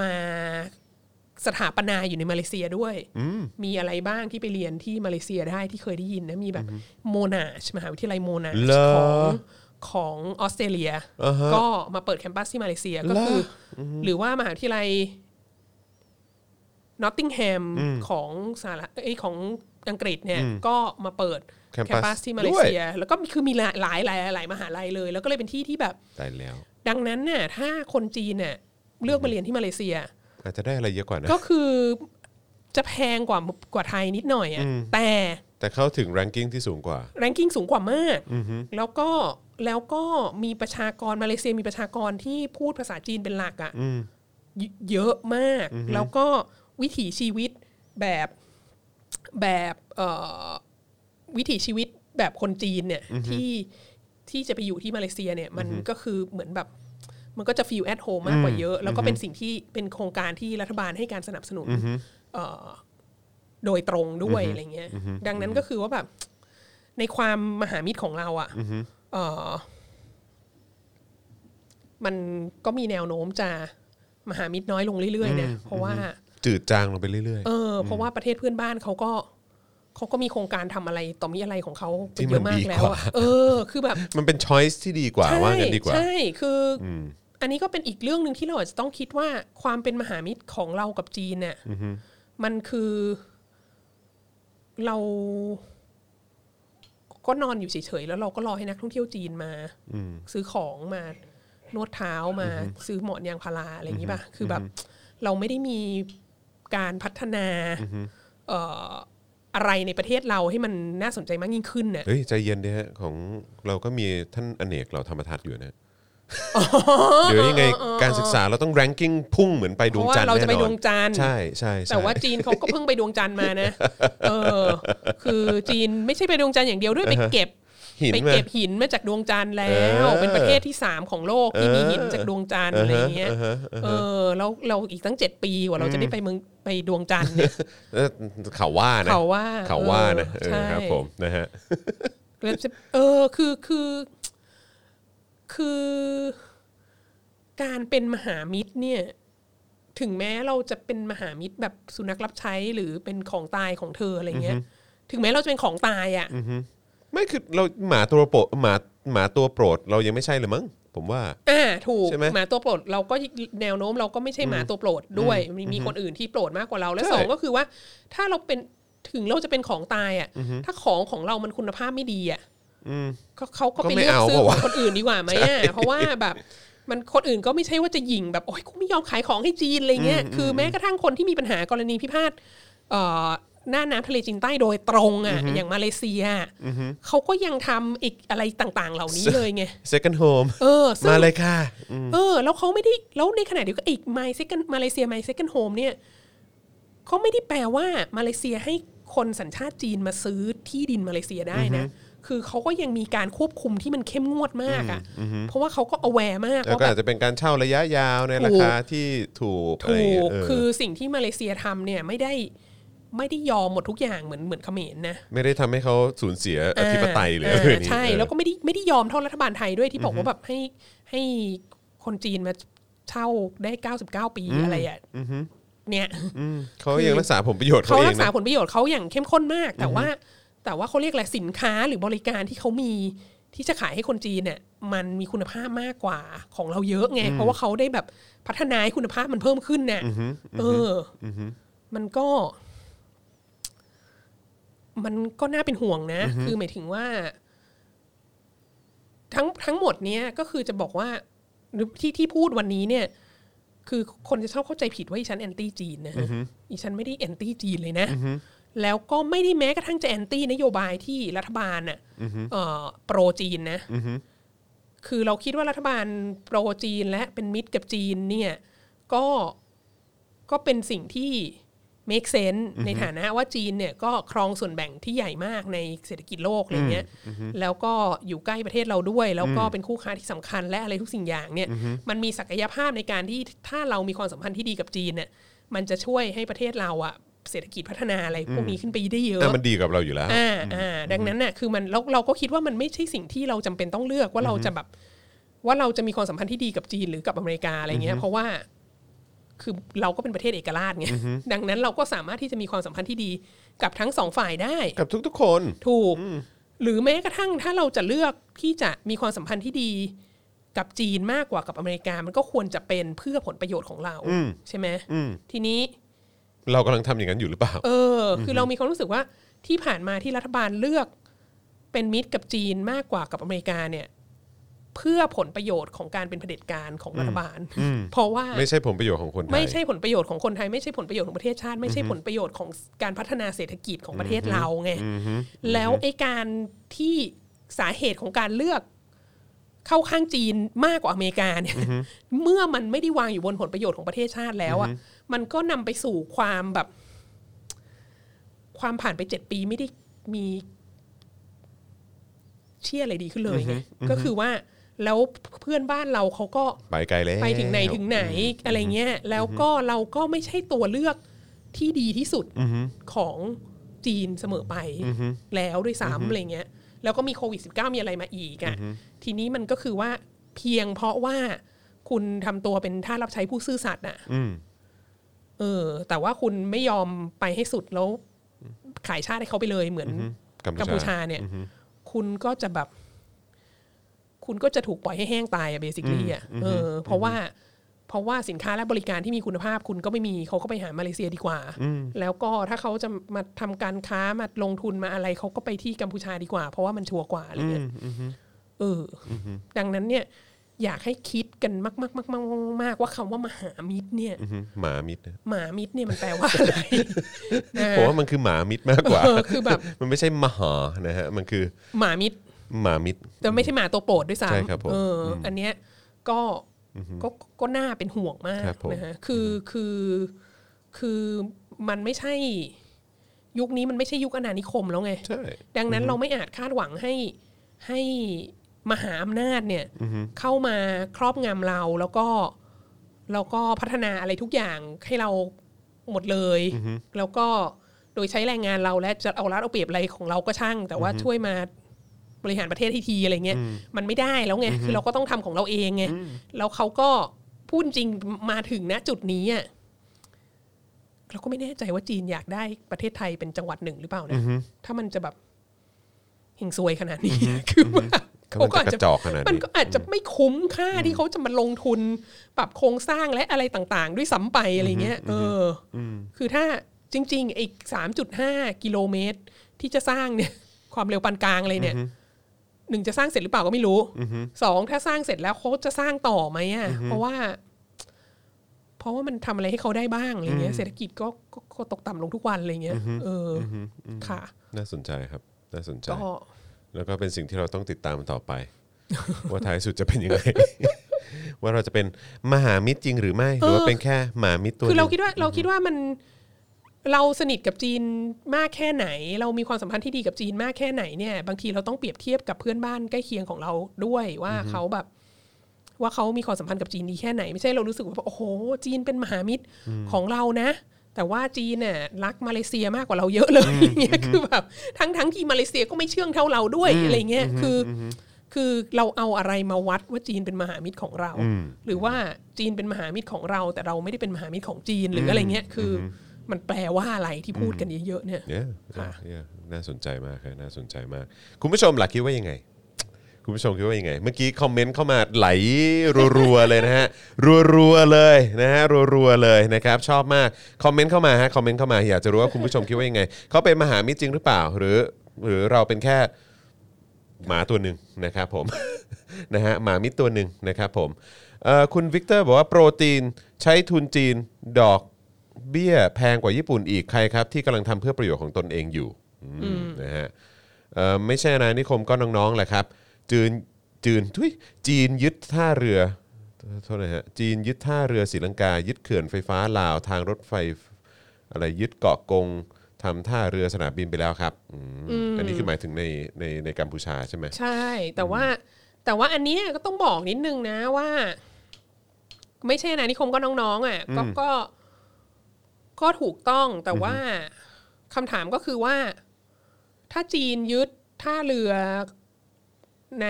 Speaker 3: มาสถาปนาอยู่ในมาเลเซียด้วย มีอะไรบ้างที่ไปเรียนที่มาเลเซียได้ที่เคยได้ยินนะ มีแบบโมนาชมหาวิทยาลัยโมนาช
Speaker 2: เหรอ
Speaker 3: ของของออสเตรเลีย
Speaker 2: อ่าฮะ
Speaker 3: ก็มาเปิดแคมปัสที่มาเลเซียก็คือ หรือว่ามหาวิทยาลัย นอตติงแฮมของสหรัฐเอ้ยของอังกฤษเนี่ยก็มาเปิด
Speaker 2: แคมปัส
Speaker 3: แคมปัสที่มาเล
Speaker 2: ด้วย
Speaker 3: เซีย แล้วก็มีคือมีหลายหลายหลายหลายมหาลัยเลย แล้วก็เลยเป็นที่ที่แบบ
Speaker 2: ตายแล้ว
Speaker 3: ดังนั้นน่ะถ้าคนจีนเนี่ยเลือกมาเรียนที่มาเลเซีย
Speaker 2: อาจจะได้อะไรเยอะกว่านะ
Speaker 3: ก็คือจะแพงกว่ากว่าไทยนิดหน่อยอ่ะแต่
Speaker 2: แต่เข้าถึงแรงกิ้งที่สูงกว่า
Speaker 3: แรงกิ้งสูงกว่ามากแล้วก็แล้วก็มีประชากรมาเลเซียมีประชากรที่พูดภาษาจีนเป็นหลักอ่ะเยเยอะมาก แล้วก็วิถีชีวิตแบบแบบเอ่อวิถีชีวิตแบบคนจีนเนี่ยที่ที่จะไปอยู่ที่มาเลเซียเนี่ยมันก็คือเหมือนแบบ มันก็จะฟีลแอ h โฮมมากกว่าเยอะ แล้วก็เป็นสิ่งที่เป็นโครงการที่รัฐบาลให้การสนับสนุนเอ่อโดยตรงด้วยอะไรเงี้ย ดังนั้นก็คือว่าแบบ ในความมหามิตรของเราอะเอ่ะมันก็มีแนวโน้มจะมหามิตรน้อยลงเรื่อยๆนะเพราะว่า
Speaker 2: จืดจางลงไปเรื่อย
Speaker 3: เออเพราะว่าประเทศเพื่อนบ้านเขาก็เขาก็มีโครงการทำอะไรต่อมีอะไรของเขาไป
Speaker 2: ที่
Speaker 3: เย
Speaker 2: มัน
Speaker 3: อะมา
Speaker 2: ดี
Speaker 3: ก
Speaker 2: ก
Speaker 3: แล้ว
Speaker 2: ว่า
Speaker 3: อะเออ คือแบบ
Speaker 2: ๆ มันเป็นช้อยส์ที่ดีกว่าว่างั้นดีกว่า
Speaker 3: ใช่ คือออันนี้ก็เป็นอีกเรื่องหนึ่งที่เราอาจจะต้องคิดว่าความเป็นมหามิตรของเรากับจีนเนี่ยมันคือเรา ก็นอนอยู่เฉยๆแล้วเราก็รอให้นักท่องเที่ยวจีนมาซื้อของมานวดเท้ามาซื้อหมอนยางพาราอะไรอย่างนี้ป่ะ คือแบบเราไม่ได้มีการพัฒนาเอ่ออะไรในประเทศเราให้มันน่าสนใจมากยิ่งขึ้นเนี่ย
Speaker 2: เฮ้ย ใจเย็นดิฮะ ของเราก็มีท่านอเนกเราธรรมทัศน์อยู่นะเดี๋ยวยังไงการศึกษาเราต้องแรงกิ้งพุ่งเหมือนไปดวงจันทร์
Speaker 3: เพราะว่าเรา
Speaker 2: แน่
Speaker 3: จะไป
Speaker 2: น
Speaker 3: ด
Speaker 2: อ
Speaker 3: วน งจันทร์
Speaker 2: ใช่ใช่ใช่
Speaker 3: แต่ว่าจีนเขาก็เพิ่งไปดวงจันทร์มานะ เออ คือจีนไม่ใช่ไปดวงจันทร์อย่างเดียวด้วยไปเก็บ
Speaker 2: หินมา
Speaker 3: ไปเก็บหินมาจากดวงจันทร์แล้ว
Speaker 2: เออ
Speaker 3: เป็นประเทศที่สามของโลกที่มีหินจากดวงจันทร์อะไรเงี้ย
Speaker 2: อ่าฮะ
Speaker 3: เออ แล้วเราอีกตั้งเจ็ดปีกว่าเราจะได้ไปเมืองไปดวงจันทร์เนี่ย
Speaker 2: เออเขาว่านะ
Speaker 3: เขาว่า
Speaker 2: เขาว่านะเอ
Speaker 3: เออ
Speaker 2: อ
Speaker 3: ใช่
Speaker 2: ครับผมนะฮะ
Speaker 3: แล้วจะเออคือคือคือ การเป็นมหามิตรเนี่ย ถึงแม้เราจะเป็นมหามิตรแบบสุนัขรับใช้หรือเป็นของตายของเธออะไรเงี้ย ถึงแม้เราจะเป็นของตายอ่ะ
Speaker 2: ไม่คือเราหมาตัวโปรดหมาหมาตัวโปรดเรายังไม่ใช่เลยมั้ง ผมว่า
Speaker 3: อ่าถูก
Speaker 2: ใช่ไหม
Speaker 3: หมาตัวโปรดเราก็แนวโน้มเราก็ไม่ใช่หมาตัวโปรดด้วยมีมีคนอื่นที่โปรดมากกว่าเราและ
Speaker 2: ใช่
Speaker 3: สองก็คือว่า ถ้าเราเป็นถึงเราจะเป็นของตายอ่ะถ้าของของเรามันคุณภาพไม่ดีอ่ะก็เขาก็
Speaker 2: ก็
Speaker 3: ไป
Speaker 2: ไม่
Speaker 3: เลือก
Speaker 2: เอา
Speaker 3: ซื้อ
Speaker 2: เปล่าวะ
Speaker 3: ของคนอื่นดีกว่าไหมอ่ะเพราะว่าแบบมันคนอื่นก็ไม่ใช่ว่าจะหยิ่งแบบโอ้ยกูไม่ยอมขายของให้จีนอะไรเงี้ยคือแม้กระทั่งคนที่มีปัญหากรณีพิพาทเอ่อหน้าน้ำทะเลจีนใต้โดยตรงอ่ะอย่างมาเลเซียเขาก็ยังทำอีกอะไรต่างๆ เหล่านี้เลยไง
Speaker 2: second home
Speaker 3: เออ ซึ่ง
Speaker 2: มาเลยค่ะ
Speaker 3: เออแล้วเขาไม่ได้แล้วในขณะเดียวกันอีกไมซ์เซกันมาเลเซียไมซ์เซกันโฮมเนี่ยเขาไม่ได้แปลว่ามาเลเซียให้คนสัญชาติจีนมาซื้อที่ดินมาเลเซียได้นะ คือเขาก็ยังมีการควบคุมที่มันเข้มงวดมากอ่ะเพราะว่าเขาก็อแวร์มาก
Speaker 2: แล้ว
Speaker 3: ว่า
Speaker 2: ก็
Speaker 3: แบ
Speaker 2: อา
Speaker 3: บ
Speaker 2: จจะเป็นการเช่าระยะยาวใน
Speaker 3: ถูก
Speaker 2: ราคาที่ถูกอะไรอ
Speaker 3: ถู
Speaker 2: ย่างเงี้
Speaker 3: ก
Speaker 2: ยเออ
Speaker 3: คือสิ่งที่มาเลเซียทำเนี่ยไม่ได้ไม่ได้ยอมหมดทุกอย่างเหมือนเหมือนเขมรนะ
Speaker 2: ไม่ได้ทำให้เขาสูญเสียอธิปไตยหรืออะไร
Speaker 3: อ่า
Speaker 2: นี้
Speaker 3: ใช่
Speaker 2: เออ
Speaker 3: แล้วก็ไม่ได้ไม่ได้ยอมเท่ารัฐบาลไทยด้วยที่บอกว่าแบบให้ให้คนจีนมาเช่าได้ 99 ปีอะไรอ่ะเนี่ย
Speaker 2: เขายังรักษาผลประโยชน์
Speaker 3: เขา
Speaker 2: เขาเอ
Speaker 3: รั
Speaker 2: ง
Speaker 3: กษา
Speaker 2: นะ
Speaker 3: ผลประโยชน์เขาอย่างเข้มข้นมาก แต่ว่า แต่ว่าเขาเรียกอะไรสินค้าหรือบริการที่เขามีที่จะขายให้คนจีนเนี่ย มันมีคุณภาพมากกว่าของเราเยอะไง เพราะว่าเขาได้แบบพัฒนาให้คุณภาพมันเพิ่มขึ้นเนี่ยเอออมันก็ มันก็น่าเป็นห่วงนะ คือหมายถึงว่า ทั้งทั้งหมดเนี้ยก็คือจะบอกว่าหรือที่ที่พูดวันนี้เนี่ย คือคนจะชอบเข้าใจผิดว่าอีฉันแอนตี้จีนนะฮะอีฉันไม่ได้แอนตี้จีนเลยนะ แล้วก็ไม่ได้แม้กระทั่งจะแอนตี้นโยบายที่รัฐบาลน่ะเอ่อโปรจีนนะ คือเราคิดว่ารัฐบาลโปรจีนและเป็นมิตรกับจีนเนี่ย ก็ก็เป็นสิ่งที่ make sense ในฐานะว่าจีนเนี่ยก็ครองส่วนแบ่งที่ใหญ่มากในเศรษฐกิจโลกอะไรเงี้ยแล้วก็อยู่ใกล้ประเทศเราด้วย แล้วก็เป็นคู่ค้าที่สำคัญและอะไรทุกสิ่งอย่างเนี่ย มันมีศักยภาพในการที่ถ้าเรามีความสัมพันธ์ที่ดีกับจีนเนี่ยมันจะช่วยให้ประเทศเราอะเศรษฐกิจพัฒนาอะไรพวกนี้ขึ้นไปได้เยอะ
Speaker 2: อ่ะมันดีกับเราอยู่แล้ว
Speaker 3: อ่าอ่าดังนั้นน่ะคือมันเราเราก็คิดว่ามันไม่ใช่สิ่งที่เราจำเป็นต้องเลือกว่าเราจะแบบว่าเราจะมีความสัมพันธ์ที่ดีกับจีนหรือกับอเมริกาอะไรเงี้ยเพราะว่าคือเราก็เป็นประเทศเอกราชไงดังนั้นเราก็สามารถที่จะมีความสัมพันธ์ที่ดีกับทั้งสองฝ่ายได้
Speaker 2: กับทุกๆคน
Speaker 3: ถูก หรือแม้กระทั่งถ้าเราจะเลือกที่จะมีความสัมพันธ์ที่ดีกับจีนมากกว่ากับอเมริกา มันก็ควรจะเป็นเพื่อผลประโยชน์ของเราใช่ไหมทีนี้
Speaker 2: เรากำลังทำอย่างนั้นอยู่หรือเปล่า
Speaker 3: เออ คือเรามีความรู้สึกว่าที่ผ่านมาที่รัฐบาลเลือกเป็นมิตรกับจีนมากกว่ากับอเมริกาเนี่ย เพื่อผลประโยชน์ของการเป็นเผด็จการของรัฐบาล เพราะว่า
Speaker 2: ไม่ใช่ผลประโยชน์ของคนไทย
Speaker 3: ไม่ใช่ผลประโยชน์ของคนไทย ไม่ใช่ผลประโยชน์ของประเทศชาติ ไม่ใช่ผลประโยชน์ของการพัฒนาเศรษฐกิจของประเทศเราไงแล้วไอ้การที่สาเหตุของการเลือกเข้าข้างจีนมากกว่าอเมริกาเนี่ย เมื่อมันไม่ได้วางอยู่บนผลประโยชน์ของประเทศชาติแล้วอ่ะมันก็นำไปสู่ความแบบ ความผ่านไปเจ็ดปีไม่ได้มีเชี่ยอะไรดีขึ้นเลยไงก็คือว่าแล้วเพื่อนบ้านเราเขาก็
Speaker 2: ไปไกลแล้ว
Speaker 3: ไปถึงไหนถึงไหนอะไรเงี้ย แล้วก็เราก็ไม่ใช่ตัวเลือกที่ดีที่สุดของจีนเสมอไปแล้วด้วยซ้ำอะไรเงี้ย แล้วก็มีโควิด -19 มีอะไรมาอีกอ่ะทีนี้มันก็คือว่าเพียงเพราะว่าคุณทำตัวเป็นท่าสรับใช้ผู้ซื่อสัตย์น่ะ
Speaker 2: อืม
Speaker 3: เออแต่ว่าคุณไม่ยอมไปให้สุดแล้วขายชาติให้เขาไปเลยเหมือน
Speaker 2: กั
Speaker 3: กัม
Speaker 2: ม
Speaker 3: พู
Speaker 2: พู
Speaker 3: ชา
Speaker 2: ชา
Speaker 3: เนี่ย คุณก็จะแบบ คุณก็จะถูกปล่อยให้แห้งตายอะเบสิคลี่อะเอออเพราะว่า เพราะว่าสินค้าและบริการที่มีคุณภาพคุณก็ไม่มีเขาก็ไปหามาเลเซียดีกว่า แล้วก็ถ้าเขาจะมาทำการค้ามาลงทุนมาอะไรเขาก็ไปที่กัมพูชาดีกว่า เพราะว่ามันชัวร์กว่าอะไรเงี้ยเอออดังนั้นเนี่ย อยากให้คิดกันมากๆๆๆๆว่าคำว่ามหามิตรเนี่ย
Speaker 2: อืมหมามิดนะ
Speaker 3: หมามิตรเนี่ยมันแปลว่าอะไรนะ
Speaker 2: ผมว่ามันคือหมามิดมากกว่า
Speaker 3: เออคือแบบ
Speaker 2: มันไม่ใช่มหานะฮะ มันคือ
Speaker 3: หมามิตร
Speaker 2: หมามิด
Speaker 3: แต่ไม่ใช่หมาตัวโปรดด้วย
Speaker 2: ใช่ครับผม
Speaker 3: ซ้ำเออออันเนี้ยก็ก็ก็น่าเป็นห่วงมาก
Speaker 2: ครับผม
Speaker 3: นะฮะคือคือคือมันไม่ใช่ ยุคนี้มันไม่ใช่ยุคอนานิคมแล้วไง
Speaker 2: ใช่
Speaker 3: ดังนั้นเราไม่อาจคาดหวังให้ให้มหาอำนาจเนี่ยเข้ามาครอบงำเราแล้วก็แล้วก็พัฒนาอะไรทุกอย่างให้เราหมดเลย แล้วก็โดยใช้แรงงานเราและจะเอารัดเอาเปรียบอะไรของเราก็ช่าง แต่ว่าช่วยมาบริหารประเทศทีทีอะไรเงี้ยมันไม่ได้แล้วไงคือเราก็ต้องทำของเราเองไงแล้วเขาก็พูดจริงมาถึงณจุดนี้อะเราก็ไม่แน่ใจว่าจีนอยากได้ประเทศไทยเป็นจังหวัดหนึ่งหรือเปล่านะถ้ามันจะแบบ เฮงซวยขนาดนี้ คือว่า
Speaker 2: เขามันจะกระจอกขนาด
Speaker 3: มัน
Speaker 2: นี้
Speaker 3: ก็อาจจะไม่คุ้มค่าที่เขาจะมาลงทุนปรับโครงสร้างและอะไรต่างๆ ด้วยซ้ำไปอะไรเงี้ยเอออคือถ้าจริงๆไอ้สามจุดห้ากิโลเมตร ที่จะสร้างเนี่ย ความเร็วปานกลางอะไรเนี่ยหนึ่งจะสร้างเสร็จหรือเปล่าก็ไม่รู้สองถ้าสร้างเสร็จแล้วเขาจะสร้างต่อไหมอะเพราะว่า เพราะว่ามันทำอะไรให้เขาได้บ้างอะไรเงี้ยเศรษฐกิจก็ก็ก็ตกต่ำลงทุกวันอะไรเงี้ยเอออค่ะ
Speaker 2: น่าสนใจครับ น่าสนใจ
Speaker 3: ก็
Speaker 2: แล้วก็เป็นสิ่งที่เราต้องติดตามต่อไป ว่าท้ายสุดจะเป็นยังไง ว่าเราจะเป็นมหามิตรจริงหรือไม่ หรือว่า
Speaker 3: เออ
Speaker 2: เป็นแค่หมามิตรตัว
Speaker 3: คือเรา
Speaker 2: หนึ่ง
Speaker 3: คิดว่าเราคิดว่ามันเราสนิทกับจีนมากแค่ไหน เรามีความสัมพันธ์ที่ดีกับจีนมากแค่ไหนเนี่ย บางทีเราต้องเปรียบเทียบกับเพื่อนบ้านใกล้เคียงของเราด้วยว่าเขาแบบ ว่าเขามีความสัมพันธ์กับจีนดีแค่ไหน ไม่ใช่เรารู้สึกว่าโอ้โห จีนเป็นมหามิตรของเรานะ แต่ว่าจีนเนี่ยรักมาเลเซียมากกว่าเราเยอะเลยเงี้ยคือแบบทั้งทั้งที่มาเลเซียก็ไม่เชื่องเท่าเราด้วยอะไรเงี้ยคืออคือเราเอาอะไรมาวัดว่าจีนเป็นมหามิตรของเรา หรือว่าจีนเป็นมหามิตรของเรา แต่เราไม่ได้เป็นมหามิตรของจีนหรืออะไรเงี้ยคืออมันแปลว่าอะไรที่พูดกันเยอะๆเนี่ย
Speaker 2: เนี่ย
Speaker 3: ค่ะ
Speaker 2: เนี่ยน่าสนใจมากครับน่าสนใจมาก คุณผู้ชมหลักคิดว่ายังไง คุณผู้ชมคิดว่ายังไง เมื่อกี้คอมเมนต์เข้ามาไหลรัวๆเลยนะฮะ รัวๆเลยนะฮะรัวๆเลยนะครับ ชอบมาก คอมเมนต์เข้ามาฮะ คอมเมนต์เข้ามาอยากจะรู้ว่าคุณผู้ชมคิดว่ายังไง เขาเป็นมหามิตรจริงหรือเปล่า หรือ หรือเราเป็นแค่ หมาตัวหนึ่งนะครับผม นะฮะหมามิตรตัวหนึ่งนะครับผมเอ่อคุณวิกเตอร์บอกว่าโปรตีนใช้ทุนจีนดอกเบี้ยแพงกว่าญี่ปุ่นอีกใครครับ ที่กำลังทำเพื่อประโยชน์ของตนเองอยู่อืมนะฮะเอ่อไม่ใช่อาณานิคมก็น้องๆแหละครับ จีนจีนทุยจีนยึดท่าเรือโทษนะฮะจีนยึดท่าเรือศรีลังกา ยึดเขื่อนไฟฟ้าลาวทางรถไฟ อะไรยึดเกาะกงทำท่าเรือสนามบินไปแล้วครับอืมอันนี้คือหมายถึงในในในกัมพูชาใช่ไหม
Speaker 3: ใช่ แต่ว่าแต่ว่าอันเนี้ยก็ต้องบอกนิดนึงนะว่า ไม่ใช่นะนิคมก็น้องๆอ่ะก็ก็ ก็ถูกต้องแต่ว่าคำถามก็คือว่า ถ้าจีนยึดท่าเรือใน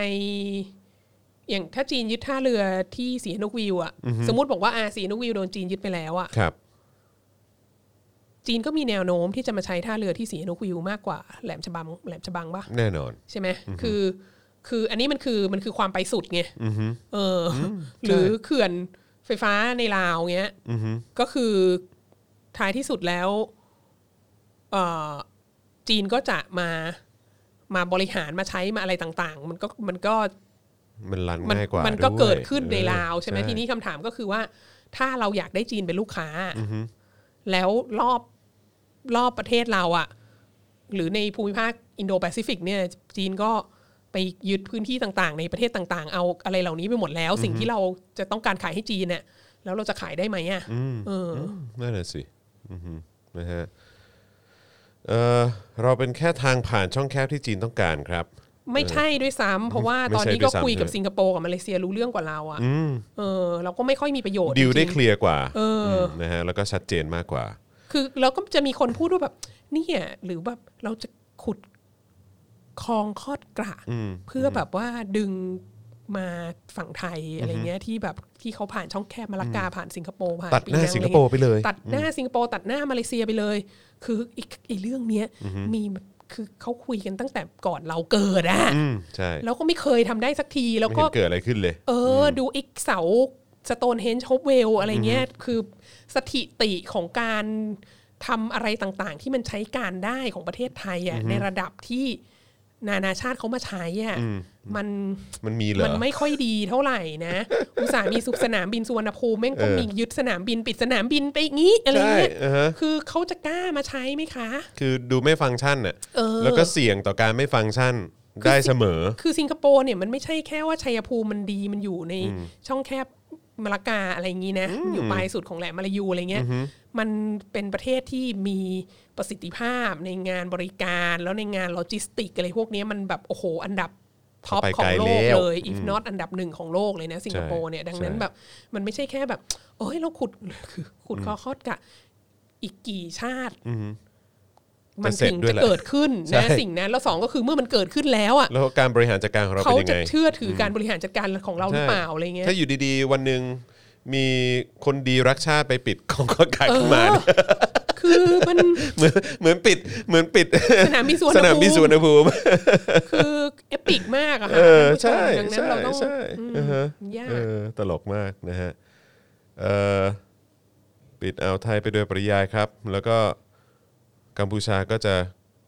Speaker 3: อย่างถ้าจีนยึดท่าเรือที่สีหนกวิวอ่ะสมมติบอกว่าอาสีหนกวิวโดนจีนยึดไปแล้วอ่ะ
Speaker 2: ครับ
Speaker 3: จีนก็มีแนวโน้มที่จะมาใช้ท่าเรือที่สีหนกวิวมากกว่าแหลมฉบังแหลมฉบังปะ
Speaker 2: แน่นอน
Speaker 3: ใช่ไหมคือ คืออันนี้มันคือ มันคือความไปสุดไงเอออ หรือเขื่อนไฟฟ้าในลาวเงี้ยก็คือท้ายที่สุดแล้วเออจีนก็จะมา มาบริหารมาใช้มาอะไรต่าง ๆ มันก็ มันก็
Speaker 2: มันรัน
Speaker 3: มัน
Speaker 2: ง่ายกว่า
Speaker 3: มั
Speaker 2: มัน
Speaker 3: ก็เกิดขึ้นในลาวใช่ไหมทีนี้คำถามก็คือว่า ถ้าเราอยากได้จีนเป็นลูกค้า แล้วรอบรอบประเทศเราอะหรือในภูมิภาคอินโดแปซิฟิกเนี่ย จีนก็ไปยึดพื้นที่ต่างๆ ในประเทศต่างๆ เอาอะไรเหล่านี้ไปหมดแล้ว สิ่งที่เราจะต้องการขายให้จีนเนี่ยแล้วเราจะขายได้ไหมอะเอออ
Speaker 2: นั่นแหละสิอือฮึนะฮะเออเราเป็นแค่ทางผ่านช่องแคบที่จีนต้องการครับ
Speaker 3: ไม่ใช่ด้วยซ้ำเพราะว่า
Speaker 2: ไม่
Speaker 3: ตอน
Speaker 2: ใช่
Speaker 3: นี้
Speaker 2: ด้
Speaker 3: ก็
Speaker 2: วยซ้ำ
Speaker 3: คุยกับ
Speaker 2: ใช่ไหม
Speaker 3: สิงคโปร์กับมาเลเซียรู้เรื่องกว่าเราอะเออ เราก็ไม่ค่อยมีประโยชน์
Speaker 2: ดิวได้
Speaker 3: จริงๆ
Speaker 2: เคลียร์กว่า
Speaker 3: เอออื
Speaker 2: มนะฮะแล้วก็ชัดเจนมากกว่า
Speaker 3: คือเราก็จะมีคนพูดว่าแบบเนี่ยหรือแบบเราจะขุดคลองคอดกระเพื่อแบบว่าดึงมาฝั่งไทยอะไรเงี้ยที่แบบที่เขาผ่านช่องแคบมาลากาผ่านสิงคโปร์ผ่าน
Speaker 2: ตัดหน้า
Speaker 3: ปีนัง
Speaker 2: สิงคโปร์ไปเลย
Speaker 3: ตัดหน้าสิงคโปร์ตัดหน้ามาเลเซียไปเลย คืออีกอีเรื่องเนี้ยมีคือเขาคุยกันตั้งแต่ก่อนเราเกิดอะ
Speaker 2: อืมใช่
Speaker 3: แล้วก็ไม่เคยทำได้สักทีแล้ว
Speaker 2: ไม่
Speaker 3: ก็
Speaker 2: เห็นเกิดอะไรขึ้นเลย
Speaker 3: เออ ดูอีกเสาสโตนเฮนช์ฮอปเวลอะไรเงี้ย คือสถิติของการทำอะไรต่างๆ ที่มันใช้การได้ของประเทศไทยอ่ะในระดับที่นานาชาติเขามาใช้อ่ะมัน
Speaker 2: มันมีเหรอ
Speaker 3: มันไม่ค่อยดีเท่าไหร่นะ อุตส่าห์มีสุขสนามบินสุวรรณภูมิแม่งก็
Speaker 2: เออ
Speaker 3: มียึดสนามบินปิดสนามบินไปอย่างงี้อะไร
Speaker 2: ใช่
Speaker 3: เงี้ย
Speaker 2: อ่าฮะ
Speaker 3: คือเขาจะกล้ามาใช้ไหมคะ
Speaker 2: คือดูไม่ฟังก์ชันน่ะ
Speaker 3: เออ
Speaker 2: แล้วก็เสี่ยงต่อการไม่ฟังก์ชันได้เสมอ
Speaker 3: คือสิงคโปร์เนี่ยมันไม่ใช่แค่ว่าชัยภูมิมันดีมันอยู่ในช่องแคบมะละกาอะไรอย่างนี้นะมันอยู่ปลายสุดของแหลมมาลายูอะไรเงี้ยมันเป็นประเทศที่มีประสิทธิภาพในงานบริการแล้วในงานโลจิสติกอะไรพวกเนี้ยมันแบบโอ้โห อันดับท็อป
Speaker 2: ไป
Speaker 3: ขอ
Speaker 2: ไกล
Speaker 3: งโลก
Speaker 2: แล้ว
Speaker 3: เลย if not อันดับหนึ่งของโลกเลยนะสิงคโปร์เนี่ยดังนั้น
Speaker 2: ใช่
Speaker 3: แบบมันไม่ใช่แค่แบบโอ้ยเราขุดคือขุดคอคอดกะอีกกี่ชาติ มันถึง
Speaker 2: จะเสร็จด้วย
Speaker 3: จะ
Speaker 2: แหละ
Speaker 3: เกิดขึ้น
Speaker 2: ใช่
Speaker 3: นะสิ่งนั้นแล้วสองก็คือเมื่อมันเกิดขึ้นแล้วอ่ะ
Speaker 2: แล้วการบริหารจัดการของเรา
Speaker 3: เขา
Speaker 2: เป็นยัง
Speaker 3: จะ
Speaker 2: ไง
Speaker 3: เชื่อถือการบริหารจัดการของเราหรือเปล่าอะไรเงี้ย
Speaker 2: ถ้าอยู่ดีๆ วัน หนึ่งมีคนดีรักชาติไปปิดของข้อกายขึ้นมา
Speaker 3: คือ มัน
Speaker 2: เหมือนเหมือนปิดเหมือนปิด
Speaker 3: สนามบิ นสุวรรณ
Speaker 2: สนามบินสุ
Speaker 3: ภู
Speaker 2: วร
Speaker 3: มิ
Speaker 2: รณภูมิ
Speaker 3: คือเอปิกมากอะค่ะ
Speaker 2: เออ
Speaker 3: ท่านผู้
Speaker 2: ใช่
Speaker 3: ชมดังนั้น
Speaker 2: ใช่
Speaker 3: เราต้อง
Speaker 2: ใช่อือฮะ
Speaker 3: ยาก
Speaker 2: เออตลกมากนะฮะเออปิดอ่าวไทยไปโดยปริยายครับ แล้วก็กัมพูชาก็จะ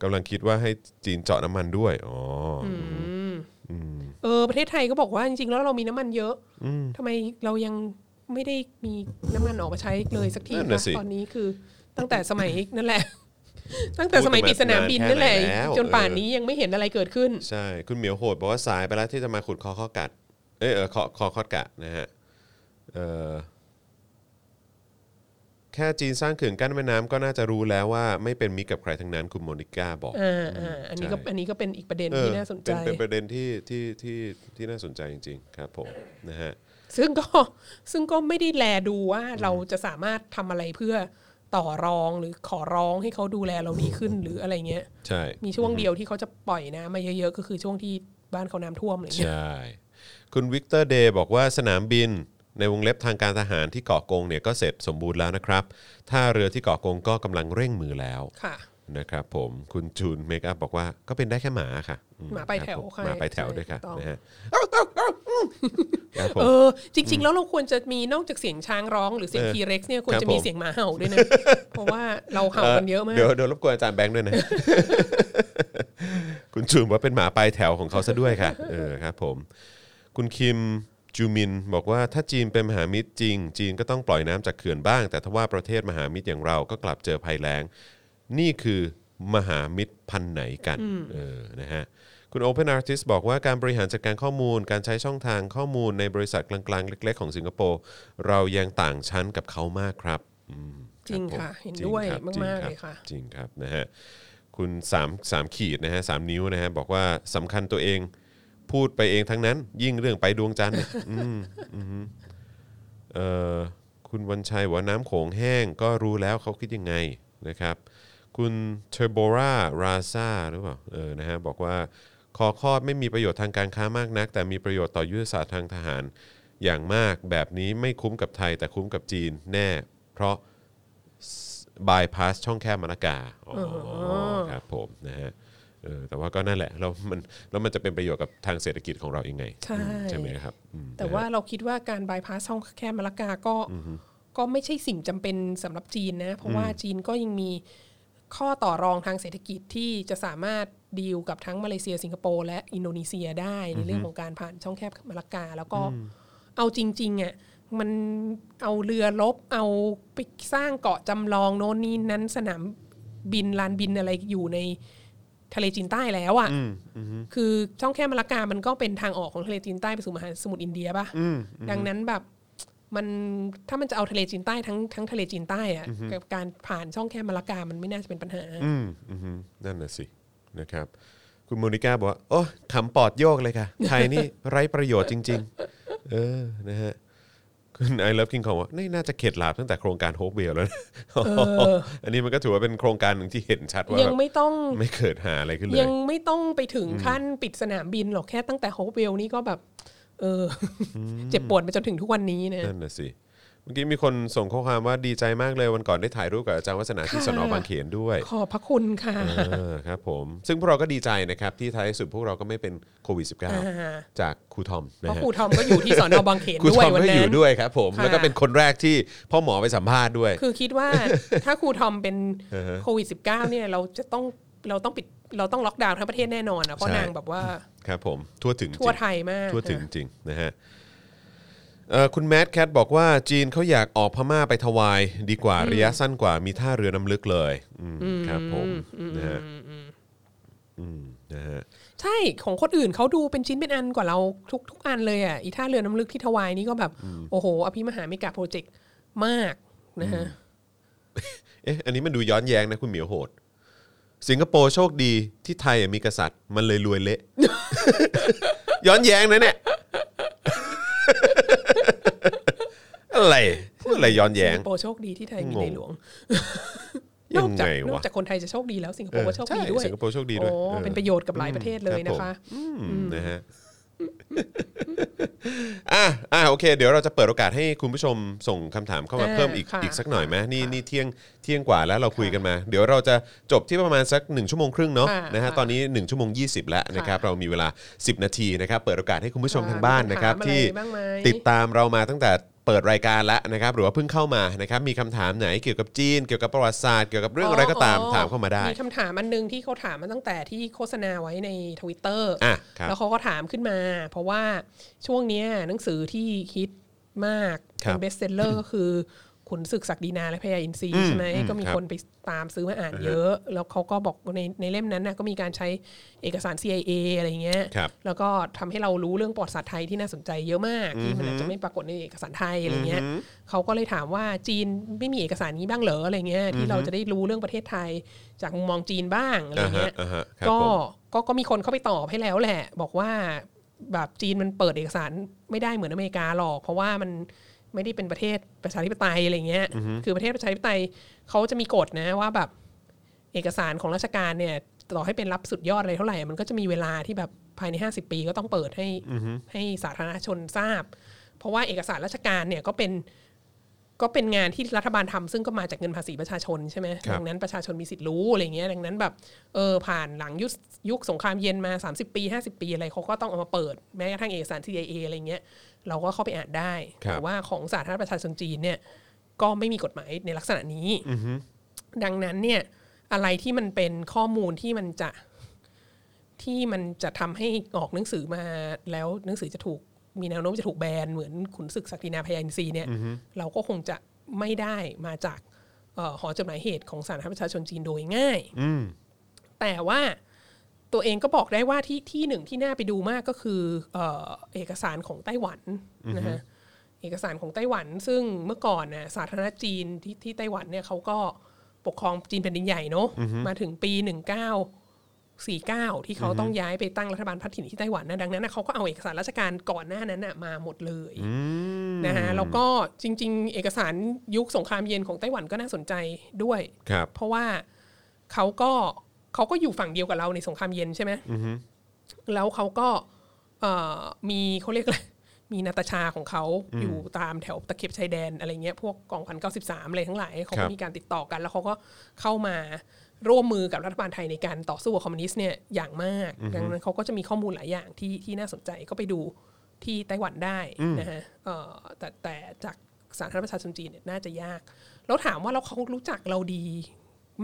Speaker 2: กำลังคิดว่าให้จีนเจาะน้ำมันด้วยอ๋ออ
Speaker 3: เออประเทศไทยก็บอกว่าจริงๆแล้วเรามีน้ำมันเยอะทำไมเรายังไม่ได้มีน้ำมันออกมาใช้เลยสักที
Speaker 2: นั่น
Speaker 3: วะ
Speaker 2: น่ะสิ
Speaker 3: ตอนนี้คือตั้งแต่สมัยนั่ นแหละ ตั้งแต่สมัยปิดสนามบินนั่นแหละ
Speaker 2: พูดกันมานานแล้ว
Speaker 3: จนป่านนี้ยังไม่เห็นอะไรเกิดขึ้น
Speaker 2: ใช่ คุณเหมียวโหดบอกว่าสายไปแล้วที่จะมาขุดคอข้อกัด เอยเออคอคอคอดกะนะฮะเออแค่จีนสร้างเขื่อนกั้นแม่น้ำก็น่าจะรู้แล้วว่าไม่เป็นมิตรกับใครทั้งนั้นคุณโมนิก้าบอก
Speaker 3: อ่าอ่าอันนี้ก็
Speaker 2: ใช่
Speaker 3: อันนี้ก็เป็นอีกประเด็น
Speaker 2: เออ
Speaker 3: ที่น่าสนใจ
Speaker 2: เป็นเป็นประเด็นที่ที่ที่ที่น่าสนใจจริง ๆ ครับผมนะฮะ
Speaker 3: ซึ่งก็ ซึ่งก็ไม่ได้แลดูว่าเราจะสามารถทำอะไรเพื่อต่อรองหรือขอร้องให้เขาดูแลเราดีขึ้นหรืออะไรเงี้ย
Speaker 2: ใช่
Speaker 3: มีช่วงเดียวที่เขาจะปล่อยน้ำมาเยอะๆก็คือช่วงที่บ้านเขาน้ำท่วมอะไร
Speaker 2: ใช
Speaker 3: เงี้ย่
Speaker 2: คุณวิกเตอร์เดย์บอกว่าสนามบินในวงเล็บทางการทหารที่เกาะกงเนี่ยก็เสร็จสมบูรณ์แล้วนะครับท่าเรือที่เกาะกงก็กำลังเร่งมือแล้ว
Speaker 3: ค่ะ
Speaker 2: นะครับผมคุณจูนเมคอัพบอกว่าก็เป็นได้แค่หมาค่ะอื
Speaker 3: หมาไปแถว
Speaker 2: รับผม
Speaker 3: ค่ะ
Speaker 2: หมาไปแถวด้วยค่ะ
Speaker 3: ถูกต้อง
Speaker 2: นะฮะครับผม
Speaker 3: เออจริง ๆ แล้วเราควรจะมีนอกจากเสียงช้างร้องหรือเสียง
Speaker 2: เออ
Speaker 3: ทีเร็กซ์เนี่ยควร
Speaker 2: ครับ
Speaker 3: จะมี
Speaker 2: ผม
Speaker 3: เสียงหมาเห่าด้วยนะ เพราะว่าเราเห่ากันเยอะมาก
Speaker 2: เดี๋ยวเดี๋ยวรบกวนอาจารย์แบงค์ด้วย นะ คุณจูนบอกว่าเป็นหมาปลายแถวของเขาซะด้วยค่ะ เออครับผม คุณคิมจูมินบอกว่าถ้าจีนเป็นมหามิตรจริง จีนก็ต้องปล่อยน้ำจากเขื่อนบ้าง แต่ถ้าว่าประเทศมหามิตรอย่างเราก็กลับเจอภัยแล้ง นี่คือมหามิตรพันไหนกันเออนะฮะคุณ Open Artist บอกว่าการบริหารจัดการข้อมูล การใช้ช่องทางข้อมูลในบริษัทกลางๆ เล็ก ๆ ของสิงคโปร์เรายังต่างชั้นกับเขามากครับอืม
Speaker 3: จริงค่ะ
Speaker 2: ผม
Speaker 3: เห็นด้วย
Speaker 2: จริงครับ
Speaker 3: มากๆ
Speaker 2: จริงรับ
Speaker 3: เลยค่ะ
Speaker 2: จริงครับนะฮะคุณ3 3ขีดนะฮะสามนิ้วนะฮะบอกว่าสำคัญตัวเองพูดไปเองทั้งนั้น ยิ่งเรื่องไปดวงจันทร์เนี่ยอืม เอ่อคุณวันชัยบอกว่าน้ำโขงแห้งก็รู้แล้วเขาคิดยังไงนะครับ คุณเทอร์โบราราซาหรือเปล่าเออนะฮะบอกว่าคอคอดไม่มีประโยชน์ทางการค้ามากนัก แต่มีประโยชน์ต่อยุทธศาสตร์ทางทหารอย่างมากแบบนี้ไม่คุ้มกับไทย แต่คุ้มกับจีนแน่ เพราะบายพาสช่องแคบมะละกาอ๋อครับผมนะฮะเออแต่ว่าก็นั่นแหละแล้วมันแล้วมันจะเป็นประโยชน์กับทางเศรษฐกิจของเรายังไง
Speaker 3: ใช่
Speaker 2: ใช่ไหมครับอืม
Speaker 3: แต่
Speaker 2: นะฮะ
Speaker 3: ว่าเราคิดว่าการบายพาสช่องแคบมะละกาก็ก็ไม่ใช่สิ่งจำเป็นสำหรับจีนนะ เพราะว่าจีนก็ยังมีข้อต่อรองทางเศรษฐกิจที่จะสามารถดีลกับทั้งมาเลเซียสิงคโปร์และอินโดนีเซียได้ในเรื่องของการผ่านช่องแคบมะละกา แล้วก็เอาจริงๆอ่ะมันเอาเรือลบเอาไปสร้างเกาะจำลองโน่นนี่นั้นสนามบินลานบินอะไรอยู่ในทะเลจีนใต้แล้วอ่ะ คือช่องแคบมะละกา มันก็เป็นทางออกของทะเลจีนใต้ไปสู่มหาสมุทรอินเดียป่ะ ดังนั้นแบบมันถ้ามันจะเอาทะเลจีนใต้ทั้งทั้งทะเลจีนใต้อะกับการผ่านช่องแคบมะละกา มันไม่น่าจะเป็นปัญหา
Speaker 2: อืมอือฮึนั่นน่ะสินะครับ คุณโมนิก้าบอกว่าโอ้ขำปอดโยกเลยค่ะ ไทยนี่ ไร้ประโยชน์จริง ๆ เออนะฮะ คุณไอ o v e ฟคิงของว่านี่น่าจะเข็ดหลาบตั้งแต่โครงการโฮปเวลแล้วนะ อันนี้มันก็ถือว่าเป็นโครงการหนึ่งที่เห็นชัดว่า
Speaker 3: ยัง
Speaker 2: แบบ
Speaker 3: ไม่ต้อง
Speaker 2: ไม่เกิดหาอะไรขึ้นเล
Speaker 3: ยั
Speaker 2: ย
Speaker 3: งไม่ต้องไปถึงขั้นปิดสนามบินหรอกแค่ตั้งแต่โฮปเวลนี่ก็แบบ เอออเจ็บปวดมาจนถึงทุกวันนี้นะ
Speaker 2: นั่นน่ะสิ เมื่อกี้มีคนส่งข้อความว่าดีใจมากเลยวันก่อนได้ถ่ายรูปกับอาจารย์วัฒนาที่
Speaker 3: ค่ะ
Speaker 2: สนบางเขนด้วย
Speaker 3: ขอบพระคุณค่ะ
Speaker 2: เออครับผม ซึ่งพวกเราก็ดีใจนะครับที่ท้ายสุดพวกเราก็ไม่เป็นโควิด
Speaker 3: อ่า
Speaker 2: -19 จากครูทอมนะ
Speaker 3: เพราะ
Speaker 2: ฮะ
Speaker 3: ครูทอมก็อยู่ที่สอนอบางเขน
Speaker 2: ครู
Speaker 3: ด้
Speaker 2: ท
Speaker 3: วย
Speaker 2: อม
Speaker 3: วัน
Speaker 2: ก็อ
Speaker 3: นั้
Speaker 2: ยู่
Speaker 3: น
Speaker 2: ด้วยครับผม
Speaker 3: ค่ะ
Speaker 2: แล้วก็เป็นคนแรกที่พ่อหมอไปสัมภาษณ์ด้วย
Speaker 3: คือคิดว่า ถ้าครูทอมเป็นโควิด -19 เนี่ยเราจะต้องเราต้องปิดเราต้องล็อกดาวน์ทั้งประเทศแน่นอนนะเพราะ
Speaker 2: ใช่
Speaker 3: นางแบบว่า
Speaker 2: ครับผม ทั่วถึง
Speaker 3: ทั่วไท
Speaker 2: จริ
Speaker 3: ยมาก
Speaker 2: งทั่วถึง
Speaker 3: นะ
Speaker 2: จริงนะฮะเอ่อคุณแมทแคทบอกว่าจีนเขาอยากออกพม่าไปทวาย ดีกว่าระยะสั้นกว่ามีท่าเรือน้ำลึกเลยอืมครับผมนะฮะอืมนะฮะ
Speaker 3: ใช่ของคนอื่นเขาดูเป็นชิ้นเป็นอันกว่าเราทุกทุกอันเลยอ่ะอีท่าเรือน้ำลึกที่ทวายนี่ก็แบบ โอ้โห อภิมหาเมกะโปรเจกต์มากนะฮะ
Speaker 2: เอ๊ะอันนี้มันดูย้อนแย้งนะคุณเหมียวโหด สิงคโปร์โชคดีที่ไทยอ่ะมีกษัตริย์ มันเลยรวยเละ ย้อนแย้งนะเนี่ย อะไรพูดอะไรย้อนแย้ง
Speaker 3: สิงคโปร์โชคดีที่ไทยมี
Speaker 2: งง
Speaker 3: ในหลวง
Speaker 2: ยั
Speaker 3: นอก
Speaker 2: งไง
Speaker 3: จากนอ
Speaker 2: วะ
Speaker 3: กจากคนไทยจะโชคดีแล้วสิงคโป
Speaker 2: เอ
Speaker 3: ร์
Speaker 2: อ
Speaker 3: ก็โชคดี
Speaker 2: ใช่
Speaker 3: ด้วย
Speaker 2: สิงคโปร์โชคดีด้วย
Speaker 3: โอ้
Speaker 2: เออ
Speaker 3: เป็นประโยชน์กับหลายประเทศเลยนะคะ
Speaker 2: อืมนะฮะ อ่ะอ่ะโอเค เดี๋ยวเราจะเปิดโอกาสให้คุณผู้ชมส่งคำถามเข้ามา
Speaker 3: เออ
Speaker 2: เพิ่มอีก
Speaker 3: ค่ะ
Speaker 2: อีกสักหน่อยไหมนี่นี่เที่ยงเที่ยงกว่าแล้วเราคุยกันมา เดี๋ยวเราจะจบที่ประมาณสัก 1 ชั่วโมงครึ่งเนาะ
Speaker 3: ค่ะ
Speaker 2: นะฮะ
Speaker 3: ค่ะ
Speaker 2: ตอนนี้ 1 ชั่วโมง 20 แล้วนะครับ
Speaker 3: ค่ะ
Speaker 2: เรามีเวลา 10 นาทีนะครับเปิดโอกาสให้คุณผู้ชม
Speaker 3: ค่ะ
Speaker 2: ทางบ้านนะครับ
Speaker 3: มีคำถาม
Speaker 2: ที่
Speaker 3: อะไรบ้างไหม
Speaker 2: ติด ติดตามเรามาตั้งแต่เปิดรายการแล้วนะครับ หรือว่าเพิ่งเข้ามานะครับมีคำถามไหนเกี่ยวกับจีน เกี่ยวกับประวัติศาสตร์เกี่ยวกับเรื่องอะไรก็ตามถามเข้ามาได้
Speaker 3: มีคำถามอันหนึงที่เขาถามมาตั้งแต่ที่โฆษณาไว้ในทวิตเตอร์
Speaker 2: อ่ะครับ
Speaker 3: แล้วเขาก็ถามขึ้นมา เพราะว่าช่วงเนี้ยหนังสือที่ฮิตมาก
Speaker 2: ครับ
Speaker 3: เป็นเบสเซลเลอร์ก็คือขุนศึกศักดินาและพญาอินทรี
Speaker 2: อืม
Speaker 3: ใช่ไหม
Speaker 2: อืม
Speaker 3: ก็มี
Speaker 2: ครับ
Speaker 3: คนไปตามซื้อมาอ่านเยอะ แล้วเขาก็บอกในในเล่มนั้นนะก็มีการใช้เอกสาร CIA อะไรเงี้ย
Speaker 2: ครับ
Speaker 3: แล้วก็ทำให้เรารู้เรื่องประวัติศาสตร์ไทยที่น่าสนใจเยอะมากที่มันอาจจะไม่ปรากฏในเอกสารไทยอะไรเงี้ยเขาก็เลยถามว่าจีนไม่มีเอกสารนี้บ้างเหรออะไรเงี้ยที่เราจะได้รู้เรื่องประเทศไทยจากมุมมองจีนบ้างอะไรเงี้ย
Speaker 2: อ่าฮะอ่าฮะครับ
Speaker 3: ก็
Speaker 2: ผม
Speaker 3: ก็ก็มีคนเข้าไปตอบให้แล้วแหละ บอกว่าแบบจีนมันเปิดเอกสารไม่ได้เหมือนอเมริกาหรอก เพราะว่ามันไม่ได้เป็นประเทศประชาธิปไตยอะไรเงี้ยคือประเทศประชาธิปไตยเขาจะมีกฎนะว่าแบบ เอกสารของราชการเนี่ยต่อให้เป็นรับสุดยอดอะไรเท่าไหร่ มันก็จะมีเวลาที่แบบภายใน 50 ปีก็ต้องเปิดให้ให้สาธารณชนทราบ เพราะว่าเอกสารราชการเนี่ยก็เป็นก็เป็นงานที่รัฐบาลทำซึ่งก็มาจากเงินภาษีประชาชนใช่ไหม
Speaker 2: ครับ
Speaker 3: ดันั้นประชาชนมีสิทธิ์รู้อะไรเงี้ยดังนั้นแบบเออผ่านหลังยุคยุคสงครามเย็นมา 30 ปี 50 ปีอะไรเขาก็ต้องเอามาเปิดแม้กระทั่งเอกสาร CIA อะไรเงี้ยเราก็เข้าไปอ่านได้
Speaker 2: ครับ
Speaker 3: แต่ว่าของสาธารณประชาชนจีนเนี่ยก็ไม่มีกฎหมายในลักษณะนี้ ดังนั้นเนี่ยอะไรที่มันเป็นข้อมูลที่มันจะที่มันจะทำให้ออกหนังสือมาแล้วหนังสือจะถูกมีแนวโน้มจะถูกแบนเหมือนขุนศึกศักดินาพยาอินทรีย์เนี่ยเราก็คงจะไม่ได้มาจากเอ่อหอจดหมายเหตุของสาธารณรัฐประชาชนจีนโดยง่าย
Speaker 2: อืม
Speaker 3: แต่ว่าตัวเองก็บอกได้ว่าที่ที่หนึ่งที่น่าไปดูมากก็คือเอ่อเอกสารของไต้หวันนะฮะเอกสารของไต้หวัน ซึ่งเมื่อก่อนนะสาธารณรัฐจีนที่ที่ไต้หวันเนี่ยเขาก็ปกครองจีนแผ่นดินใหญ่เนอะมาถึงปี 1949 ที่เขาต้องย้ายไปตั้งรัฐบาลพัฒถิ่นที่ไต้หวันนะดังนั้นนะเขาก็เอาเอกสารราชการก่อนหน้านั้นนะมาหมดเลย นะฮะแล้วก็จริง ๆ เอกสารยุคสงครามเย็นของไต้หวันก็น่าสนใจด้วย
Speaker 2: ครับ
Speaker 3: เพราะว่าเขาก็เขาก็อยู่ฝั่งเดียวกับเราในสงครามเย็นใช่ไหมแล้วเขาก็เอ่อมีเขาเรียกอะไร มีนาตาชาของเขาอยู่ตามแถวตะเข็บชายแดนอะไรเงี้ยพวกกองพันเก้าสิบสามอะไรทั้งหลายเขา
Speaker 2: ครั
Speaker 3: ก็
Speaker 2: บ
Speaker 3: มีการติดต่อกัน แล้วเขาก็เข้ามาร่วมมือกับรัฐบาลไทยในการต่อสู้กับคอมมิวนิสต์เนี่ยอย่างมาก ดังนั้นเขาก็จะมีข้อมูลหลายอย่างที่ที่น่าสนใจก็ไปดูที่ไต้หวันได้นะฮะเอ่อแต่แต่จากสาธารณรัฐประชาชนจีนเนี่ยน่าจะยาก แล้วถามว่าแล้วเขารู้จักเราดี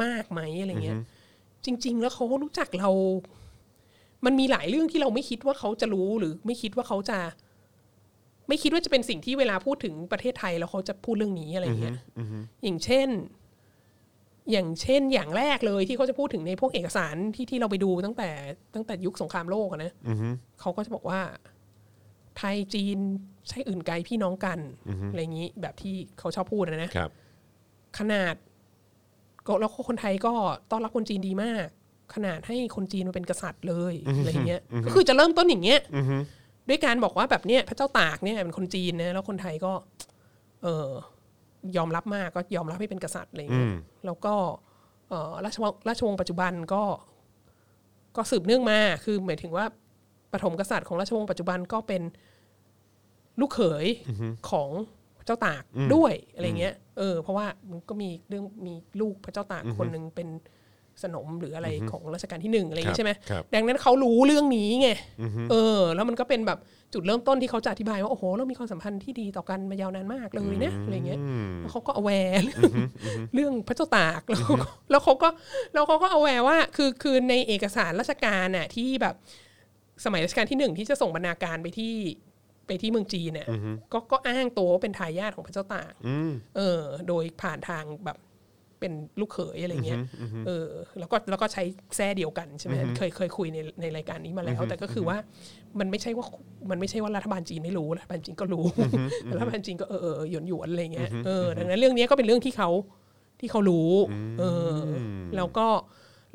Speaker 3: มากไหมอะไรเงี้ย จริง ๆ แล้วเขารู้จักเรา มันมีหลายเรื่องที่เราไม่คิดว่าเขาจะรู้หรือไม่คิดว่าเขาจะ ไม่คิดว่าจะเป็นสิ่งที่เวลาพูดถึงประเทศไทยแล้วเขาจะพูดเรื่องนี้อะไรเงี้ยอย่างเช่น อย่างเช่น อย่างแรกเลยที่เขาจะพูดถึงในพวกเอกสารที่ที่เราไปดูตั้งแต่ ตั้งแต่ยุคสงครามโลกอะนะเขาก็จะบอกว่า ไทยจีนใช่อื่นไกลพี่น้องกันอะไรอย่างนี้ แบบที่เขาชอบพูดนะนะ
Speaker 2: ครับ
Speaker 3: ขนาดก็แล้วก็คนไทยก็ต้อนรับคนจีนดีมาก ขนาดให้คนจีนมาเป็นกษัตริย์เลยอะไรเงี้ยก็คือจะเริ่มต้นอย่างเงี้ยด้วยการบอกว่าแบบเนี้ยพระเจ้าตากเนี่ยเป็นคนจีนนะแล้วคนไทยก็ เออยอมรับมากก็ยอมรับให้เป็นกษัตริย์อะไรเงี้ยแล้วก็เอ่อราชวงศ์ราชวงศ์ปัจจุบันก็ ก็สืบเนื่องมา คือหมายถึงว่าปฐมกษัตริย์ของราชวงศ์ปัจจุบันก็เป็นลูกเขยของเจ้าตากด้วยอะไรเงี้ย เออ เพราะว่ามันก็มีเรื่องมีลูกพระเจ้าตากคนหนึ่งเป็นสนมหรืออะไรของรัชกาลที่หนึ่งอะไรอย่าง
Speaker 2: ครับ
Speaker 3: งี้ใช่ไหม
Speaker 2: ครับ
Speaker 3: ดังนั้นเขารู้เรื่องนี้ไง เออ แล้วมันก็เป็นแบบจุดเริ่มต้นที่เขาจะอธิบายว่าโอ้โหเรามีความสัมพันธ์ที่ดีต่อกันมายาวนานมากเลยนะอะไรเงี้ย
Speaker 2: อืม
Speaker 3: แล้วเขาก็ aware เรื่องเรื่องพระเจ้าตากแล้วเขาก็แล้วเขาก็แล้วเขาก็ aware ว่าคือคือในเอกสารราชการน่ะที่แบบสมัยรัชกาลที่หนึ่งที่จะส่งบรรณาการไปที่ไปที่เมืองจีนเนี่ยก็ก็อ้างตัวว่าเป็นทายาทของพระเจ้าตากเออ โดยผ่านทางแบบเป็นลูกเขยอะไรเงี้ยเออ แล้วก็แล้วก็ใช้แส้เดียวกันใช่ไหมเคยเคยคุยในในรายการนี้มาแล้ว แต่ก็คือว่ามันไม่ใช่ว่ามันไม่ใช่ว่ารัฐบาลจีนไม่รู้รัฐบาลจีนก็รู้ รัฐบาลจีนก็เออเออหยวนหยวนๆอะไรเงี้ยเออดังนั้นเรื่องนี้ก็เป็นเรื่องที่เขาที่เขารู้เอออแล้วก็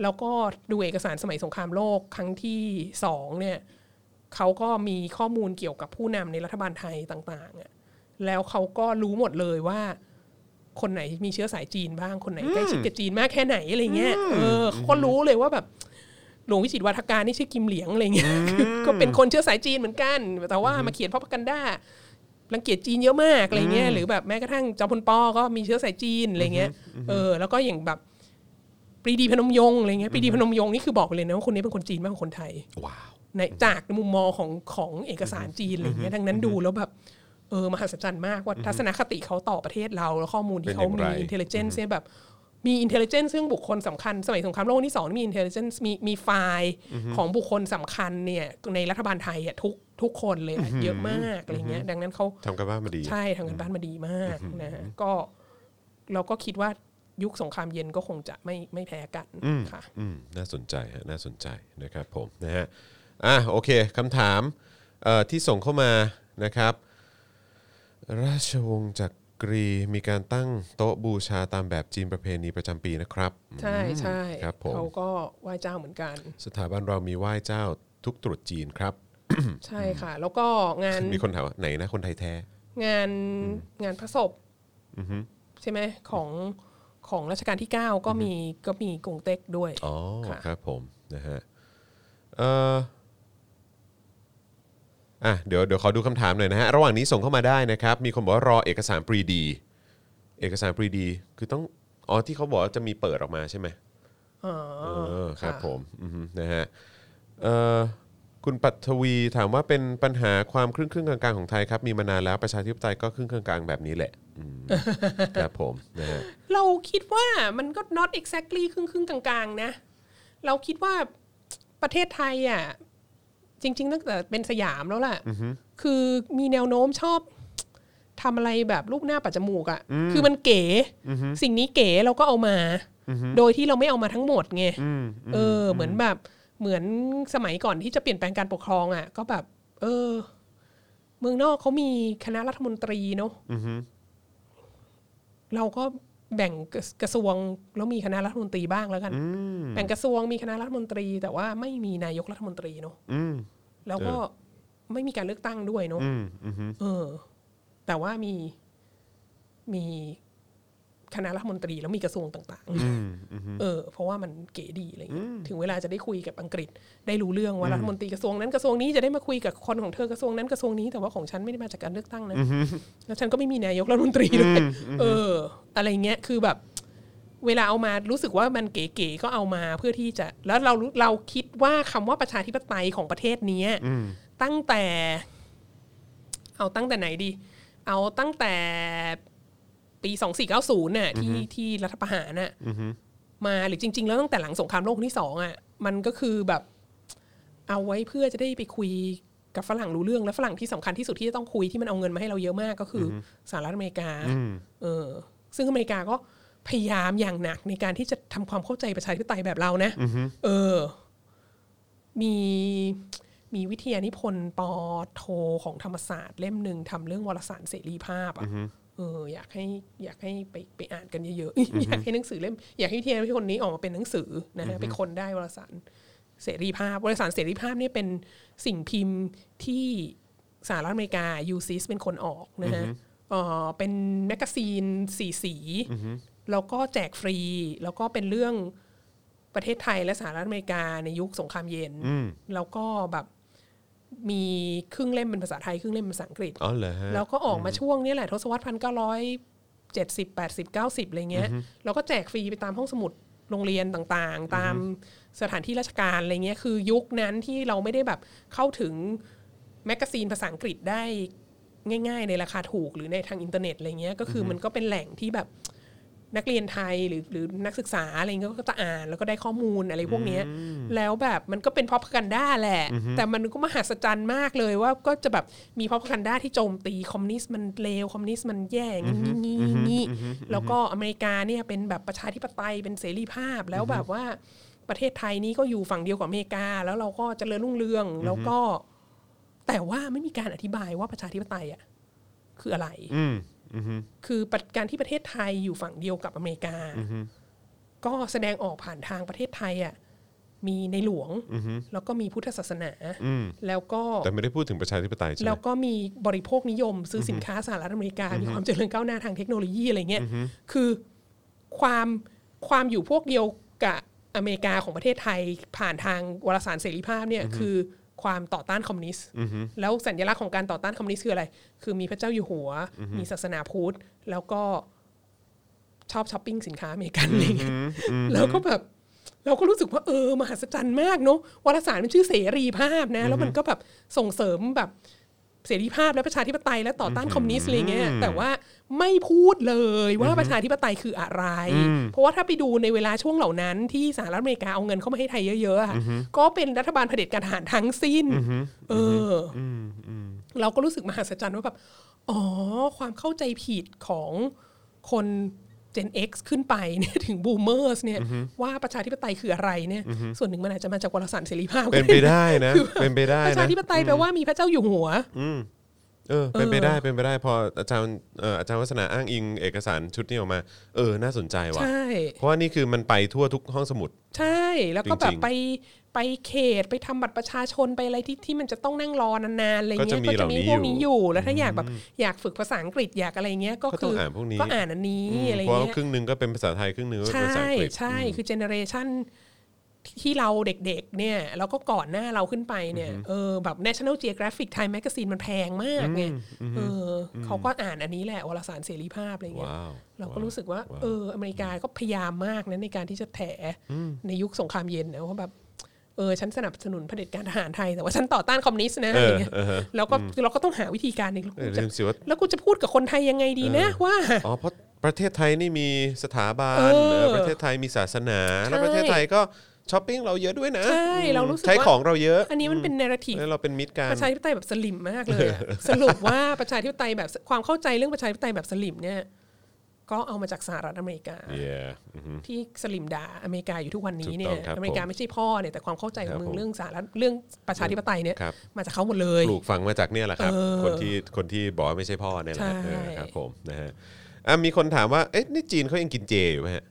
Speaker 3: แล้วก็ดูเอกสารสมัยสงครามโลกครั้งที่สองเนี่ย เขาก็มีข้อมูลเกี่ยวกับผู้นำในรัฐบาลไทยต่างๆอะแล้วเขาก็รู้หมดเลยว่า คนไหนมีเชื้อสายจีนบ้าง คนไหนใกล้ชิดกับจีนมากแค่ไหนอะไรเงี้ย เออเขาก็รู้เลยว่าแบบ หลวงวิจิตรวัฒการนี่ชื่อกิมเหลียงอะไรเงี้ยคือ ก็เป็นคนเชื้อสายจีนเหมือนกัน แต่ว่ามาเขียนพระพักันดารังเกียจจีนเยอะมากอะไรเงี้ยหรือแบบแม้กระทั่งจอมพลปอก็มีเชื้อสายจีนอะไรเงี้ยเออแล้วก็อย่างแบบปรีดีพนมยงค์อะไรเงี้ยปรีดีพนมยงค์นี่คือบอกเลยนะว่าคนนี้เป็นคนจีนมากกว่าคนไทย
Speaker 2: ว้าว
Speaker 3: ในจากมุมมองของของเอกสารจีนอะไรอย่างเงี้ยดังนั้นดูแล้วแบบเออมหัศจรรย์มากว่าทัศนคติเขาต่อประเทศเรา แล้วข้อมูลที่เขา
Speaker 2: เป็นอย่า
Speaker 3: มี
Speaker 2: งไร
Speaker 3: อินเทลเจนซ์เนี่ยแบบมีอินเทลเจนซ์ซึ่งบุคคลสำคัญ สมัยสงครามโลกที่สองมีอินเทลเจนซ์มีมีไฟล์ของบุคคลสำคัญเนี่ยในรัฐบาลไทยอ่ะทุกทุกคนเลยอะเยอะมากอะไรเงี้ยดังนั้นเขา
Speaker 2: ทำกันบ้านมาดี
Speaker 3: ใช่ทางกันบ้านมาดีมากนะฮะก็เราก็คิดว่ายุคสงครามเย็นก็คงจะไม่ไม่แพ้กันค่ะ
Speaker 2: อืมน่าสนใจฮะน่าสนใจนะครับผมนะฮะอ่ะโอเคคำถามเอ่อที่ส่งเข้ามานะครับ ราชวงศ์จักรีมีการตั้งโต๊ะบูชาตามแบบจีนประเพณีประจำปีนะครับ
Speaker 3: ใช่ใช่
Speaker 2: ครับผม
Speaker 3: เขาก็ไหว้เจ้าเหมือนกัน
Speaker 2: สถาบันเรามีไหว้เจ้าทุกตรุษจีนครับ
Speaker 3: ใช่ค่ะ แล้วก็งาน
Speaker 2: มีคนถามว่าไหนนะคนไทยแท้
Speaker 3: งานงานพระศพใช่ไหมของของรัชกาลที่ 9 ก็มีก็มีกงเต็กด้วย
Speaker 2: อ๋อ
Speaker 3: ค่ะ
Speaker 2: ครับผมนะฮะเอ่ออ่ะเดี๋ยวเดี๋ยวขอดูคำถามหน่อยนะฮะ ระหว่างนี้ส่งเข้ามาได้นะครับ มีคนบอกว่ารอเอกสารปรีดี เอกสารปรีดี คือต้อง อ๋อที่เขาบอกว่าจะมีเปิดออกมาใช่ไหม
Speaker 3: อ๋อ
Speaker 2: เออครับ
Speaker 3: ะ
Speaker 2: ผมอือฮึนะฮะเอ่อคุณปัทวีถามว่าเป็นปัญหาความครึ่งครึ่งๆกลางๆของไทยครับ มีมานานแล้วประชาธิปไตยก็ครึ่งครึ่งๆกลางๆแบบนี้แหละอืมครับผมนะฮะ
Speaker 3: เราคิดว่ามันก็ not exactly ครึ่งครึ่งๆกลางๆ นะ เราคิดว่าประเทศไทยอ่ะจริง ๆ ตั้งแต่เป็นสยามแล้วล่ะ คือมีแนวโน้มชอบทำอะไรแบบรูปหน้าปัดจมูกอะ่ะ คือมันเก๋ สิ่งนี้เก๋เราก็เอามา โดยที่เราไม่เอามาทั้งหมดไง เออ เหมือนแบบเหมือนสมัยก่อนที่จะเปลี่ยนแปลงการปกครองอะ่ะ ก็แบบ เออ เมืองนอกเขามีคณะรัฐมนตรีเนาะเราก็แบ่งกระกระทรวงแล้วมีคณะรัฐมนตรีบ้างแล้วกัน แบ่งกระทรวงมีคณะรัฐมนตรี แต่ว่าไม่มีนายกรัฐมนตรีเนาะแล้วก็ไม่มีการเลือกตั้งด้วยเนาะเออ แต่ว่ามีมีคณะรัฐมนตรีแล้วมีกระทรวงต่างๆเออ เพราะว่ามันเก๋ดีอะไรเงี้ยถึงเวลาจะได้คุยกับอังกฤษ ได้รู้เรื่องว่ารัฐมนตรีกระทรวงนั้นกระทรวงนี้จะได้มาคุยกับคนของเธอกระทรวงนั้นกระทรวงนี้แต่ว่าของฉันไม่ได้มาจากการเลือกตั้งนะแล้วฉันก็ไม่มีนายกรัฐมนตรีด้วยเออ อะไรเงี้ยคือแบบ เวลาเอามารู้สึกว่ามันเก๋ๆก็เอามาเพื่อที่จะ แล้วเรารู้เราคิดว่าคำว่าประชาธิปไตยของประเทศเนี้ยตั้งแต่ เอาตั้งแต่ไหนดี เอาตั้งแต่ปีสองสี่เก้าศูนย์น่ะที่ที่รัฐประหารน่ะมาหรือจริง ๆ แล้วตั้งแต่หลังสงครามโลกครั้งที่สองอ่ะมันก็คือแบบ เอาไว้เพื่อจะได้ไปคุยกับฝรั่งรู้เรื่องและฝรั่งที่สำคัญที่สุดที่จะต้องคุยที่มันเอาเงินมาให้เราเยอะมากก็คืออสหรัฐอเมริกา เออซึ่งอเมริกาก็พยายามอย่างหนักในการที่จะทำความเข้าใจประชาธิปไตยแบบเรานะเออ มีมีวิทยานิพนธ์ปอโทของธรรมศาสตร์เล่มหนึ่งทำเรื่องวารสารเสรีภาพอ่ะเออ อยากให้อยากให้ไปไปอ่านกันเยอะๆ อยากให้หนังสือเล่ม อยากให้วิทยานิพนธ์นี้ออกมาเป็นหนังสือนะฮะไปคนได้วารสารเสรีภาพวารสารเสรีภาพเนี่ยเป็นสิ่งพิมพ์ที่สหรัฐอเมริกา UCIS เป็นคนออกนะฮะเออเป็นแมกกาซีนสีสีแล้วก็แจกฟรี แล้วก็เป็นเรื่อง ประเทศไทยและสหรัฐอเมริกาในยุคสงครามเย็น แล้วก็แบบมีครึ่งเล่มเป็นภาษาไทย ครึ่งเล่มเป็นภาษาอังกฤษ
Speaker 2: อ๋อเหรอฮะ
Speaker 3: แล้วก็ออกมาช่วงเนี้ยแหละ ทศวรรษพันเก้าร้อยเจ็ดสิบแปดสิบเก้าสิบอะไรเงี้ยแล้วก็แจกฟรีไปตามห้องสมุดโรงเรียนต่างๆ ตามสถานที่ราชการอะไรเงี้ยคือยุคนั้นที่เราไม่ได้แบบเข้าถึงแมกกาซีนภาษาอังกฤษได้ง่าย ๆ ในราคาถูกหรือในทางอินเทอร์เน็ตอะไรเงี้ยก็คืออมันก็เป็นแหล่งที่แบบ นักเรียนไทยหรือหรือนักศึกษาอะไรเงี้ยก็จะอ่านแล้วก็ได้ข้อมูลอะไรพวกเนี้ยแล้วแบบมันก็เป็นพ r o พกันด้าแหละ แต่มันก็มหัศจรรย์มากเลยว่าก็จะแบบมีพ r o พกันด้าที่โจมตีคอมมิวนิสต์มันเลวคอมมิวนิสต์มันแย่อย่างงี้งี้งี้แล้วก็อเมริกาเนี่ยเป็นแบบประชาธิปไตยเป็นเสรีภาพแล้วแบบว่าประเทศไทยนี้ก็อยู่ฝั่งเดียวกับอเมริกา แล้วเราก็เจริญรุ่งเรืองแล้วก็ แต่ว่าไม่มีการอธิบายว่าประชาธิปไตยอ่ะคืออะไร คือประการที่ประเทศไทยอยู่ฝั่งเดียวกับอเมริกา ก็แสดงออกผ่านทางประเทศไทยอ่ะมีในหลวง แล้วก็มีพุทธศาสนา แล้วก็
Speaker 2: แต่ไม่ได้พูดถึงประชาธิปไตยใช่ไหม
Speaker 3: แล้วก็มีบริโภคนิยม ซื้อสินค้าสหรัฐอเมริกา มีความเจริญก้าวหน้าทางเทคโนโลยีอะไรเงี้ยคือความความอยู่พวกเดียวกับ อเมริกาของประเทศไทยผ่านทางวารสารเสรีภาพเนี่ยคือความต่อต้านคอมมิวนิสต์แล้วสัญลักษณ์ของการต่อต้านคอมมิวนิสต์คืออะไร คือมีพระเจ้าอยู่หัว มีศาสนาพุทธแล้วก็ชอบช้อปปิ้งสินค้าอเมริกันอะไรเงี้ยแล้วก็แบบ เราก็รู้สึกว่าเออมหัศจรรย์มากเนอะวารสารมันชื่อเสรีภาพนะ แล้วมันก็แบบส่งเสริมแบบเสรีภาพและประชาธิปไตยและต่อต้านคอมมิวนิสต์อะไรเงี้ยแต่ว่าไม่พูดเลยว่าประชาธิปไตยคืออะไร เพราะว่าถ้าไปดูในเวลาช่วงเหล่านั้น ที่สหรัฐอเมริกาเอาเงินเข้ามาให้ไทยเยอะๆอะก็เป็นรัฐบาลเผด็จการทหารทั้งสิ้นเอออเราก็รู้สึกมหัศจรรย์ว่าแบบอ๋อความเข้าใจผิดของคน Gen X ขึ้นไปเนี่ยถึงบูมเมอร์สเนี่ยว่าประชาธิปไตยคืออะไรเนี่ยส่วนหนึ่งมันอาจจะมาจากวารสารเสรีภาพ
Speaker 2: เป็นไปได้นะเป็นไปได้
Speaker 3: ประชา
Speaker 2: นะ
Speaker 3: ธิปไตยแปลว่ามีพระเจ้าอยู่หัว
Speaker 2: เออเป็นไปได้เป็นไปได้พออาจารย์เอ่ออาจารย์วัฒนาอ้างอิงเอกสารชุดนี้ออกมา เออน่าสนใจว่ะ
Speaker 3: ใช่
Speaker 2: เพราะว่านี่คือมันไปทั่วทุกห้องสมุด
Speaker 3: ใช่แล้วก็แบ
Speaker 2: จ
Speaker 3: บ
Speaker 2: ริงๆ
Speaker 3: ไปไปเขตไปทำบัตรประชาชนไปอะไรที่ที่มันจะต้องนั่งรอนานๆอะไรเงี้ยก็จะมีพวกนี้อยู่ แล้วถ้าอยากแบบอยากฝึกภาษาอังกฤษอยากอะไรเงี้ยก็
Speaker 2: ก็
Speaker 3: คื
Speaker 2: ต้อง
Speaker 3: อ
Speaker 2: อ่านพวกนี้
Speaker 3: ก็อ่านอันนี้อะไร
Speaker 2: เพราะว่า
Speaker 3: เงี้ย
Speaker 2: ครึ่งหนึ่งก็เป็นภาษาไทยครึ่งหนึ่งก็เป็น
Speaker 3: ใช่
Speaker 2: ภาษาอังกฤษ
Speaker 3: ใช่คือเจเนอเรชันที่เราเด็กๆเนี่ยแล้วก็ก่อนหน้าเราขึ้นไปเนี่ยเออแบบ National Geographic Time Magazine มันแพงมากไงเออเขาก็อ่านอันนี้แหละวารสารเสรีภาพอะไรเงี้ย
Speaker 2: ว้าว
Speaker 3: เราก็รู้สึกว่า เออ อเมริกาก็พยายามมากนะในการที่จะแถในยุคสงครามเย็นนะว่าแบบ เออ ฉันสนับสนุนเผด็จการทหารไทย แต่ว่าฉันต่อต้านคอมมิวนิสต์นะ
Speaker 2: เอ
Speaker 3: อะไร
Speaker 2: อ
Speaker 3: เงี้ย
Speaker 2: เออฮะ
Speaker 3: แล้วก็เราก็ต้องหาวิธีการใน
Speaker 2: เออลืมสิว่า
Speaker 3: แล้วกูจะพูดกับคนไทยยังไงดีนะว่า
Speaker 2: อ๋อเพราะประเทศไทยนี่มีสถาบัน
Speaker 3: เออ
Speaker 2: เออประเทศไทยมีศาสนา แล้วประเทศไทยก็ช้อปปิ้งเราเยอะด้วยนะ
Speaker 3: ใช่เรารู้สึกว่า
Speaker 2: ใช้ของเราเยอะ
Speaker 3: อันนี้มันเป็นเนราทีฟ
Speaker 2: แล้วเราเป็นมิตรกัน
Speaker 3: ประชาธิปไตยแบบสลิมมากเลยอะสรุปว่าประชาธิปไตยแบบความเข้าใจเรื่องประชาธิปไตยแบบสลิมเนี่ย ก็เอามาจากสหรัฐอเมริกา
Speaker 2: เย
Speaker 3: ที่สลิมด่าอเมริกาอยู่ทุกวันนี้เนี่
Speaker 2: ถู
Speaker 3: ย
Speaker 2: กต้องครับ
Speaker 3: อเมริกาไม่ใช่พ่อเนี่ยแต่ความเข้าใจข
Speaker 2: ค
Speaker 3: อ
Speaker 2: รับ
Speaker 3: งมึ
Speaker 2: ผ
Speaker 3: ง
Speaker 2: ม
Speaker 3: เรื่องสารฐเรื่องประชาธิปไตยเนี่ย
Speaker 2: ครับ
Speaker 3: มาจากเขาหมดเลย
Speaker 2: ปลูกฝังมาจากเนี่ยแหละครับ
Speaker 3: เออ
Speaker 2: คนที่คนที่บอกว่าไม่ใช่พ่อเนี่ยแหละครับ
Speaker 3: ใช่
Speaker 2: เออครับผมนะฮะอ่ะมีคนถามว่าเอ๊ะนี่จีนเขายังกินเจอยู่ไหมฮะ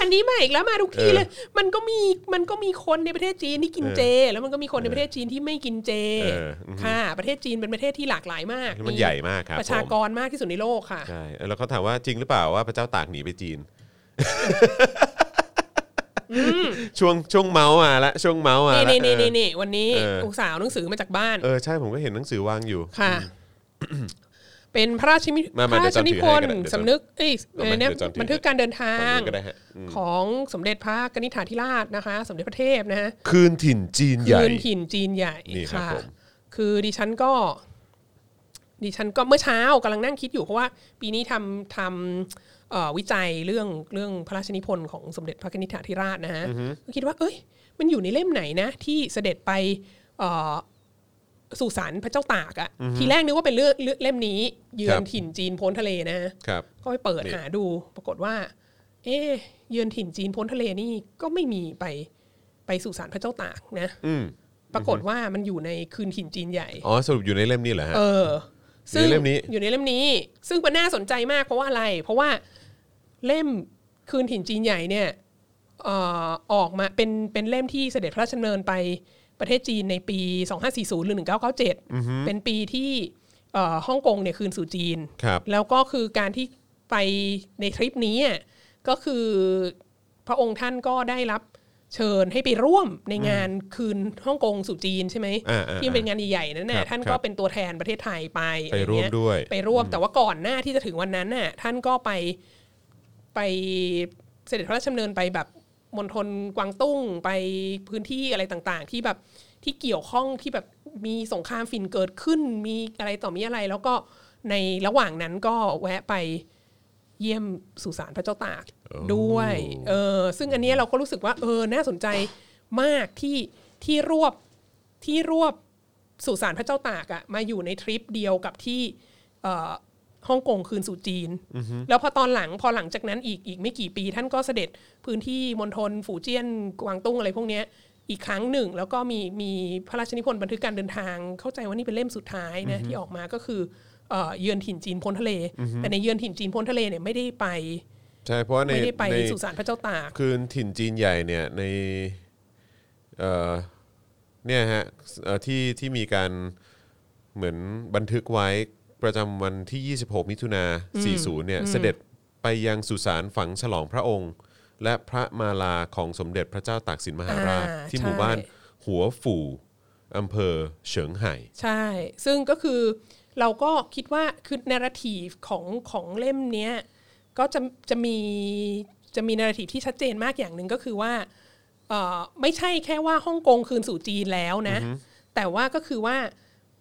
Speaker 3: อันนี้มาอีกแล้วมาทุกที
Speaker 2: เออ
Speaker 3: เลย มันก็มีมันก็มีคนในประเทศจีนที่กิน
Speaker 2: เออ
Speaker 3: เจ แล้วมันก็มีคนในประเทศจีนที่ไม่กินเจ
Speaker 2: เอออือฮึ
Speaker 3: ค่ะ ประเทศจีนเป็นประเทศที่หลากหลายมาก
Speaker 2: มันใหญ่มากครับ
Speaker 3: ประชา
Speaker 2: ผม
Speaker 3: กรมากที่สุดในโลกค่ะ
Speaker 2: ใช่แล้วเขาถามว่าจริงหรือเปล่าว่าพระเจ้าตากหนีไป จีน ช่วงช่วงเมาส์มาละช่วงเมาส์มา
Speaker 3: นี่
Speaker 2: ละ
Speaker 3: นี่นี่
Speaker 2: เอ
Speaker 3: นี่
Speaker 2: อ
Speaker 3: นี่วันนี้
Speaker 2: เอออุ
Speaker 3: อุตสาวหนังสือมาจากบ้าน
Speaker 2: เออใช่ผมก็เห็นหนังสือวางอยู่
Speaker 3: ค่ะ เป็นพระราชนิ
Speaker 2: มามา
Speaker 3: พระ
Speaker 2: เดี๋ย
Speaker 3: ราว ช
Speaker 2: จอน
Speaker 3: นิ
Speaker 2: ถือ
Speaker 3: พ
Speaker 2: ให้
Speaker 3: น
Speaker 2: ก็ได้
Speaker 3: ธ์
Speaker 2: เดี๋ยวจอน
Speaker 3: สำนึกเอ้ย
Speaker 2: เอามา
Speaker 3: เนี่ย
Speaker 2: เดี๋ยวจอนถือ
Speaker 3: บันทึกการเดินทาง
Speaker 2: ฝั่งนู้นก็ได้ฮะอืม
Speaker 3: ของสมเด็จพระกนิษฐาธิราชนะคะ สมเด็จพระเทพนะฮะ
Speaker 2: คืนถิ่นจีนใหญ่
Speaker 3: คืนหินจีนใหญ่
Speaker 2: นี่ครับ
Speaker 3: ค่ะ
Speaker 2: ผม
Speaker 3: คือดิฉันก็ ดิฉันก็เมื่อเช้ากำลังนั่งคิดอยู่เพราะว่า ปีนี้ทำทำเอ่อวิจัยเรื่องเรื่องพระราชนิพนธ์ของสมเด็จพระกนิษฐาธิราชนะฮะก็คิดว่า เอ้ย มันอยู่ในเล่มไหนนะ ที่เสด็จไปเอ่อสู่สารพระเจ้าตากอะทีแรกนึกว่าเป็นเรื่องเรื่องเล่มนี้ เยือ
Speaker 2: ครั
Speaker 3: น
Speaker 2: บ
Speaker 3: ถิ่นจีนพ้นทะเลนะฮะ
Speaker 2: ครับ
Speaker 3: ก็ไปเปิด
Speaker 2: นี่
Speaker 3: หาดูปรากฏว่า เอ๊ะเยือนถิ่นจีนพ้นทะเลนี่ก็ไม่มีไปไปสู่สารพระเจ้าตากนะ
Speaker 2: อืม
Speaker 3: ปรากฏว่ามันอยู่ในคืนถิ่นจีนใหญ่
Speaker 2: อ๋อสรุปอยู่ในเล่มนี้เหรอฮะ
Speaker 3: เออ ซึ่
Speaker 2: อ
Speaker 3: ง
Speaker 2: ยู่ในเล่มนี้
Speaker 3: อยู่ในเล่มนี้ ซึ่งเป็นน่าสนใจมากเพราะว่าอะไร เพราะว่าเล่มคืนถิ่นจีนใหญ่เนี่ยเอ่อออกมาเป็นเป็นเล่มที่เสด็จพระราชดำเนินไปประเทศจีนในปี 2540หรือ1997 เป็นปีที่เอ่อฮ่องกงเนี่ยคืนสู่จีน
Speaker 2: ครับ
Speaker 3: แล้วก็คือการที่ไปในทริปนี้อ่ะก็คือพระองค์ท่านก็ได้รับเชิญให้ไปร่วมในงานคืนฮ่องกงสู่จีนใช่ไหม
Speaker 2: อ่าอ่า
Speaker 3: ที่เป็นงานใหญ่ๆนั่
Speaker 2: ค
Speaker 3: น
Speaker 2: รั
Speaker 3: น่ะ
Speaker 2: บ
Speaker 3: ท่าน
Speaker 2: ครั
Speaker 3: ก็
Speaker 2: บ
Speaker 3: เป็นตัวแทนประเทศไทยไป
Speaker 2: ไปร่วม
Speaker 3: อะไเงี้
Speaker 2: ด้วย
Speaker 3: ไปร่วมแต่ว่าก่อนหน้าที่จะถึงวันนั้นน่ะท่านก็ไปไปเสด็จพระราชดำเนินไปแบบมณฑลกวางตุ้งไปพื้นที่อะไรต่างๆ ที่แบบที่เกี่ยวข้องที่แบบมีสงครามฝิ่นเกิดขึ้นมีอะไรต่อมีอะไร แล้วก็ในระหว่างนั้นก็แวะไปเยี่ยมสุสานพระเจ้าตากด้วยเออซึ่งอันเนี้ยเราก็รู้สึกว่า เออน่าสนใจมากที่ที่รวบที่รวบ สุสานพระเจ้าตากอะมาอยู่ในทริปเดียวกับที่เอ่อฮ่องกงคืนสู่จีน แล้วพอตอนหลังพอหลังจากนั้นอีกอีกไม่กี่ปีท่านก็เสด็จพื้นที่มณฑลฝูเจี้ยนกวางตุ้งอะไรพวกเนี้ยอีกครั้งหนึ่ง แล้วก็มีมีพระราชนิพนธ์บันทึกการเดินทาง เข้าใจว่านี่เป็นเล่มสุดท้ายนะที่ออกมาก็คือเอ่อเยือนถิ่นจีนพ้นทะเล แต่ในเยือนถิ่นจีนพ้นทะเลเนี่ยไม่ได้ไป
Speaker 2: ใช่เพราะว่าใน
Speaker 3: ไม่ได้ไป
Speaker 2: ใน
Speaker 3: สุสานพระเจ้าตาก
Speaker 2: คืนถิ่นจีนใหญ่เนี่ยในเอ่อเนี่ยฮะเอ่อที่ที่มีการเหมือนบันทึกไว้ประจำวันที่ 26 มิถุนา40เนี่ยเสด็จไปยังสุสานฝังฉลองพระองค์ และพระมาลาของสมเด็จพระเจ้าตากสินมหาราช
Speaker 3: อ่า
Speaker 2: ที่
Speaker 3: ใช่
Speaker 2: หมู่บ้านหัวฝู่อำเภอเฉิงไห่
Speaker 3: ใช่ ซึ่งก็คือเราก็คิดว่าคือนาราทีฟของของเล่มเนี้ยก็จะจะมีจะมีนาราทีฟที่ชัดเจนมากอย่างหนึ่งก็คือว่าเอ่อไม่ใช่แค่ว่าฮ่องกงคืนสู่จีนแล้วนะ แต่ว่าก็คือว่า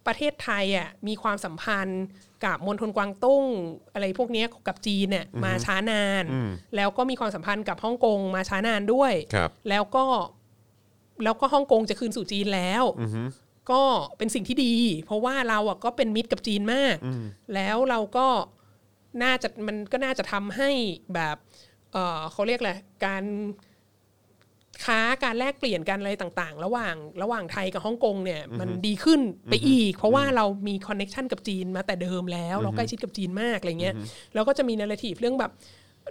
Speaker 3: ประเทศไทยอ่ะมีความสัมพันธ์กับมณฑลกวางตุ้ง อะไรพวกเนี้ยกับจีนเนี่ยมาช้านาน แล้วก็มีความสัมพันธ์กับฮ่องกงมาช้านานด้วย
Speaker 2: ครับ
Speaker 3: แล้วก็แล้วก็ฮ่องกงจะคืนสู่จีนแล้ว ก็เป็นสิ่งที่ดี เพราะว่าเราอ่ะก็เป็นมิตรกับจีนมาก แล้วเราก็น่าจะมันก็น่าจะทำให้แบบเอ่อเขาเรียกอะไรการค้าการแลกเปลี่ยนการอะไรต่าง ๆ ระหว่างระหว่างไทยกับฮ่องกงเนี่ย มันดีขึ้นไปอีก เพราะว่าเรามีคอนเน็ชันกับจีนมาแต่เดิมแล้ว เราใกล้ชิดกับจีนมากอะไรเงี้ยแล้วก็จะมีนาราทีฟเรื่องแบบ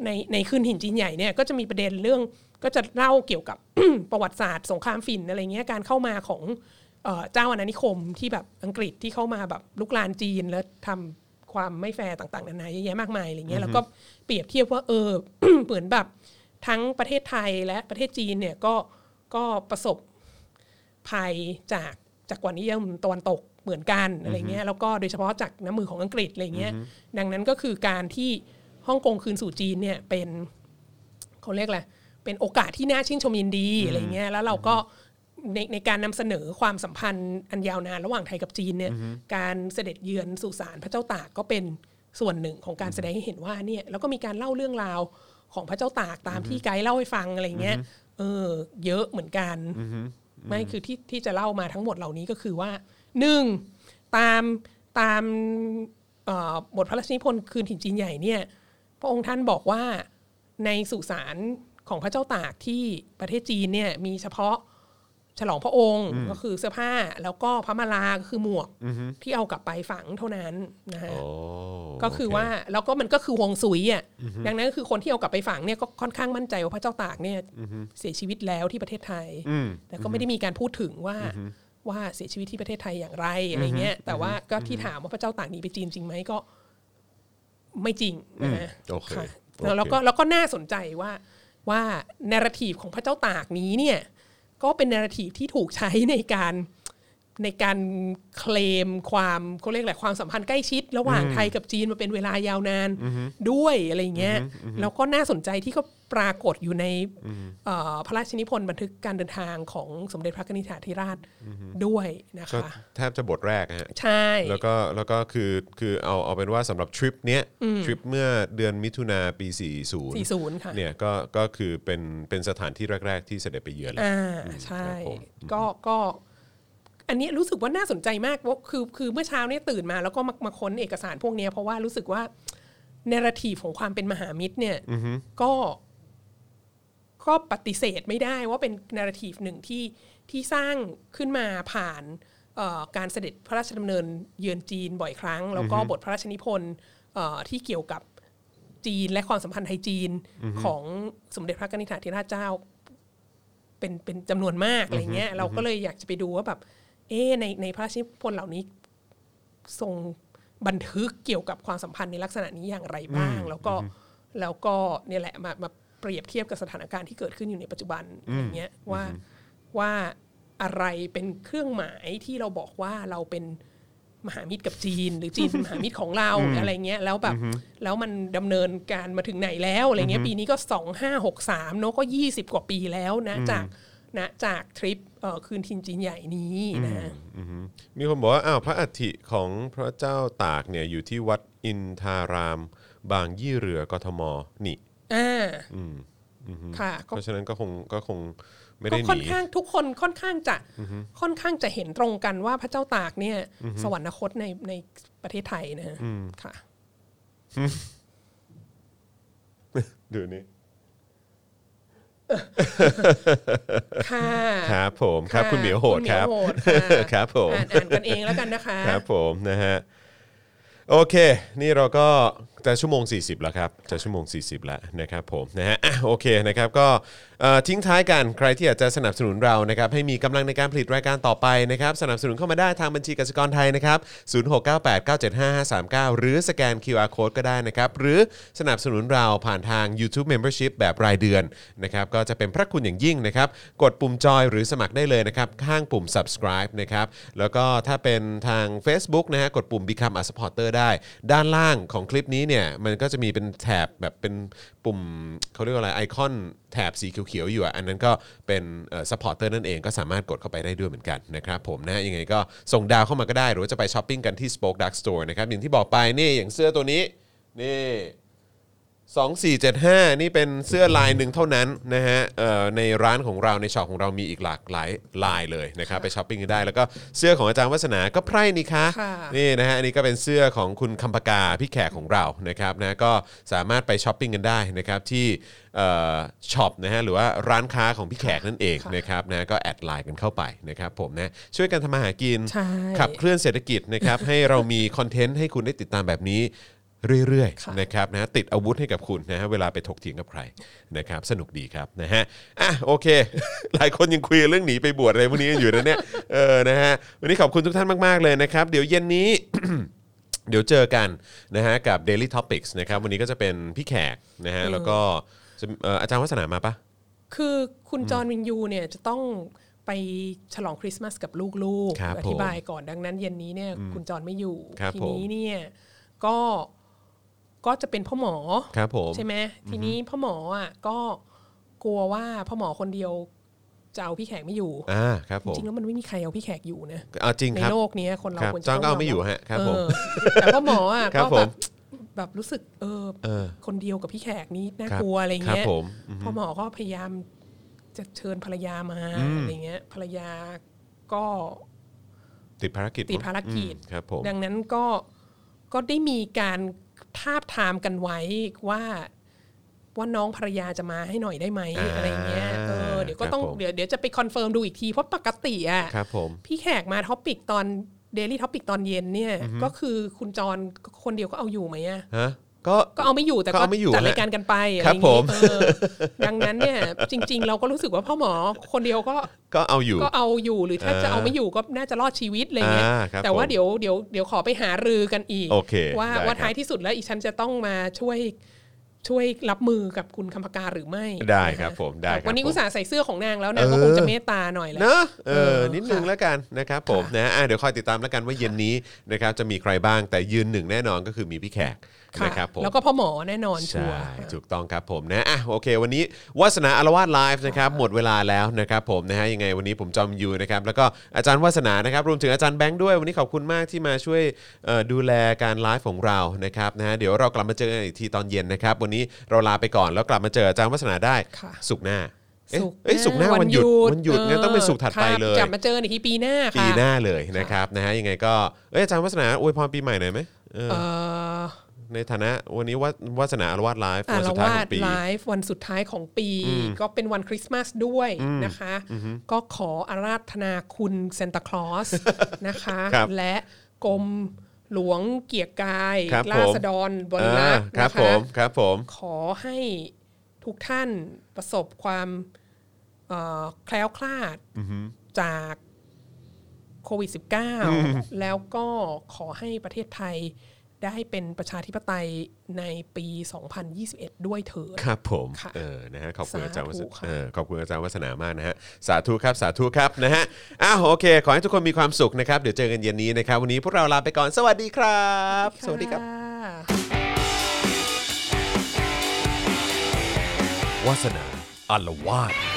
Speaker 3: ในในคืนหินจีนใหญ่เนี่ยก็จะมีประเด็นเรื่องก็จะเล่าเกี่ยวกับ ประวัติศาสตร์ สงครามฝิ่นอะไรเงี้ยการเข้ามาของเอ่อเจ้าอาณานิคมที่แบบอังกฤษที่เข้ามาแบบลุกลานจีนแล้วทำความไม่แฟร์ต่างๆนานาเยอะแยะมากมายอะไรเงี้ยแล้วก็เปรียบเทียบว่าเออ เหมือนแบบทั้งประเทศไทยและประเทศจีนเนี่ยก็ก็ประสบ ภัยจากจากกว่านิยมตะวันตกเหมือนกันอะไรเงี้ยแล้วก็โดยเฉพาะจากน้ำมือของอังกฤษอะไรเงี้ยดังนั้นก็คือการที่ฮ่องกงคืนสู่จีนเนี่ยเป็นเขาเรียกอะไรเป็นโอกาสที่น่าชื่นชมยินดีอะไรเงี้ยแล้วเราก็ในในการนำเสนอความสัมพันธ์อันยาวนานระหว่างไทยกับจีนเนี่ยการเสด็จเยือนสู่ศาลพระเจ้าตากก็เป็นส่วนหนึ่งของการแสดงให้เห็นว่าเนี่ยแล้วก็มีการเล่าเรื่องราวของพระเจ้าตากตามที่ไกด์เล่าให้ฟังอะไรเงี้ยเออเยอะเหมือนกัน ไม่คือที่ที่จะเล่ามาทั้งหมดเหล่านี้ก็คือว่าหนึ่งตามตามเอ่อบทพระราชนิพนธ์คืนถิ่นจีนใหญ่เนี่ยพระองค์ท่านบอกว่าในสุสานของพระเจ้าตากที่ประเทศจีนเนี่ยมีเฉพาะฉลองพระองค์ก็คือเสื้อผ้าแล้วก็พระมาลาก็คือหมวกที่เอากลับไปฝังเท่านั้นนะฮะ
Speaker 2: โอ้
Speaker 3: ก็คือ
Speaker 2: โเ
Speaker 3: ว่าแล้วก็มันก็คือฮวงซุยอ่ะดังนั้นก็คือคนที่เอากลับไปฝังเนี่ยก็ค่อนข้างมั่นใจว่าพระเจ้าตากเนี่ยเสียชีวิตแล้วที่ประเทศไทย แต่ก็ไม่ได้มีการพูดถึงว่าว่าเสียชีวิตที่ประเทศไทยอย่างไรอะไรเงี้ยแต่ว่าก็ที่ถามว่าพระเจ้าตากหนีไปจีนจริงไหมก็ ไม่จริงนะฮะ
Speaker 2: โอเค
Speaker 3: ค่ะ
Speaker 2: โอเค
Speaker 3: แล้วก็แล้วก็น่าสนใจว่าว่านาราทีฟของพระเจ้าตากนี้เนี่ยก็เป็นนาราทีฟที่ถูกใช้ในการ ในการเคลมความเขาเรียกอะไรความสัมพันธ์ใกล้ชิด ระหว่างไทยกับจีนมาเป็นเวลายาวนานด้วยอะไรอย่างเงี้ยแล้วก็น่าสนใจที่ก็ปรากฏอยู่ในเอ่อพระราชนิพนธ์บันทึกการเดินทางของสมเด็จพระนิธิธิราชด้วยนะ
Speaker 2: ก็
Speaker 3: คะ
Speaker 2: แทบจะบทแรกนะฮะ
Speaker 3: ใช่
Speaker 2: แล้วก็แล้วก็คือคือเอาเอาเป็นว่าสำหรับทริปเนี้ยทริปเมื่อเดือนมิถุนาปี 40
Speaker 3: 40ค่ะ
Speaker 2: เนี่ยก็ก็คือเป็นเป็นสถานที่แรก ๆ ที่เสด็จไปเยือนเลย
Speaker 3: อ่าใช่
Speaker 2: ครับผม
Speaker 3: ก็ก็ อันนี้รู้สึกว่าน่าสนใจมากว่าคือคือเมื่อเช้าเนี่ยตื่นมา แล้วก็มามาค้นเอกสารพวกเนี้ยเพราะว่ารู้สึกว่าเนรทีฟของความเป็นมหามิตรเนี่ยก็ ก็ปฏิเสธไม่ได้ว่าเป็นนาราทีฟหนึ่งที่ที่สร้างขึ้นมาผ่านเอ่อการเสด็จพระราชดำเนินเยือนจีนบ่อยครั้ง แล้วก็บทพระราชนิพนธ์เอ่อที่เกี่ยวกับจีนและความสัมพันธ์ไทยจีนของสมเด็จพระกนิษฐาธิราชเจ้า เป็นเป็นจำนวนมากอะไรเงี้ยเราก็เลยอยากจะไปดูว่าแบบ เอ๊ะในในพระราชนิพนธ์เหล่านี้ ทรงบันทึกเกี่ยวกับความสัมพันธ์ในลักษณะนี้อย่างไรบ้าง แล้วก็แล้วก็เนี่ยแหละมามาเปรียบเทียบกับสถานการณ์ที่เกิดขึ้นอยู่ในปัจจุบันอย่างเงี้ยว่าว่าอะไรเป็นเครื่องหมายที่เราบอกว่าเราเป็นมหามิตรกับจีน หรือจี นเป็นมหามิตรของเราอะไรเงี้ยแล้วแบบแล้วมันดำเนินการมาถึงไหนแล้วอะไรเงี้ยปีนี้ก็สองห้าหกสามเนาะก็ยี่สิบกว่าปีแล้วนะจากนะจากทริปเอ่อคืนทินจีนใหญ่นี้นะ
Speaker 2: มีคนบอกว่าอ้าวพระอัฐิของพระเจ้าตากเนี่ยอยู่ที่วัดอินทาราม บางยี่เรือกทมนี่
Speaker 3: อ่าค่ะ
Speaker 2: เพ
Speaker 3: ก็
Speaker 2: ราะฉะนั้นก็คงก็คงไม่
Speaker 3: ก็
Speaker 2: ได้ห
Speaker 3: ค่อน
Speaker 2: นี
Speaker 3: ข้างทุกคนค่อนข้างจะค่อนข้างจะเห็นตรงกันว่าพระเจ้าตากเนี่ย สวรรคตในในประเทศไทยนะฮะค่ะ
Speaker 2: ดูนี่
Speaker 3: ค่ะ
Speaker 2: ครับผมครับคุณเหมียวโหดครับ
Speaker 3: ณเหมียวโหด
Speaker 2: ค
Speaker 3: ค่ะ
Speaker 2: รับผม
Speaker 3: อ่านอ่านกันเองแล้วกันนะคะ
Speaker 2: ครับผมนะฮะ โอเค นี่เราก็ จะชั่วโมง 40 แล้วครับจะชั่วโมง 40 แล้วนะครับผมนะฮะอ่ะโอเคนะครับก็เอ่อทิ้งท้ายกันใครที่อยากจะสนับสนุนเรานะครับให้มีกำลังในการผลิตรายการต่อไปนะครับสนับสนุนเข้ามาได้ทางบัญชีกสิกรไทยนะครับ0698975539 หรือสแกน QR Code ก็ได้นะครับหรือสนับสนุนเราผ่านทาง YouTube Membership แบบรายเดือนนะครับก็จะเป็นพระคุณอย่างยิ่งนะครับกดปุ่มจอยหรือสมัครได้เลยนะครับข้างปุ่ม subscribe นะครับแล้วก็ถ้าเป็นทาง Facebook นะฮะกดปุ่ม Become a supporter ได้ ด้านล่างของคลิปนี้เนี่ยมันก็จะมีเป็นแถบแบบเป็นปุ่มเขาเรียกว่าอะไรไอคอนแถบสีเขียวๆอยู่อะอันนั้นก็เป็นเอ่อ supporter นั่นเองก็สามารถกดเข้าไปได้ด้วยเหมือนกันนะครับผมนะฮะยังไงก็ส่งดาวเข้ามาก็ได้ หรือว่าจะไปช้อปปิ้งกันที่ Spoke Dark Store นะครับอย่างที่บอกไปนี่อย่างเสื้อตัวนี้นี่ 2475 นี่เป็นเสื้อลายหนึ่งเท่านั้นนะฮะเอ่อในร้านของเราในช็อปของเรามีอีกหลากหลายลายเลยนะครับไปช้อปปิ้งกันได้ แล้วก็เสื้อของอาจารย์วัฒนาก็ไพร่นี่คะ
Speaker 3: ค่ะ
Speaker 2: นี่นะฮะอันนี้ก็เป็นเสื้อของคุณคำปากาพี่แขกของเรานะครับนะก็สามารถไปช้อปปิ้งกันได้นะครับที่เอ่อช็อปนะฮะหรือว่าร้านค้าของพี่แขกนั่นเองนะครับนะก็แอดไลน์กันเข้าไปนะครับผมนะช่วยกันทำมาหากิน
Speaker 3: ใช่
Speaker 2: ขับเคลื่อนเศรษฐกิจนะครับ ให้เรามีคอนเทนต์ให้คุณได้ติดตามแบบนี้เรื่อย
Speaker 3: ค่ะ
Speaker 2: ๆนะครับนะติดอาวุธให้กับคุณนะฮะเวลาไปถกเถียงกับใครนะครับสนุกดีครับนะฮะอ่ะโอเค หลายคนยังคุยเรื่องหนีไปบวชอะไรพวกนี้กันอยู่นะเนี่ยเออนะฮะวันนี้ขอบคุณทุกท่านมากๆเลยนะครับ เดี๋ยวเย็นนี้ เดี๋ยวเจอกันนะฮะกับ Daily Topics นะครับวันนี้ก็จะเป็นพี่แขกนะฮะแล้วก็จะเอ่ออาจารย์วัฒนามาปะ
Speaker 3: คือคุณจอห์นวินยูเนี่ยจะต้องไปฉลองคริสต์มาสกับลูก
Speaker 2: ครับ
Speaker 3: ๆ อธิบายก่อนดังนั้นเย็นนี้เนี่ยคุณจอห์นไม่อยู่
Speaker 2: ครับ
Speaker 3: ที
Speaker 2: ผม
Speaker 3: นี้เนี่ยก็ก็จะเป็นพ่อหมอ
Speaker 2: ครับผม
Speaker 3: ใช่ไหมทีนี้พ่อหมออ่ะก็กลัวว่าพ่อหมอคนเดียวจะเอาพี่แขกไม่อยู่
Speaker 2: อ่าครับผม
Speaker 3: จริงๆแล้วมันไม่มีใครเอาพี่แขกอยู่นะ
Speaker 2: เอาจริง
Speaker 3: ใน
Speaker 2: ครับ
Speaker 3: โลกเนี้ยคนเรา
Speaker 2: ครับ
Speaker 3: ควรจะ
Speaker 2: จ้างก็เอาไม่
Speaker 3: ต้
Speaker 2: อยู่ฮะครับผม
Speaker 3: เออแต่พ่อหมออ่ะ
Speaker 2: ครั
Speaker 3: ก็
Speaker 2: บผ
Speaker 3: แบ
Speaker 2: ม
Speaker 3: บแบบรู้สึกเออ
Speaker 2: เออ
Speaker 3: คนเดียวกับพี่แขกนี่น่า
Speaker 2: ครับ
Speaker 3: กลัวอะไร
Speaker 2: ครั
Speaker 3: เงี้
Speaker 2: บ
Speaker 3: ย
Speaker 2: ผม
Speaker 3: พ่อหมอก็พยายามจะเชิญภรรยามาอะไรเงี้ยภรรยาก็
Speaker 2: ติดภารกิจ
Speaker 3: ติดภารกิจ
Speaker 2: อืมครับผม
Speaker 3: ดังนั้นก็ก็ได้มีการทาบทามกันไว้ว่าว่าน้องภรรยาจะมาให้หน่อยได้ไหม
Speaker 2: อ่า
Speaker 3: อะไรเงี้ยเออเดี๋ยวก็ต้อง
Speaker 2: ครับผม
Speaker 3: เดี๋ยวเดี๋ยวจะไปคอนเฟิร์มดูอีกที เพราะปกติอ่ะ
Speaker 2: ครับผม
Speaker 3: พี่แขกมาท็อปิกตอนเดลี่ท็อปิกตอนเย็นเนี่ย ก็คือคุณจรคนเดียวก็เอาอยู่ไหมอะ
Speaker 2: ฮะ ก็
Speaker 3: ก็เอาไม่อยู่แต่
Speaker 2: ก็
Speaker 3: ก็
Speaker 2: เอาไม่อยู่
Speaker 3: จัดรายการกันไปอะ
Speaker 2: ค
Speaker 3: ไร
Speaker 2: รั
Speaker 3: อบ ย่าง
Speaker 2: ผ
Speaker 3: งี้
Speaker 2: ม
Speaker 3: เออดังนั้นเนี่ย จริง ๆ เราก็รู้สึกว่าพ่อหมอคนเดียว ก็
Speaker 2: ก็เอาอยู่
Speaker 3: ก็เอาอยู่หรือถ้า
Speaker 2: อ่า
Speaker 3: จะเอาไม่อยู่ก็น่าจะรอดชีวิตอะไรเงี้ย
Speaker 2: อ่าครับ
Speaker 3: แต่ว่า
Speaker 2: ผม
Speaker 3: เดี๋ยวเดี๋ยวเดี๋ยวขอไปหารือกันอีก
Speaker 2: โอเค
Speaker 3: ว่า
Speaker 2: ได้
Speaker 3: ว่า
Speaker 2: ครับ
Speaker 3: ท้ายที่สุดแล้วอีฉันจะต้องมาช่วยช่วยรับมือกับคุณคำพกาหรือไม่
Speaker 2: ได้ครับผมได้ครับ
Speaker 3: วันนี้
Speaker 2: ผม
Speaker 3: อุตส่าห์ใส่เสื้อของนางแล้วนะ
Speaker 2: เออ
Speaker 3: ก็คงจะเมตตาหน่อยแหละ
Speaker 2: เนอะเออ
Speaker 3: เออ
Speaker 2: นิดนึง
Speaker 3: ค่ะ
Speaker 2: แล้วกันนะครับผม
Speaker 3: ค่ะ
Speaker 2: นะฮะอ่ะเดี๋ยวคอยติดตามแล้วกันว่าเย็นนี้นะครับจะมีใครบ้าง แต่ยืนหนึ่งแน่นอนก็คือมีพี่แขก
Speaker 3: ะ
Speaker 2: นะครับผม
Speaker 3: แล้วก็พ่อหมอแน่นอนชั
Speaker 2: ใช่
Speaker 3: วร์
Speaker 2: ถูกต้องครับผมนะอ่ะโอเค วันนี้วาสนาอารวาสไลฟ์นะครับหมดเวลาแล้วนะครับผมนะฮะยังไงวันนี้ผมจอมยูนะครับแล้วก็อาจารย์วาสนานะครับรวมถึงอาจารย์แบงค์ด้วยวันนี้ขอบคุณมากที่มาช่วยเอ่อดูแลการไลฟ์ของเรานะครับนะฮะเดี๋ยวเรากลับมาเจอกันอีกทีตอนเย็นนะครับวันนี้เราลาไปก่อนแล้วกลับมาเจออาจารย์วาสนาได้
Speaker 3: ค่ะ
Speaker 2: สุกร์หน้าเอ๊ะ
Speaker 3: ศุกร์
Speaker 2: เอ้ยสุกร์หน้าวันหยุดวันหยุดงั้นต้องเป็นสุกร์ถัดไป
Speaker 3: ครับ
Speaker 2: เลย
Speaker 3: กลับมาเจอกันอีกทีปีหน้าค่ะ
Speaker 2: ปีหน้าเลยนะครับนะฮะยังไงก็เอ้ยอาจารย์วาสนาอวยพรปีใหม่หน่อยไหมเออ
Speaker 3: เอ่อ
Speaker 2: ในฐานะวันนี้วาวาสนาอารวาสไลฟ์
Speaker 3: อา
Speaker 2: วัน
Speaker 3: ละ
Speaker 2: สุดท้ายขอ
Speaker 3: วาด
Speaker 2: งปี
Speaker 3: ไลฟ์วันสุดท้ายของปี ก็เป็นวันคริสต์มาสด้วยนะคะ ก็ขออาราธนาคุณเซนตาคลอส นะคะ
Speaker 2: ครับ
Speaker 3: และกรมหลวงเกียรติกาย
Speaker 2: ครับ
Speaker 3: รา
Speaker 2: ผม
Speaker 3: ษฎรบริลักษ์
Speaker 2: อ่าครับ
Speaker 3: นะ
Speaker 2: ผ
Speaker 3: คะ
Speaker 2: มครับผม
Speaker 3: ขอให้ทุกท่านประสบความเอ่อแคล้วคลาดจากโควิด -19 แล้วก็ขอให้ประเทศไทยได้เป็นประชาธิปไตยในปี 2021 ด้วยเถิด
Speaker 2: ครับผม
Speaker 3: ค่ะ
Speaker 2: เออนะฮะขอบคุณอาจารย์วัฒ
Speaker 3: สาธุ
Speaker 2: นา
Speaker 3: ค่ะ
Speaker 2: เออขอบคุณอาจารย์วัฒนามากนะฮะสาธุครับสาธุครับนะฮะอ้าวโอเค ขอให้ทุกคนมีความสุขนะครับเดี๋ยวเจอกันเย็นนี้นะครับ วันนี้พวกเราลาไปก่อนสวัสดีครับ
Speaker 3: ะ
Speaker 2: สวัสดีครับ
Speaker 1: วาสนาอารวาส